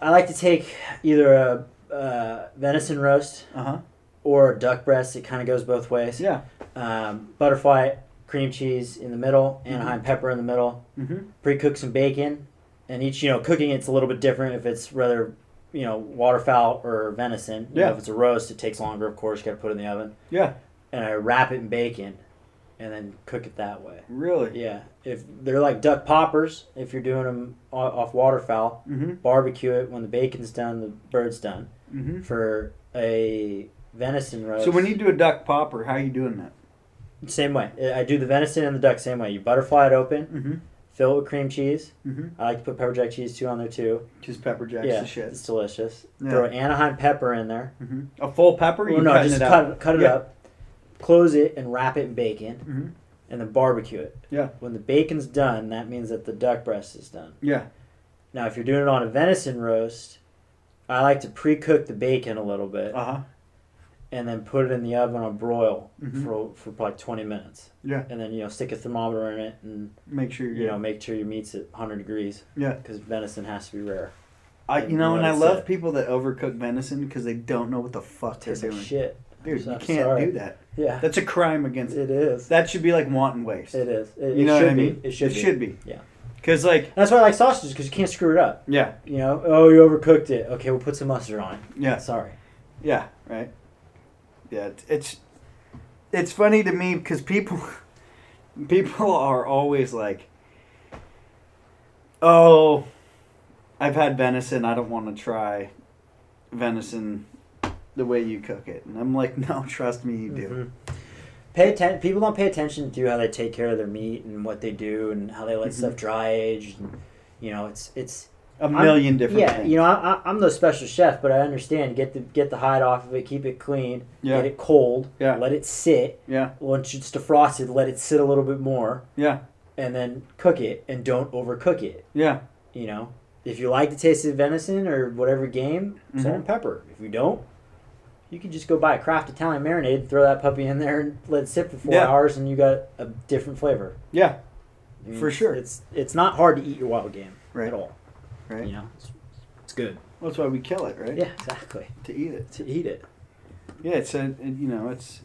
S2: I like to take either a uh, venison roast
S1: uh huh.
S2: or a duck breast. It kind of goes both ways.
S1: Yeah.
S2: Um, butterfly cream cheese in the middle, Anaheim pepper in the middle.
S1: Mm-hmm.
S2: Pre-cook some bacon, and each you know cooking it's a little bit different. If it's rather you know waterfowl or venison, you know,
S1: Yeah.
S2: if it's a roast, it takes longer. Of course, got to put it in the oven.
S1: Yeah.
S2: And I wrap it in bacon, and then cook it that way.
S1: Really.
S2: Yeah, if they're like duck poppers, if you're doing them off waterfowl,
S1: Mm-hmm.
S2: barbecue it when the bacon's done, the bird's done.
S1: Mm-hmm.
S2: For a venison roast,
S1: So when you do a duck popper, how you doing that?
S2: same way, I I do the venison and the duck same way. You butterfly it open,
S1: Mm-hmm.
S2: fill it with cream cheese.
S1: Mm-hmm.
S2: I like to put pepper jack cheese too on there too.
S1: Just pepper jacks
S2: yeah,
S1: the shit.
S2: it's delicious.
S1: Yeah.
S2: Throw Anaheim pepper in there.
S1: Mm-hmm. A full pepper?
S2: Well, no, just cut it, cut it
S1: Yeah.
S2: up, close it, and wrap it in bacon,
S1: Mm-hmm.
S2: and then barbecue it.
S1: Yeah.
S2: When the bacon's done, that means that the duck breast is done.
S1: Yeah.
S2: Now, if you're doing it on a venison roast, I like to pre-cook the bacon a little bit
S1: Uh huh.
S2: and then put it in the oven on broil
S1: Mhm.
S2: for for probably 20 minutes.
S1: Yeah.
S2: And then you know stick a thermometer in it and
S1: Make sure
S2: you
S1: you.
S2: know make sure your meat's at 100 degrees.
S1: Yeah.
S2: Because venison has to be rare.
S1: I, you know, and
S2: What
S1: I
S2: is
S1: love
S2: it?
S1: people that overcook venison because they don't know what the fuck they're
S2: Tastes like
S1: doing.
S2: shit.
S1: Dude,
S2: I'm
S1: you can't
S2: sorry.
S1: do that.
S2: Yeah.
S1: That's a crime against.
S2: it is.
S1: That should be like wanton waste.
S2: It is. It,
S1: you
S2: it
S1: know
S2: should
S1: what I mean?
S2: be. It should
S1: it
S2: be.
S1: should be.
S2: Yeah.
S1: Because like,
S2: And that's why I like sausages because you can't screw it up.
S1: yeah,
S2: You know, oh you overcooked it. Okay, we'll put some mustard on it.
S1: yeah.
S2: Sorry.
S1: Yeah, right. Yeah, it- it's it's funny to me because people people are always like, "Oh, I've had venison. I don't want to try venison the way you cook it." And I'm like, "No, trust me, you do."
S2: Mhm. Pay atten- People don't pay attention to how they take care of their meat and what they do and how they let
S1: Mhm.
S2: stuff dry age. And, you know, it's it's
S1: A 1000000 different
S2: yeah.
S1: things.
S2: You know, I, I- I'm no special chef, but I understand. Get the get the hide off of it, keep it clean,
S1: yeah,
S2: get it cold,
S1: Yeah.
S2: let it sit.
S1: yeah,
S2: Once it's defrosted, let it sit a little bit more,
S1: yeah,
S2: and then cook it and don't overcook it.
S1: yeah,
S2: You know, if you like the taste of venison or whatever game, salt
S1: Mhm.
S2: and pepper. If you don't, you can just go buy a craft Italian marinade, throw that puppy in there, and let it sit for four
S1: Yeah.
S2: hours, and you got a different flavor.
S1: yeah.
S2: I mean,
S1: For
S2: it's-
S1: sure.
S2: it's it's not hard to eat your wild game
S1: Right.
S2: at all.
S1: Right.
S2: You know, it's, it's good.
S1: That's why we kill it, right?
S2: Yeah, exactly.
S1: To eat it.
S2: To eat it.
S1: Yeah, it's a, it- you know, it's.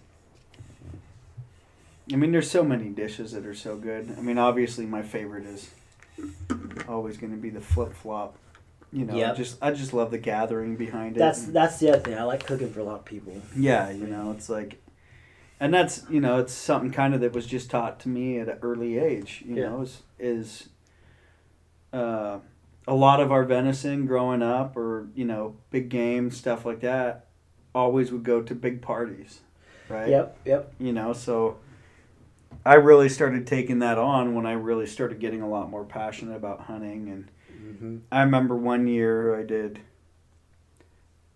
S1: I mean, there's so many dishes that are so good. I mean, obviously, my favorite is always going to be the flip flop. You know,
S2: Yep.
S1: just I just love the gathering behind it.
S2: That's
S1: and-
S2: that's the other thing. I like cooking for a lot of people.
S1: yeah, you know, it's like, and that's you know, it's something kind of that was just taught to me at an early age. You
S2: Yeah.
S1: know, is is uh, a lot of our venison growing up, or you know, big game stuff like that, always would go to big parties, right?
S2: Yep, yep.
S1: you know so i really started taking that on when i really started getting a lot more passionate about hunting and
S2: hmm
S1: i remember one year i did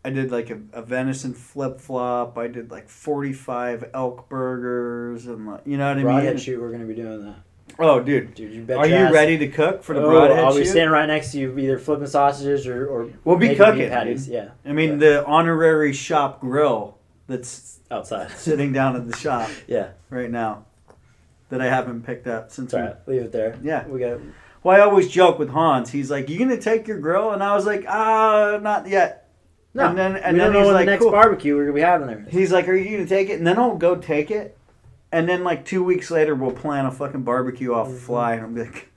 S1: i did like a, a venison flip-flop i did like 45 elk burgers and like, you know what i mean
S2: Broadhead shoot, we're gonna be doing that,
S1: oh dude
S2: dude. You bet.
S1: are
S2: your
S1: you
S2: ass-
S1: ready to cook for the
S2: Oh,
S1: broadhead
S2: I'll be
S1: shoot?
S2: standing right next to you, either flipping sausages or, or
S1: We'll be
S2: making meat
S1: cooking,
S2: patties. Yeah,
S1: i mean the honorary shop grill that's
S3: outside.
S1: sitting down in the shop
S3: Yeah,
S1: right now that I haven't picked up since.
S3: it's all right. Leave it there.
S1: Yeah.
S3: we got.
S1: We, well, I always joke with Hans. He's like, "You gonna take your grill?" And I was like, "Ah, not yet."
S2: No,
S1: and then and
S2: we
S1: then
S2: don't know
S1: he's
S2: when
S1: like,
S2: the next
S1: "Cool."
S2: barbecue we're gonna be having there.
S1: He's like, "Are you gonna take it?" And then I'll go take it, and then like two weeks later, we'll plan a fucking barbecue off the
S2: Mhm.
S1: fly, and I'm like,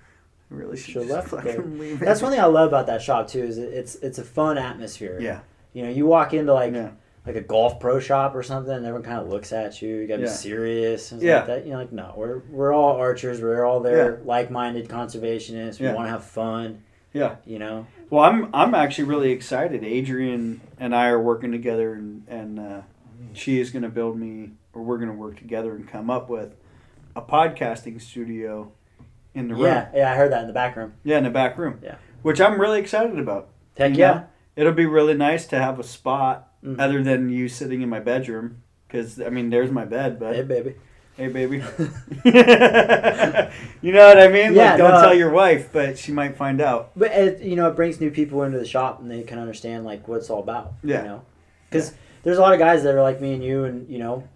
S1: "I really should
S2: Should've
S1: just
S2: left it
S1: fucking
S2: there.
S1: leave it."
S2: That's one thing I love about that shop too is it- it's it's a fun atmosphere.
S1: Yeah.
S2: You know, you walk into like
S1: Yeah.
S2: like a golf pro shop or something, and everyone kind of looks at you. You gotta
S1: Yeah.
S2: be serious. And
S1: Yeah.
S2: Like that. You know, like no, we're we're all archers. We're all there, like-minded conservationists. We
S1: Yeah.
S2: want to have fun.
S1: Yeah.
S2: You know.
S1: Well, I'm I'm actually really excited. Adrian and I are working together, and and uh,
S2: Mm-hmm.
S1: she is going to build me, or we're going to work together and come up with a podcasting studio in the room.
S2: Yeah. Yeah. I heard that in the back room.
S1: Yeah, in the back room.
S2: Yeah.
S1: Which I'm really excited about.
S2: Heck
S1: you
S2: yeah.
S1: know? It'll be really nice to have a spot
S2: Mhm.
S1: other than you sitting in my bedroom. Because I mean, there's my bed, but
S2: Hey,
S1: hey,
S2: baby.
S1: baby, you know what I mean?
S2: Yeah,
S1: like, don't
S2: no.
S1: tell your wife, but she might find out.
S2: But it, you know, it brings new people into the shop, and they can understand like what it's all about.
S1: Yeah.
S2: You know, because there's a lot of guys that are like me and you, and you know,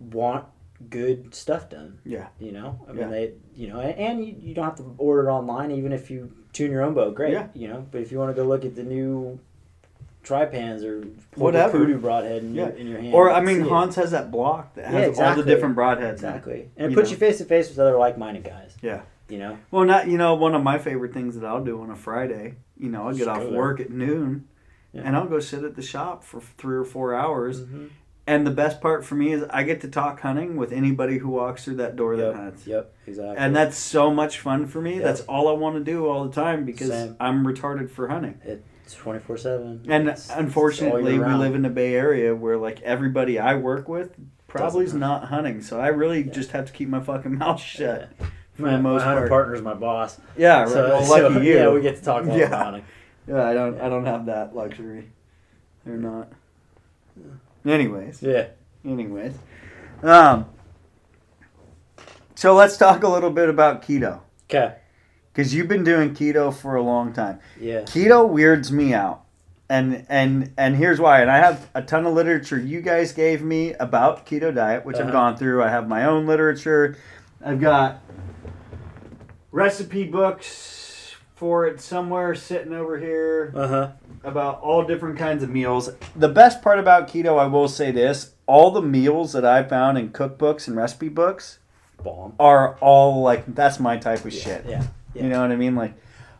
S2: want good stuff done.
S1: Yeah.
S2: You know, I
S1: Yeah.
S2: mean, they, you know, and, and you, you don't have to order it online. Even if you tune your own bow, great.
S1: Yeah.
S2: You know, but if you want to go look at the new tripans or hold the
S1: Whatever.
S2: kudu broadhead in, your,
S1: Yeah.
S2: in your hand,
S1: Or
S2: you
S1: I
S2: can
S1: mean,
S2: see it.
S1: Hans has that block that has
S2: Yeah,
S1: all
S2: exactly.
S1: the different broadheads. in it.
S2: exactly, and it
S1: you
S2: puts
S1: know.
S2: you face to face with other like-minded guys.
S1: Yeah.
S2: You know,
S1: Well, not you know one of my favorite things that I'll do on a Friday. You know, I'll get
S2: Just
S1: off
S2: go there.
S1: work at noon,
S2: Yeah.
S1: and I'll go sit at the shop for three or four hours.
S2: Mhm.
S1: And the best part for me is I get to talk hunting with anybody who walks through that door
S2: yep,
S1: that hunts.
S2: yep, exactly.
S1: And that's so much fun for me.
S2: Yep.
S1: That's all I want to do all the time because
S2: Same.
S1: I'm retarded for hunting.
S2: twenty four seven.
S1: And unfortunately, we live in the Bay Area where like everybody I work with probably is
S2: Doesn't
S1: not hunting. So I really
S2: Yeah.
S1: just have to keep my fucking mouth shut for
S2: My,
S1: the
S2: most
S1: most
S2: my hunting
S1: part.
S2: partner's my boss.
S1: Yeah, right.
S2: So,
S1: well,
S2: so,
S1: lucky you.
S2: Yeah, we get to talk a lot
S1: Yeah.
S2: about it.
S1: Yeah, I don't. I don't have that luxury. They're not. Anyways,
S2: Yeah.
S1: anyways, um. So let's talk a little bit about keto
S2: Okay.
S1: because you've been doing keto for a long time.
S2: Yeah.
S1: Keto weirds me out, and and and here's why. And I have a ton of literature you guys gave me about keto diet, which I've
S2: Uh-huh.
S1: gone through. I have my own literature. I've got recipe books for it somewhere sitting over here
S2: Uh huh.
S1: about all different kinds of meals. The best part about keto, I will say this all the meals that I found in cookbooks and recipe books
S2: Bomb.
S1: are all like, that's my type of
S2: Yeah,
S1: shit.
S2: Yeah.
S1: You know what I mean? Like,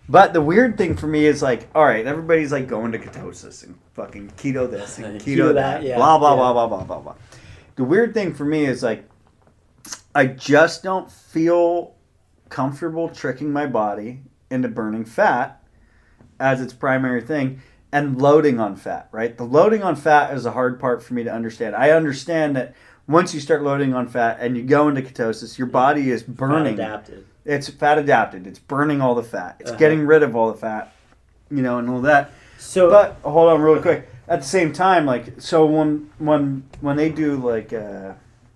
S1: but the weird thing for me is like, all right, everybody's like going to ketosis and fucking keto this and
S2: And
S1: keto,
S2: keto
S1: that,
S2: that, yeah,
S1: blah, blah,
S2: yeah.
S1: blah, blah, blah, blah, blah. The weird thing for me is like, I just don't feel comfortable tricking my body into burning fat as its primary thing and loading on fat, right? The loading on fat is a hard part for me to understand. I understand that once you start loading on fat and you go into ketosis, your body is burning
S2: Adapted.
S1: it's fat adapted. It's burning all the fat. It's
S2: Uh-huh.
S1: getting rid of all the fat, you know, and all that.
S2: So.
S1: But hold on, real quick. At the same time, like so, when when when they do like uh,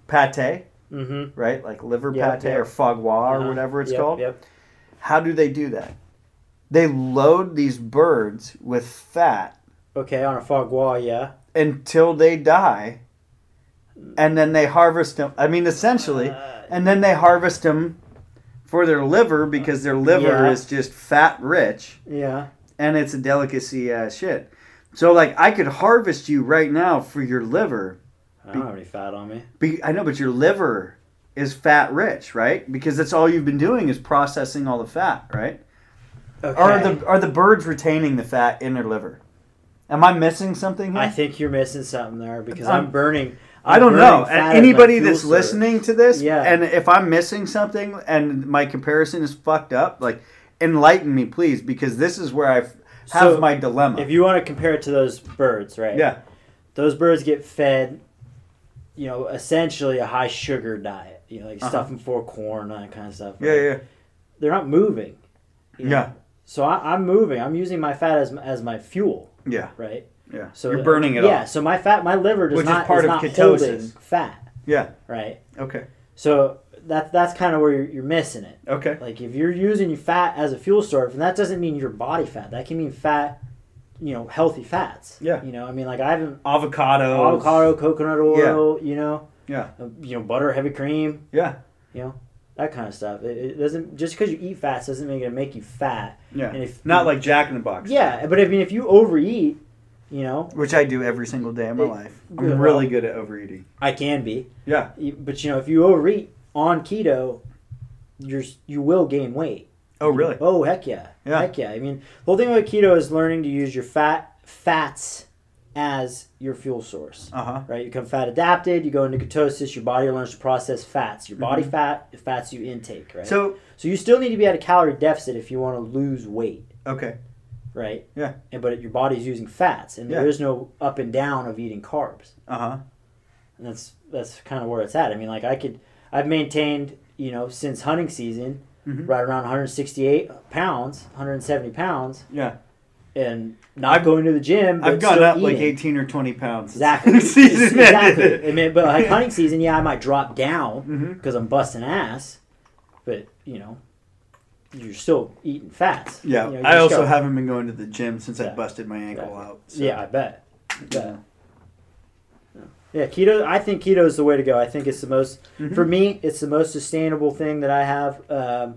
S1: pate,
S2: mm-hmm.
S1: right, like liver
S2: Yeah,
S1: pate
S2: yeah. Uh-huh.
S1: or foie gras or whatever it's called,
S2: Yep.
S1: how do they do that? They load these birds with fat
S2: Okay. On a fog wall. Yeah.
S1: until they die, and then they harvest them. I mean, essentially.
S2: Uh,
S1: and then they harvest them for their liver because their liver
S2: Yeah.
S1: is just fat rich
S2: yeah.
S1: and it's a delicacy as shit. So like I could harvest you right now for your liver.
S2: I don't have any fat on me.
S1: Be- I know, but your liver is fat rich, right? Because that's all you've been doing is processing all the fat, right?
S2: Okay.
S1: Are the are the birds retaining the fat in their liver? Am I missing something here?
S2: I think you're missing something there because
S1: I'm-
S2: I'm, burning.
S1: I
S2: I'm
S1: don't
S2: burning
S1: know.
S2: fat as
S1: And
S2: my
S1: anybody
S2: fuel
S1: that's
S2: source.
S1: listening to this,
S2: Yeah.
S1: and if I'm missing something and my comparison is fucked up, like enlighten me, please, because this is where I f- have
S2: So,
S1: my dilemma.
S2: If you want to compare it to those birds, right?
S1: yeah,
S2: those birds get fed, you know, essentially a high sugar diet. You know, like
S1: Uh-huh.
S2: stuffing for corn, that kind of stuff.
S1: yeah, yeah,
S2: They're not moving. you know?
S1: yeah,
S2: So I, I'm moving. I'm using my fat as as my fuel,
S1: yeah,
S2: right?
S1: yeah.
S2: So
S1: you're burning it
S2: Yeah.
S1: off.
S2: So my fat, my liver does
S1: Which is
S2: not
S1: part
S2: is
S1: of
S2: not
S1: ketosis.
S2: holding fat,
S1: Yeah.
S2: right?
S1: Okay.
S2: So that that's kind of where you're, you're missing it.
S1: Okay.
S2: Like if you're using fat as a fuel source, and that doesn't mean your body fat. That can mean fat you know, healthy fats.
S1: Yeah.
S2: You know, I mean, like I haven't
S1: Avocado.
S2: avocado, coconut oil. You know.
S1: Yeah.
S2: Uh, You know, butter, heavy cream.
S1: Yeah.
S2: You know, that kind of stuff. It, it doesn't just because you eat fats doesn't make it make you fat.
S1: Yeah.
S2: And if
S1: Not like Jack in the Box.
S2: Yeah, but I mean, if you overeat, you know,
S1: Which I do every single day of my
S2: It-
S1: life.
S2: Yeah,
S1: I'm
S2: well-
S1: really good at overeating.
S2: I can be.
S1: Yeah.
S2: You- But you know, if you overeat on keto, you're s- you will gain weight.
S1: Oh, really?
S2: Oh heck yeah.
S1: Yeah.
S2: Heck yeah. I mean, the whole thing about keto is learning to use your fat fats as your fuel source.
S1: Uh huh.
S2: Right? You become fat adapted, you go into ketosis, your body learns to process fats. Your body fat, the fats you intake, right? So,
S1: Mm-hmm. So,
S2: you still need to be at a calorie deficit if you want to lose weight,
S1: okay.
S2: right?
S1: Yeah.
S2: And but your body's using fats and there
S1: Yeah.
S2: is no up and down of eating carbs.
S1: Uh huh.
S2: And that's that's kind of where it's at. I mean, like I could, I've maintained, you know, since hunting season,
S1: Mhm.
S2: right around 168 pounds, 170 pounds,
S1: Yeah.
S2: and not
S1: I've-
S2: going to the gym. But
S1: I've gone
S2: still
S1: up like
S2: eating.
S1: 18 or 20 pounds. since
S2: Exactly.
S1: the season
S2: exactly. I
S1: ended.
S2: mean, but like hunting season, yeah, I might drop down
S1: Mhm.
S2: because I'm busting ass, but you know, you're still eating fats.
S1: Yeah.
S2: You know, you
S1: I
S2: just
S1: also
S2: gotta-
S1: haven't been going to the gym since I
S2: Yeah.
S1: busted my ankle
S2: Exactly.
S1: out.
S2: Yeah, I bet. Yeah. Yeah, keto. I think keto is the way to go. I think it's the most
S1: Mhm.
S2: for me. It's the most sustainable thing that I have um,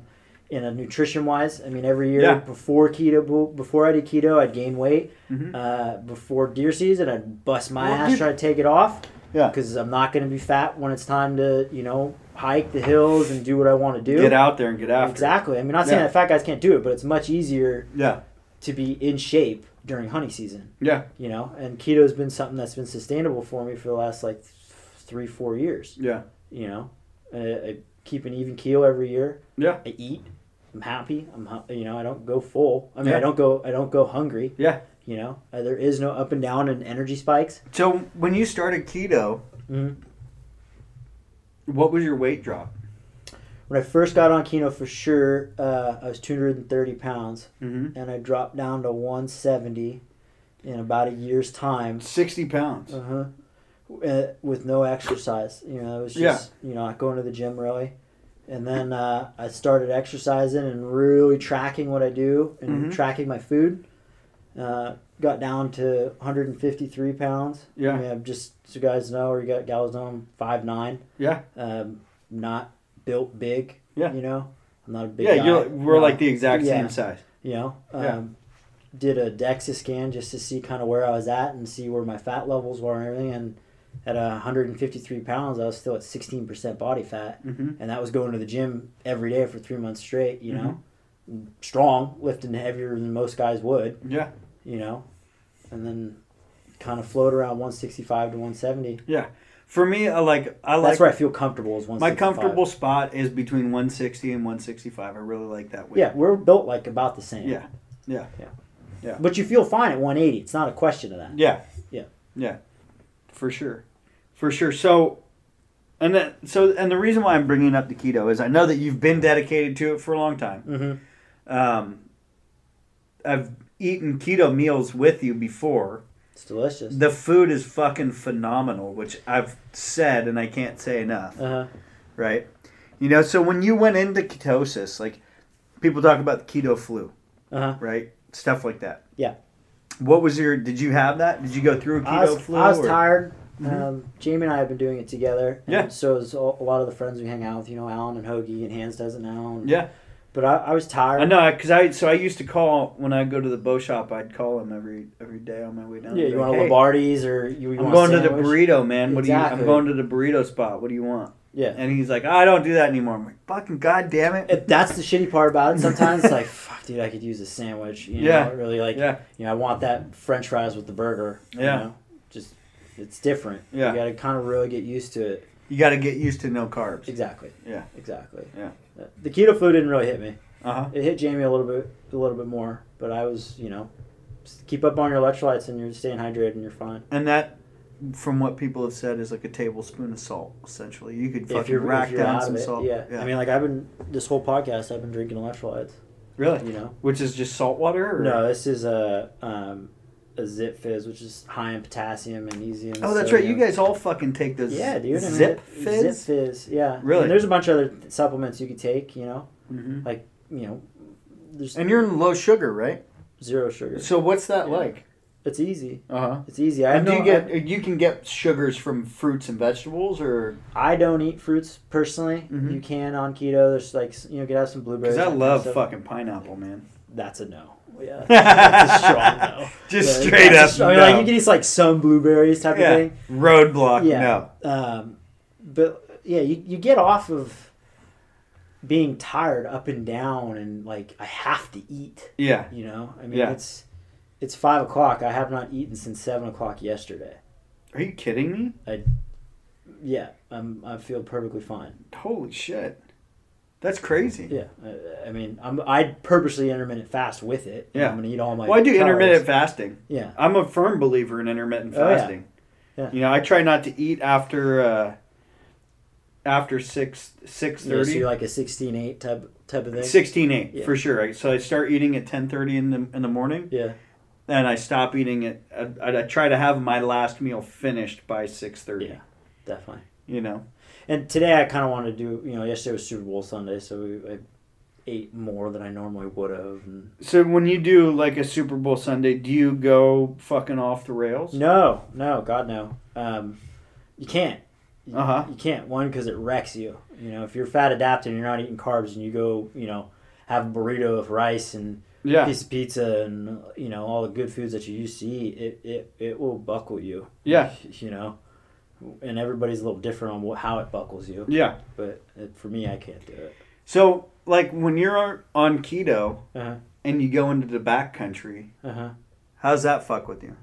S2: in a nutrition wise. I mean, every year
S1: Yeah.
S2: before keto, before I did keto, I'd gain weight.
S1: Mhm.
S2: Uh, before deer season, I'd bust my
S1: Well,
S2: ass
S1: dude-
S2: trying to take it off.
S1: Yeah.
S2: because I'm not going to be fat when it's time to you know hike the hills and do what I want to do.
S1: Mm-hmm. Get out there and get after. it.
S2: Exactly. I mean, not saying
S1: Yeah.
S2: that fat guys can't do it, but it's much easier
S1: Yeah.
S2: to be in shape during hunting season
S1: Yeah.
S2: you know and keto's been something that's been sustainable for me for the last like th- three four years
S1: Yeah.
S2: you know I, I keep an even keel every year
S1: Yeah.
S2: i eat i'm happy i'm hu- you know i don't go full i mean
S1: Yeah.
S2: i don't go i don't go hungry
S1: Yeah.
S2: you know uh, there is no up and down and energy spikes
S1: So when you started keto,
S2: mm-hmm.
S1: what was your weight drop?
S2: when i first got on keto for sure uh, i was 230 pounds
S1: Mm-hmm.
S2: and i dropped down to 170 in about a year's time
S1: 60 pounds.
S2: Uh-huh. Uh, with no exercise. You know, it was
S1: Yeah.
S2: just, you know, not going to the gym really. And then uh, I started exercising and really tracking what I do and
S1: Mhm.
S2: tracking my food. Uh, got down to 153 pounds.
S1: Yeah.
S2: I mean, I'm just so you guys know, or you got gals know, I'm 5'9.
S1: Yeah.
S2: Um, not built big.
S1: Yeah.
S2: You know, I'm not a big
S1: Yeah,
S2: guy.
S1: you're, we're
S2: No
S1: like the exact
S2: Yeah.
S1: same size.
S2: you know um,
S1: Yeah.
S2: did a dexa scan just to see kind of where i was at and see where my fat levels were and everything and at uh, 153 pounds i was still at 16% body fat
S1: Mm-hmm.
S2: and that was going to the gym every day for three months straight you know strong lifting heavier than most guys would
S1: Mm-hmm. Yeah.
S2: you know and then kind of float around 165 to 170
S1: For me, I like I like
S2: that's where i feel comfortable is
S1: my
S2: 165
S1: comfortable spot is between 160 and 165. I really like that weight.
S2: yeah we're built like about the same
S1: Yeah. Yeah.
S2: yeah
S1: Yeah.
S2: but you feel fine at 180 it's not a question of that
S1: Yeah.
S2: Yeah.
S1: Yeah. For sure. For sure. So and that, so and the reason why I'm bringing up the keto is I know that you've been dedicated to it for a long time.
S2: mm-hmm
S1: Um, I've eaten keto meals with you before.
S2: It's delicious.
S1: The food is fucking phenomenal, which I've said and I can't say enough,
S2: uh-huh.
S1: right? You know, so when you went into ketosis, like people talk about the keto flu,
S2: Uh-huh.
S1: right? Stuff like that.
S2: Yeah.
S1: What was your? Did you have that? Did you go through a keto
S2: I was,
S1: flu?
S2: I was
S1: or-
S2: tired.
S1: Mhm.
S2: Um, Jamie and I have been doing it together. and
S1: Yeah.
S2: So is a a lot of the friends we hang out with, you know, Alan and Hoagie and Hans does it now. and-
S1: Yeah,
S2: But I, I was tired.
S1: I know, cause I so I used to call when I go to the bow shop. I'd call him every every day on my way down.
S2: Yeah,
S1: I'd
S2: you
S1: be like,
S2: want a
S1: "Hey,
S2: Lombardi's or you, you
S1: I'm
S2: want
S1: going
S2: a
S1: to the
S2: sandwich?
S1: burrito, man. What do you?
S2: Exactly.
S1: I'm going to the burrito spot. What do you want?
S2: Yeah.
S1: And he's like, I don't do that anymore. I'm like, fucking goddamn it.
S2: If that's the shitty part about it. Sometimes it's like, fuck, dude, I could use a sandwich. You know,
S1: Yeah.
S2: really like,
S1: Yeah.
S2: you know, I want that French fries with the burger. you
S1: Yeah.
S2: know? Just, it's different.
S1: Yeah.
S2: You got to kind of really get used to it.
S1: You got to get used to no carbs.
S2: Exactly.
S1: Yeah.
S2: Exactly.
S1: Yeah.
S2: The keto food didn't really hit me.
S1: Uh huh.
S2: it hit Jamie a little bit, a little bit more. But I was, you know, just keep up on your electrolytes and you're staying hydrated and you're fine.
S1: And that, from what people have said, is like a tablespoon of salt. Essentially, you could fucking
S2: If you're,
S1: rack
S2: if you're
S1: down
S2: out of
S1: some
S2: it,
S1: salt.
S2: yeah. I mean, like I've been this whole podcast, I've been drinking electrolytes.
S1: really.
S2: You know,
S1: Which is just salt water? Or?
S2: no, this is a um, a Zip Fizz, which is high in potassium, magnesium. and
S1: Oh, that's right. You
S2: sodium.
S1: guys all fucking take those.
S2: Yeah, dude. I mean,
S1: Zip
S2: it-
S1: fizz.
S2: Zip Fizz. Yeah.
S1: Really?
S2: And there's a bunch of other supplements you could take. You know,
S1: Mhm.
S2: you know. There's,
S1: And you're in low sugar, right?
S2: zero sugar.
S1: So what's that
S2: Yeah.
S1: like?
S2: It's easy.
S1: Uh huh.
S2: It's easy. I
S1: And do
S2: know.
S1: you get uh, you can get sugars from fruits and vegetables, or
S2: I don't eat fruits personally.
S1: Mhm.
S2: You can on keto. There's like you know, you can have some blueberries.
S1: because I
S2: that kind
S1: love
S2: of stuff.
S1: fucking pineapple, man.
S2: That's a no. Yeah, that's a strong no.
S1: Just
S2: Yeah,
S1: straight up,
S2: that's a str- I mean, like
S1: no.
S2: you can eat like some blueberries type
S1: Yeah.
S2: of thing.
S1: roadblock.
S2: Yeah.
S1: No,
S2: Um, but yeah, you, you get off of being tired up and down and like I have to eat.
S1: yeah,
S2: You know, I mean
S1: Yeah.
S2: it's it's five o'clock. I have not eaten since seven o'clock yesterday.
S1: are you kidding me?
S2: Yeah, I'm I feel perfectly fine.
S1: Holy shit, that's crazy.
S2: Yeah, Uh, I, I mean, I'm I purposely intermittent fast with it.
S1: Yeah.
S2: I'm gonna eat all my.
S1: well, I do
S2: calories.
S1: intermittent fasting.
S2: Yeah,
S1: I'm a firm believer in intermittent
S2: Oh, yeah.
S1: fasting.
S2: Yeah.
S1: You know, I try not to eat after uh, after six six
S2: yeah so
S1: thirty.
S2: you're like a 16-8 type type of thing.
S1: Sixteen eight
S2: Yeah.
S1: for sure. I- So I start eating at ten thirty in the in the morning,
S2: Yeah,
S1: and I stop eating it. I, I try to have my last meal finished by six thirty.
S2: Yeah. definitely.
S1: You know,
S2: And today I kind of wanted to do. You know, yesterday was Super Bowl Sunday, so we, I ate more than I normally would have. And...
S1: so when you do like a Super Bowl Sunday, do you go fucking off the rails?
S2: No, no, God no. Um, you can't. You-
S1: Uh-huh.
S2: You can't one because it wrecks you. You know, if you're fat adapted and you're not eating carbs and you go, you know, have a burrito of rice and
S1: Yeah,
S2: piece of pizza and you know all the good foods that you used to eat it it, it will buckle you
S1: Yeah.
S2: you know and everybody's a little different on what, how it buckles you
S1: yeah.
S2: but it, for me i can't do it
S1: So like when you're on keto
S2: uh-huh
S1: and you go into the back country,
S2: uh-huh
S1: how's that fuck with you?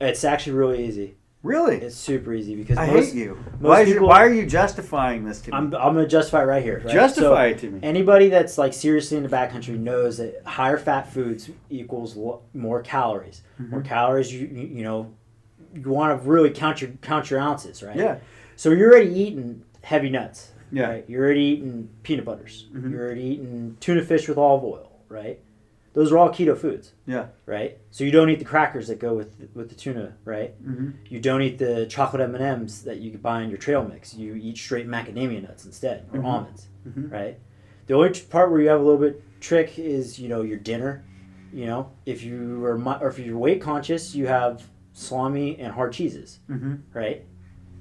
S2: it's actually really easy
S1: Really?
S2: it's super easy because
S1: I
S2: most,
S1: hate you.
S2: most
S1: Why, is
S2: people
S1: why are you justifying this to me?
S2: I'm, I'm gonna justify it right here right?
S1: Justify it to
S2: So
S1: me.
S2: anybody that's like seriously in the backcountry knows that higher fat foods equals lo- more calories
S1: Mm-hmm.
S2: more calories you you, you know you want to really count your count your ounces right
S1: Yeah.
S2: so you're already eating heavy nuts
S1: Yeah.
S2: Right? You're already eating peanut butters.
S1: Mhm.
S2: You're already eating tuna fish with olive oil, right? Those are all keto foods.
S1: Yeah.
S2: Right. So you don't eat the crackers that go with with the tuna, right?
S1: Mm-hmm.
S2: You don't eat the chocolate M and M's that you could buy in your trail mix. You eat straight macadamia nuts instead, or
S1: Mhm.
S2: almonds,
S1: Mhm.
S2: right? The only tr- part where you have a little bit trick is you know your dinner. You know if you are mi- or if you're weight conscious, you have salami and hard cheeses,
S1: Mm-hmm.
S2: right?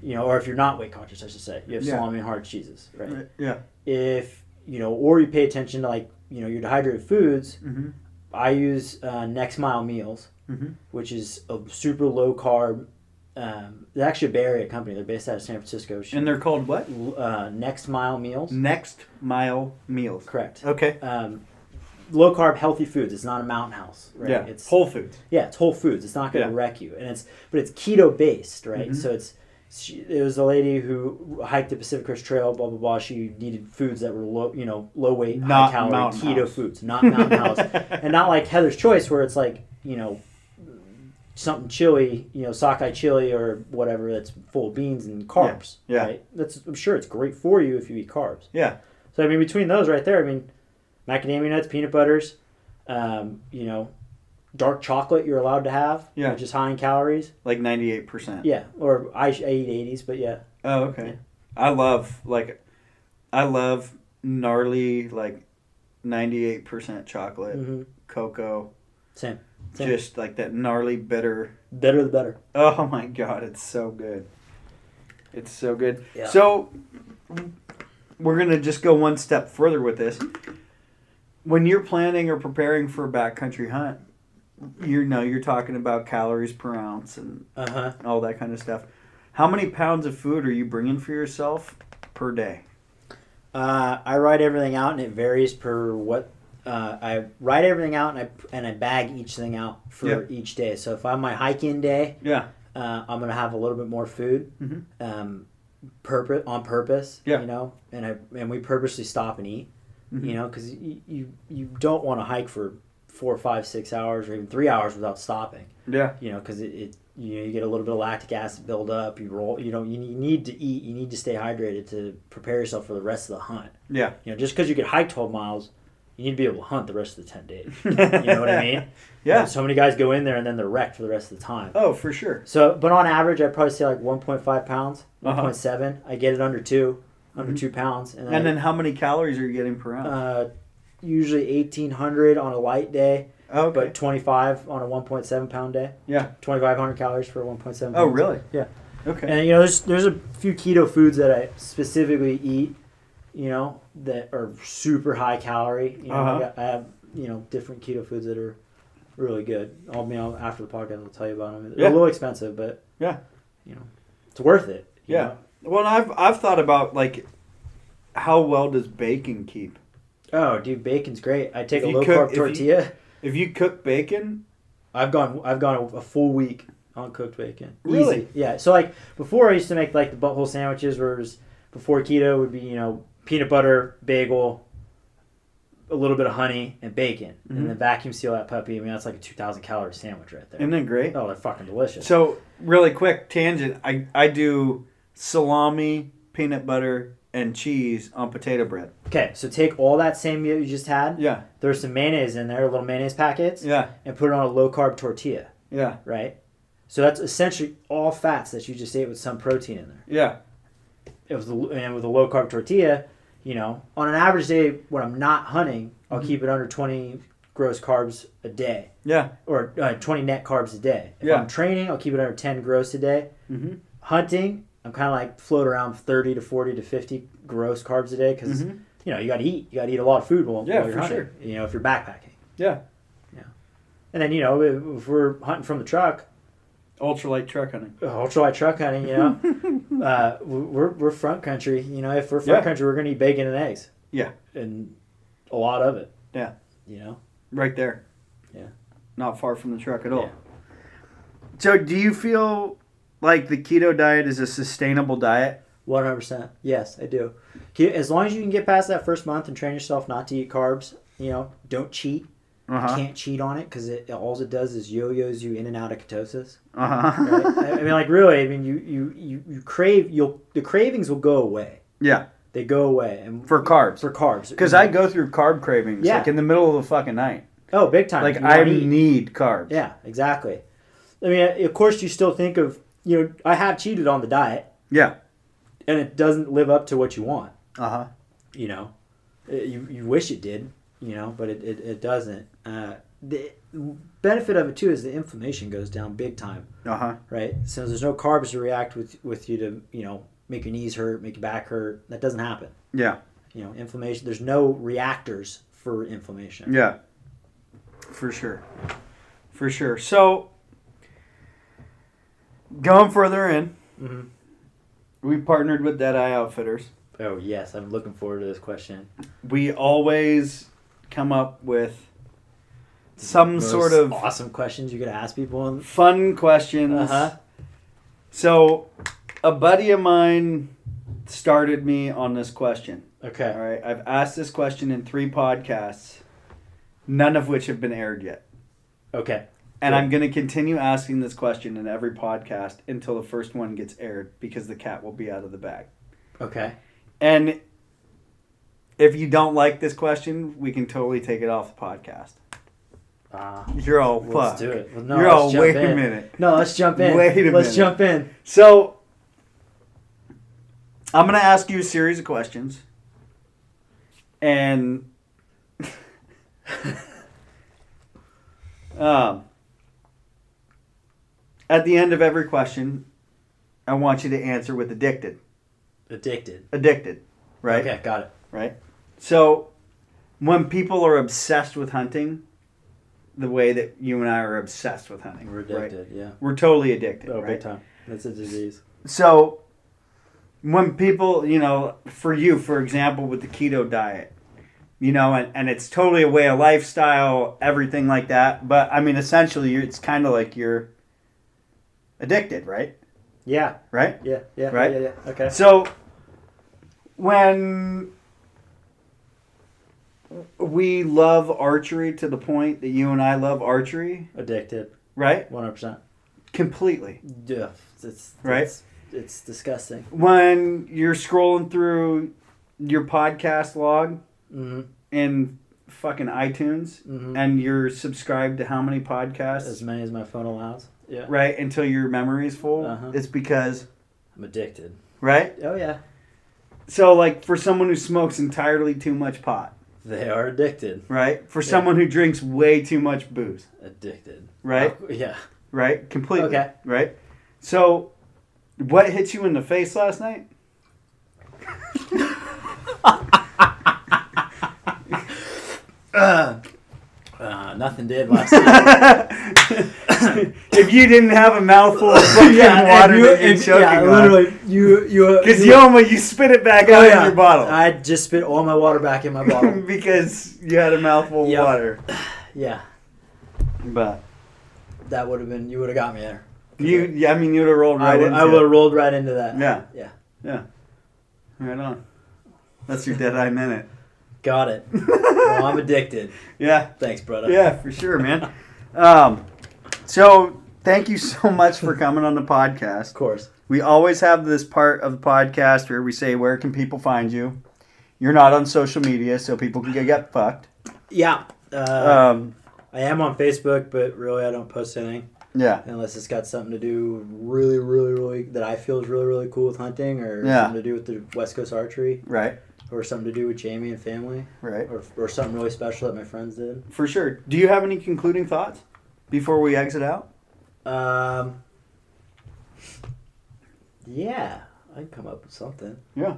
S2: You know, or if you're not weight conscious, I should say, you have
S1: Yeah.
S2: salami and hard cheeses, right?
S1: Yeah.
S2: if you know, or you pay attention to like you know your dehydrated foods.
S1: Mm-hmm.
S2: I use uh, Next Mile Meals,
S1: Mhm.
S2: which is a super low carb. Um, they're actually a Bay Area company. They're based out of San Francisco.
S1: And they're called what?
S2: uh, Next Mile Meals,
S1: Next mile meals.
S2: correct?
S1: Okay.
S2: Um, low carb, healthy foods. It's not a mountain house, right?
S1: Yeah.
S2: It's
S1: Whole Foods.
S2: yeah, it's Whole Foods. It's not going to
S1: Yeah.
S2: wreck you, and it's but it's keto based, right?
S1: Mhm.
S2: So it's she, it was a lady who hiked the Pacific Crest Trail, blah blah blah. She needed foods that were low, you know, low weight,
S1: Not
S2: high calorie,
S1: Mountain
S2: keto
S1: House.
S2: foods, not Mountain House, and not like Heather's Choice, where it's like you know something chili, you know, sockeye chili or whatever that's full of beans and carbs.
S1: yeah.
S2: Right? That's I'm sure it's great for you if you eat carbs.
S1: Yeah.
S2: So I mean, between those right there, I mean, macadamia nuts, peanut butters, um, you know, dark chocolate you're allowed to have,
S1: Yeah.
S2: which is high in calories.
S1: Like 98%.
S2: Yeah, or I, I eat eighties, but yeah,
S1: Oh, okay.
S2: Yeah.
S1: I love, like, I love gnarly, like, 98% chocolate,
S2: hmm
S1: cocoa,
S2: same. Same.
S1: just like that gnarly bitter.
S2: Better the better.
S1: Oh my God, it's so good. It's so good.
S2: Yeah.
S1: So, we're going to just go one step further with this. When you're planning or preparing for a backcountry hunt, you know, you're talking about calories per ounce and
S2: Uh huh.
S1: all that kind of stuff. How many pounds of food are you bringing for yourself per day?
S2: Uh, I write everything out, and it varies per what. Uh, I write everything out, and I and I bag each thing out for
S1: Yeah.
S2: each day. So if I'm my hike in day,
S1: Yeah.
S2: uh, I'm gonna have a little bit more food,
S1: Mhm.
S2: um, purpose on purpose.
S1: Yeah.
S2: You know, and I and we purposely stop and eat.
S1: Mhm.
S2: You know, because you, you you don't want to hike for four, five, six hours or even three hours without stopping.
S1: Yeah.
S2: You know, because it, it you know you get a little bit of lactic acid build up. You roll. You know, you need- you need to eat. You need to stay hydrated to prepare yourself for the rest of the hunt.
S1: Yeah.
S2: You know, just because you can hike twelve miles, you need to be able to hunt the rest of the ten days. You know what I mean?
S1: Yeah.
S2: So many guys go in there and then they're wrecked for the rest of the time.
S1: Oh, for sure.
S2: So, but on average, I'd probably say like 1.5 pounds,
S1: Uh-huh. Mm-hmm.
S2: 1.7. I get it under two, under two pounds, and,
S1: Oh.
S2: Uh,
S1: And then how many calories are you getting per
S2: I,
S1: ounce?
S2: uh, usually 1,800 on a light day.
S1: Oh, okay.
S2: but 25 on a 1.7 pound day.
S1: Yeah.
S2: 2,500 calories for 1.7.
S1: oh,
S2: pounds.
S1: really?
S2: Yeah.
S1: Okay.
S2: And you know, there's there's a few keto foods that I specifically eat, you know, that are super high calorie. You know,
S1: Uh-huh.
S2: I, got- I have you know different keto foods that are really good. I'll you know after the podcast I'll tell you about them. They're
S1: Yeah.
S2: a little expensive, but
S1: Yeah.
S2: you know, it's worth it. you
S1: Yeah.
S2: know?
S1: Well, I've I've thought about like how well does bacon keep?
S2: Oh, dude, bacon's great. I take
S1: If
S2: a
S1: you
S2: low
S1: cook-
S2: carb
S1: if you-
S2: tortilla.
S1: If you cook bacon,
S2: I've gone I've gone a, a full week on cooked bacon.
S1: Really?
S2: Easy. Yeah. So like before I used to make like the butthole sandwiches where it was before keto would be, you know, peanut butter, bagel, a little bit of honey and bacon.
S1: Mhm.
S2: And then vacuum seal that puppy. I mean that's like a two thousand calorie sandwich right there.
S1: isn't it great?
S2: oh they're fucking delicious.
S1: So really quick tangent. I I do salami, peanut butter, and cheese on potato bread.
S2: Okay, so take all that same meal you just had,
S1: Yeah.
S2: there's some mayonnaise in there, little mayonnaise packets,
S1: Yeah.
S2: and put it on a low carb tortilla,
S1: Yeah.
S2: right? So that's essentially all fats that you just ate with some protein in there.
S1: Yeah.
S2: it was the, and with a low carb tortilla, you know, on an average day when I'm not hunting, I'll
S1: Mm-hmm.
S2: keep it under 20 gross carbs a day
S1: Yeah.
S2: or uh, 20 net carbs a day. If
S1: Yeah.
S2: I'm training, I'll keep it under 10 gross a day.
S1: Mm-hmm.
S2: Hunting, I'm kind of like float around 30 to 40 to 50 gross carbs a day because you know you got to eat, you got to eat a lot of food while,
S1: Mm-hmm. Yeah,
S2: while you're
S1: for
S2: hunting.
S1: sure.
S2: You know, if you're backpacking.
S1: Yeah.
S2: And then you know if if we're hunting from the truck,
S1: Ultralight truck hunting.
S2: ultralight truck hunting, you know, uh, we're we're front country. You know, if we're front
S1: Yeah.
S2: country, we're gonna eat bacon and eggs.
S1: Yeah.
S2: and a lot of it.
S1: Yeah.
S2: you know,
S1: Right there.
S2: Yeah.
S1: Not far from the truck at all.
S2: Yeah.
S1: So do you feel like the keto diet is a sustainable diet?
S2: one hundred percent. Yes, I do. Ke- As long as you can get past that first month and train yourself not to eat carbs, you know, don't cheat. You
S1: Uh-huh.
S2: Can't cheat on it because it all it does is yo-yos you in and out of ketosis.
S1: Uh-huh.
S2: Right? I- I mean, like really, I mean, you you you, you crave you'll the cravings will go away.
S1: Yeah.
S2: They go away and
S1: For carbs.
S2: for carbs
S1: Because I go through carb cravings
S2: Yeah.
S1: like in the middle of the fucking night.
S2: oh big time
S1: Like
S2: You wanna
S1: I
S2: eat.
S1: need carbs.
S2: Yeah, exactly. I mean, of course, you still think of you know I have cheated on the diet.
S1: Yeah.
S2: and it doesn't live up to what you want.
S1: Uh-huh.
S2: You know, Uh, you you wish it did. You know, but it it, it doesn't. Uh, the benefit of it too is the inflammation goes down big time,
S1: Uh-huh.
S2: right? So there's no carbs to react with with you to you know make your knees hurt, make your back hurt. That doesn't happen.
S1: Yeah.
S2: You know, inflammation. There's no reactors for inflammation.
S1: Yeah. For sure. For sure. So going further in,
S2: Mhm.
S1: we partnered with Deadeye Outfitters.
S2: Oh yes, I'm looking forward to this question.
S1: We always come up with some
S2: Most
S1: sort of
S2: awesome questions you could ask people. And
S1: fun questions.
S2: Uh-huh.
S1: So, a buddy of mine started me on this question. All
S2: okay,
S1: right, I've asked this question in three podcasts, none of which have been aired yet.
S2: okay,
S1: And
S2: Cool.
S1: I'm going to continue asking this question in every podcast until the first one gets aired because the cat will be out of the bag.
S2: okay.
S1: And if you don't like this question, we can totally take it off the podcast.
S2: Uh,
S1: You're all
S2: let's
S1: fucked.
S2: do it. Well, no,
S1: You're
S2: let's
S1: all,
S2: jump
S1: wait a
S2: in.
S1: minute.
S2: No, let's jump in.
S1: Wait a
S2: let's
S1: minute.
S2: jump in.
S1: So, I'm going to ask you a series of questions. And um, at the end of every question, I want you to answer with addicted.
S2: Addicted.
S1: Addicted, right?
S2: Okay, got it.
S1: Right? So, when people are obsessed with hunting, the way that you and I are obsessed with hunting,
S2: We're
S1: right?
S2: addicted. Yeah.
S1: We're totally addicted,
S2: Oh,
S1: right?
S2: big time. That's a disease.
S1: so when people you know for you for example with the keto diet you know and, and it's totally a way of lifestyle everything like that but i mean essentially you it's kind of like you're addicted right
S2: Yeah.
S1: right
S2: Yeah. Yeah.
S1: Right?
S2: Yeah. yeah. Okay.
S1: so when we love archery to the point that you and i love archery
S2: Addicted.
S1: right
S2: One hundred percent.
S1: completely
S2: Yeah. It's
S1: Right?
S2: It's, it's disgusting.
S1: when you're scrolling through your podcast log
S2: Mm-hmm.
S1: in fucking iTunes
S2: Mm-hmm.
S1: and you're subscribed to how many
S2: As
S1: podcasts,
S2: many as my phone allows. Yeah.
S1: right? Until your memory's full.
S2: Uh-huh.
S1: It's because,
S2: I'm addicted.
S1: right?
S2: Oh yeah.
S1: So, like, for someone who smokes entirely too much pot,
S2: They are addicted.
S1: right? For
S2: Yeah.
S1: someone who drinks way too much booze,
S2: Addicted. Oh,
S1: right?
S2: Yeah.
S1: Right? Completely.
S5: Okay.
S1: Right? So, what hit you in the face last night?
S2: Uh, uh, nothing did last night.
S1: if you didn't have a mouthful of fucking water that you're choking
S5: yeah,
S1: on.
S5: literally, you, you,
S1: Because
S5: you-
S1: Yoma, you spit it back out of
S2: Oh, yeah.
S1: your bottle.
S2: I just spit all my water back in my bottle.
S1: because you had a mouthful
S2: Yep.
S1: of water.
S2: yeah,
S1: But
S2: that would have been, you would have got me there.
S1: you, yeah, I mean, you'd have rolled
S2: I
S1: right
S2: would,
S1: into
S2: I would
S1: it.
S2: have rolled right into that.
S1: Yeah.
S2: Yeah.
S1: Yeah. Right on. That's your dead eye minute.
S2: Got it. well, I'm addicted.
S1: Yeah.
S2: Thanks, brother.
S1: Yeah, for sure, man. Um, so thank you so much for coming on the
S2: Of
S1: podcast.
S2: course.
S1: We always have this part of the podcast where we say, "Where can people find you?" You're not on social media, so people can get, get fucked.
S2: Yeah. Uh,
S1: Um,
S2: I am on Facebook, but really I don't post anything
S1: yeah,
S2: unless it's got something to do really, really, really that I feel is really, really cool with hunting or
S1: Yeah.
S2: something to do with the West Coast archery
S1: right,
S2: or something to do with Jamie and family
S1: right,
S2: or, or something really special that my friends did.
S1: for sure. Do you have any concluding thoughts before we exit out?
S2: Um, yeah, I can come up with something.
S1: Yeah.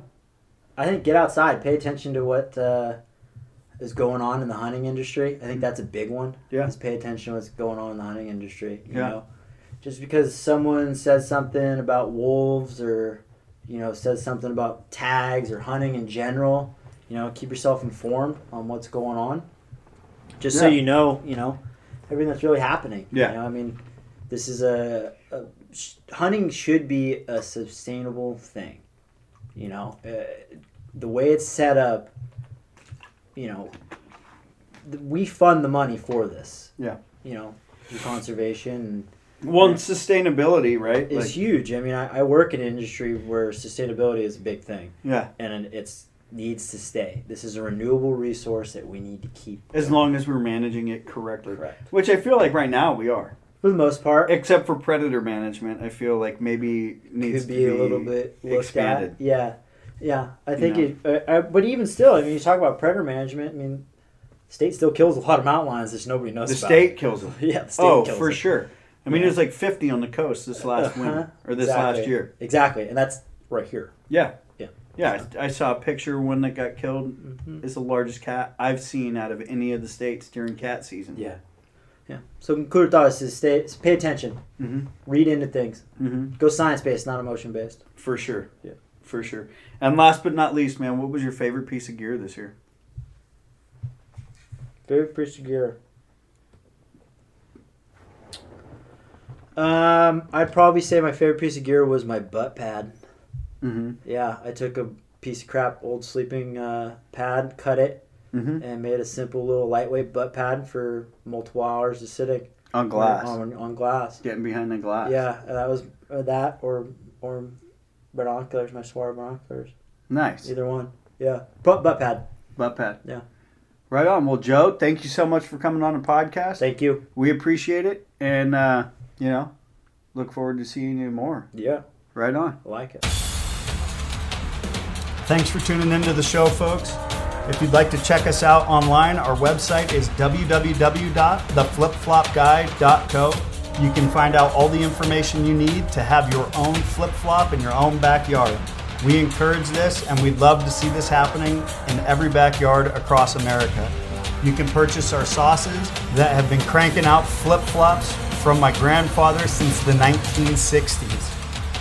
S2: I think get outside, pay attention to what uh, is going on in the hunting industry. I think that's a big one.
S1: Yeah.
S2: Is pay attention to what's going on in the hunting industry. You
S1: Yeah.
S2: know, just because someone says something about wolves or you know says something about tags or hunting in general, you know, keep yourself informed on what's going on. Just so
S1: Yeah.
S2: you know, you know, everything that's really happening.
S1: Yeah.
S2: You know, I mean, this is a, a sh- hunting should be a sustainable thing. You know, uh, the way it's set up, you know, th- we fund the money for this.
S1: Yeah.
S2: You know, through conservation
S1: Well,
S2: and
S1: sustainability, right?
S2: is huge. I mean, I, I work in an industry where sustainability is a big thing,
S1: yeah,
S2: and it's needs to stay. This is a renewable resource that we need to keep
S1: as long as we're managing it correctly,
S2: correct
S1: which I feel like right now we are.
S2: for the most part.
S1: except for predator management i feel like maybe needs
S2: could be,
S1: to
S2: a little bit looked
S1: expanded.
S2: At. Yeah, yeah. I
S1: You
S2: think it, uh, uh, but even still, I mean, you talk about predator management. I mean, state still kills a lot of mountain lions that nobody knows.
S1: the
S2: about.
S1: state kills them
S2: yeah, the state
S1: oh
S2: kills
S1: for
S2: them.
S1: sure i mean
S2: Yeah.
S1: there's like 50 on the coast this last
S2: Uh-huh.
S1: winter or this
S2: Exactly.
S1: last year
S2: Exactly, and that's right here.
S1: yeah
S2: Yeah.
S1: yeah I, I saw a picture of one that got killed
S2: Mm-hmm.
S1: it's the largest cat i've seen out of any of the states during cat season
S2: Yeah, yeah. So concluded thoughts is stay, is pay attention,
S1: mm-hmm.
S2: read into things,
S1: Mm-hmm.
S2: go science based, not emotion based.
S1: for sure
S2: Yeah.
S1: for sure and last but not least man what was your favorite piece of gear this year
S2: Very pretty gear. Um, I'd probably say my favorite piece of gear was my butt pad.
S1: mm-hmm
S2: Yeah, I took a piece of crap old sleeping uh, pad, cut it,
S1: mm-hmm
S2: and made a simple little lightweight butt pad for multiple hours of sitting
S1: on glass
S2: on, on glass.
S1: getting behind the glass
S2: Yeah, that was uh, that or or binoculars, my Swarovski binoculars,
S1: nice
S2: either one. Yeah, butt butt pad.
S1: butt pad
S2: Yeah.
S1: right on well joe thank you so much for coming on the podcast
S2: Thank you.
S1: we appreciate it and uh, you know look forward to seeing you more
S2: Yeah,
S1: right on
S2: I like it.
S1: Thanks for tuning into the show, folks. If you'd like to check us out online, our website is www.theflipflopguy.co. You can find out all the information you need to have your own flip flop in your own backyard. We encourage this, and we'd love to see this happening in every backyard across America. You can purchase our sauces that have been cranking out flip flops from my grandfather since the 1960s.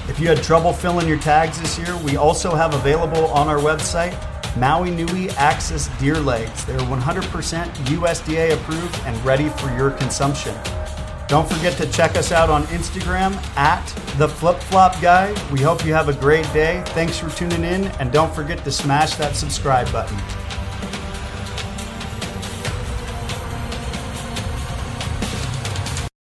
S1: If you had trouble filling your tags this year, we also have available on our website Maui Nui Axis Deer Legs. They're 100% USDA approved and ready for your consumption. Don't forget to check us out on Instagram at the Flip Flop Guy. We hope you have a great day. Thanks for tuning in, and don't forget to smash that subscribe button.